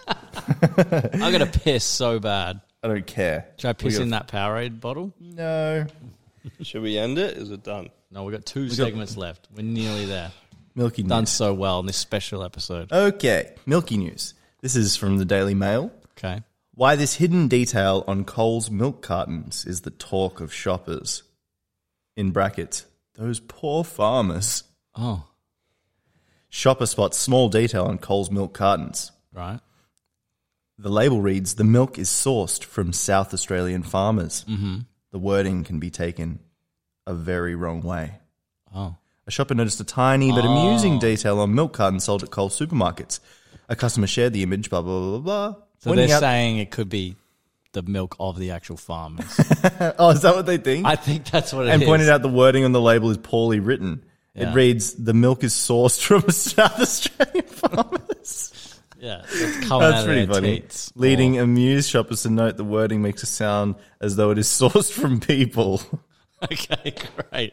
[SPEAKER 5] I'm gonna piss so bad.
[SPEAKER 2] I don't care.
[SPEAKER 5] Should I piss
[SPEAKER 3] We
[SPEAKER 5] in
[SPEAKER 3] got-
[SPEAKER 5] that Powerade bottle?
[SPEAKER 2] No.
[SPEAKER 3] Should we end it? Is it done?
[SPEAKER 5] No, we got two
[SPEAKER 3] We got-
[SPEAKER 5] segments left. We're nearly there.
[SPEAKER 2] Milky
[SPEAKER 5] done
[SPEAKER 2] News.
[SPEAKER 5] so well in this special episode.
[SPEAKER 2] Okay. Milky News. This is from the Daily Mail.
[SPEAKER 5] Okay.
[SPEAKER 2] Why this hidden detail on Coles milk cartons is the talk of shoppers. In brackets, those poor farmers.
[SPEAKER 5] Oh.
[SPEAKER 2] Shopper spots small detail on Coles milk cartons.
[SPEAKER 5] Right.
[SPEAKER 2] The label reads The milk is sourced from South Australian farmers.
[SPEAKER 5] Mhm.
[SPEAKER 2] The wording can be taken a very wrong way.
[SPEAKER 5] Oh.
[SPEAKER 2] A shopper noticed a tiny but
[SPEAKER 5] Oh.
[SPEAKER 2] amusing detail on milk cartons sold at Coles supermarkets. A customer shared the image, blah, blah, blah, blah, blah.
[SPEAKER 5] So
[SPEAKER 2] Pointing
[SPEAKER 5] they're
[SPEAKER 2] out-
[SPEAKER 5] saying it could be the milk of the actual farmers.
[SPEAKER 2] oh, is that what they think?
[SPEAKER 5] I think that's what it is.
[SPEAKER 2] and pointed out the wording on the label is poorly written.
[SPEAKER 5] Yeah.
[SPEAKER 2] It reads, "The milk is sourced from South Australian farmers."
[SPEAKER 5] Yeah, it's
[SPEAKER 2] Oh,
[SPEAKER 5] coming out of their teats.
[SPEAKER 2] Leading amused shoppers to note the wording makes a sound as though it is sourced from people.
[SPEAKER 5] Okay, great.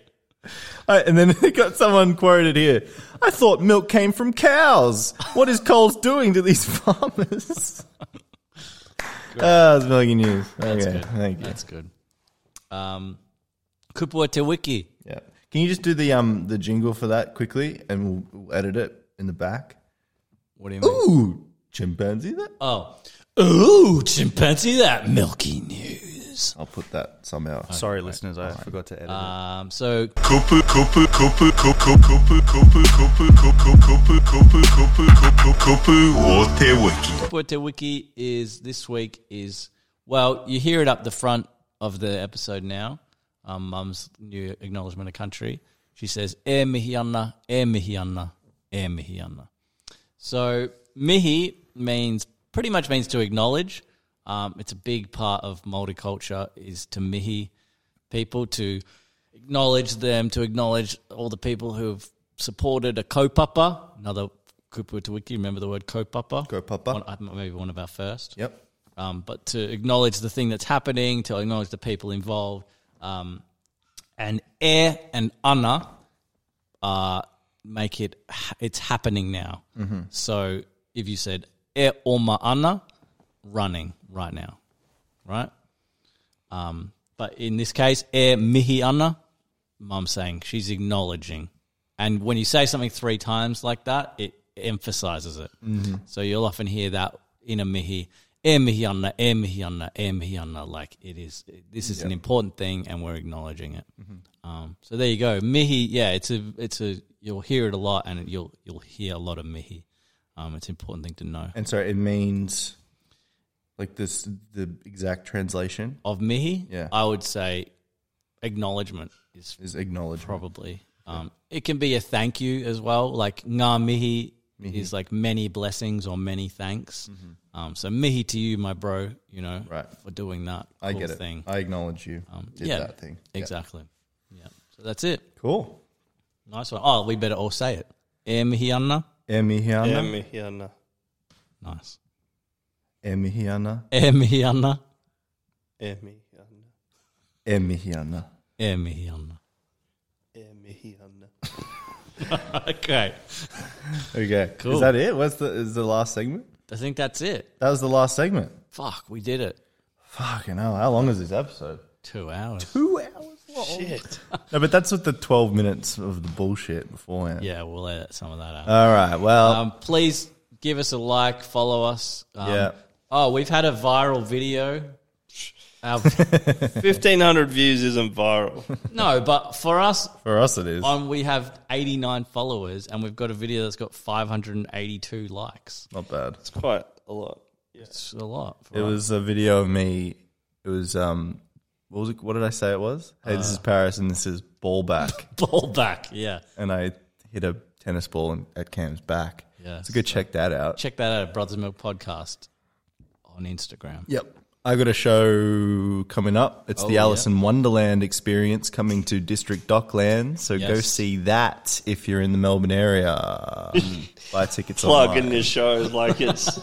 [SPEAKER 2] Uh, and then they got someone quoted here. I thought milk came from cows. What is Coles doing to these farmers? Ah, it's milky news. Okay,
[SPEAKER 5] That's good.
[SPEAKER 2] thank you.
[SPEAKER 5] That's good. Um, Kupua Te Wiki.
[SPEAKER 2] Yeah. Can you just do the um the jingle for that quickly, and we'll, we'll edit it in the back?
[SPEAKER 5] What do you
[SPEAKER 2] mean? Ooh, chimpanzee that.
[SPEAKER 5] Oh. Ooh, chimpanzee that milky news.
[SPEAKER 2] I'll put that somehow.
[SPEAKER 5] Sorry,
[SPEAKER 2] listeners, I forgot to edit
[SPEAKER 5] Um, so
[SPEAKER 14] Cooper, Cooper, Cooper, Cooper, Cooper, Cooper, Cooper, Cooper, Cooper, Cooper, Cooper, Cooper, Cooper, Wote Wiki.
[SPEAKER 5] Kupua Te Wiki is this week is well, you hear it up the front of the episode now. Um, Mum's new acknowledgement of country. She says, "E mihiana, e mihiana, e mihiana." So mihi means pretty much means to acknowledge. Um, it's a big part of Māori culture is to mihi people to acknowledge them, to acknowledge all the people who have supported a kopapa, another kupu to wiki. Remember the word kopapa? Kopapa, one, maybe one of our first.
[SPEAKER 2] Yep.
[SPEAKER 5] Um, but to acknowledge the thing that's happening, to acknowledge the people involved, um, and air and ana uh, make it ha- it's happening now.
[SPEAKER 2] Mhm.
[SPEAKER 5] So if you said e oma ana, running right now, right? Um, but in this case, e mihi ana, mum's saying she's acknowledging, and when you say something three times like that, it emphasizes it.
[SPEAKER 2] Mhm.
[SPEAKER 5] So you'll often hear that in a mihi. E mihi ana, e mihi ana, e mihi ana. Like it is, this is an
[SPEAKER 2] Yeah.
[SPEAKER 5] important thing, and we're acknowledging it. Um, so there you go, mihi. Yeah, it's a, it's a. You'll hear it a lot, and you'll you'll hear a lot of mihi. Um, it's an important thing to know.
[SPEAKER 2] And so it means like this the exact translation.
[SPEAKER 5] of mihi,
[SPEAKER 2] Yeah.
[SPEAKER 5] I would say acknowledgement is
[SPEAKER 2] is acknowledgement
[SPEAKER 5] probably. Um, it can be a thank you as well, like ngā mihi, is like many blessings or many thanks.
[SPEAKER 2] Mm-hmm.
[SPEAKER 5] Um, so mihi to you, my bro. You know, right. for doing that.
[SPEAKER 2] I
[SPEAKER 5] cool
[SPEAKER 2] get it.
[SPEAKER 5] Thing. Um,
[SPEAKER 2] I acknowledge you. did
[SPEAKER 5] yeah,
[SPEAKER 2] that thing. Yeah.
[SPEAKER 5] exactly. Yeah, so that's it.
[SPEAKER 2] Cool,
[SPEAKER 5] nice one. Oh, we better all say it. E mihi ana.
[SPEAKER 2] E mihi ana.
[SPEAKER 3] Emihiana.
[SPEAKER 5] Nice.
[SPEAKER 2] Emihiana.
[SPEAKER 5] E mihi ana.
[SPEAKER 3] Emi.
[SPEAKER 2] Emihiana.
[SPEAKER 5] E mihi ana. okay.
[SPEAKER 2] Okay.
[SPEAKER 5] Cool.
[SPEAKER 2] Is that it? What's the is the last segment?
[SPEAKER 5] I think that's it.
[SPEAKER 2] That was the last segment.
[SPEAKER 5] Fuck, we did it.
[SPEAKER 2] Fucking hell. How long is this episode?
[SPEAKER 5] Two hours.
[SPEAKER 2] Two hours long. Shit. No, but that's with the twelve minutes of the bullshit beforehand.
[SPEAKER 5] Yeah, we'll edit some of that out.
[SPEAKER 2] All right.
[SPEAKER 3] Oh.
[SPEAKER 2] Well,
[SPEAKER 5] um, please give us a like, follow us. Um,
[SPEAKER 2] Yeah.
[SPEAKER 5] Oh, we've had a viral video. Uh, Our,
[SPEAKER 3] 1,500 views isn't viral.
[SPEAKER 5] no, but for us,
[SPEAKER 2] For us it is.
[SPEAKER 5] On we have eighty nine followers, and we've got a video that's got five hundred and eighty two likes.
[SPEAKER 2] Not bad.
[SPEAKER 3] It's quite a lot.
[SPEAKER 5] It's a lot. for
[SPEAKER 2] It
[SPEAKER 5] us.
[SPEAKER 2] was a video of me. It was um, what was it? What did I say it was? Hey, this is Paris, and this is ball back.
[SPEAKER 5] ball back. Yeah.
[SPEAKER 2] And I hit a tennis ball in, at Cam's back.
[SPEAKER 5] Yeah,
[SPEAKER 2] so go check that out.
[SPEAKER 5] Check that out at Brothers Milk Podcast on Instagram.
[SPEAKER 2] Yep. I got a show coming up. It's
[SPEAKER 5] Oh,
[SPEAKER 2] the
[SPEAKER 5] yeah.
[SPEAKER 2] Alice in Wonderland experience coming to District Dockland. So go
[SPEAKER 3] Yes.
[SPEAKER 2] see that if you're in the Melbourne area. Buy tickets
[SPEAKER 3] Plug
[SPEAKER 2] online.
[SPEAKER 3] in this show is like it's.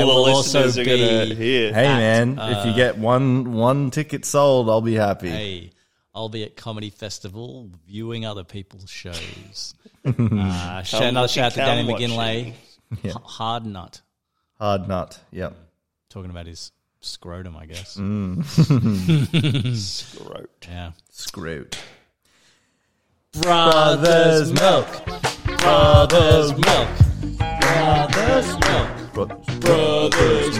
[SPEAKER 3] all the
[SPEAKER 5] will also
[SPEAKER 3] listeners are
[SPEAKER 5] be-
[SPEAKER 3] gonna hear.
[SPEAKER 2] Hey
[SPEAKER 5] at,
[SPEAKER 2] man, if you
[SPEAKER 5] uh,
[SPEAKER 2] get one one ticket sold, I'll be happy.
[SPEAKER 5] Hey, I'll be at comedy festival viewing other people's shows. uh, sh- another shout out to Danny
[SPEAKER 2] Come watch
[SPEAKER 5] McGinley.
[SPEAKER 2] it. Yeah.
[SPEAKER 5] H- Hard nut.
[SPEAKER 2] Hard nut. Yep.
[SPEAKER 5] Talking about his scrotum, I guess.
[SPEAKER 2] Mm.
[SPEAKER 3] Scrote.
[SPEAKER 5] Yeah.
[SPEAKER 2] Scrote.
[SPEAKER 5] Brothers milk. Brothers milk. Brothers milk. Brothers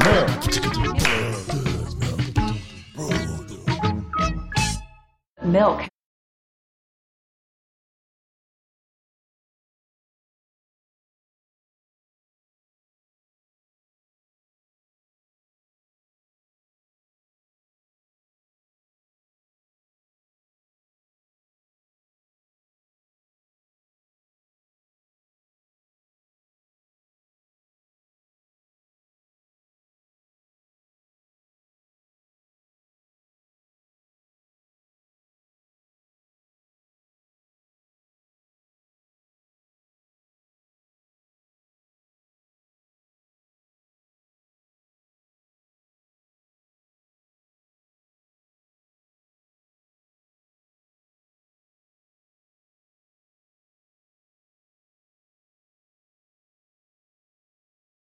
[SPEAKER 5] milk.
[SPEAKER 15] Milk.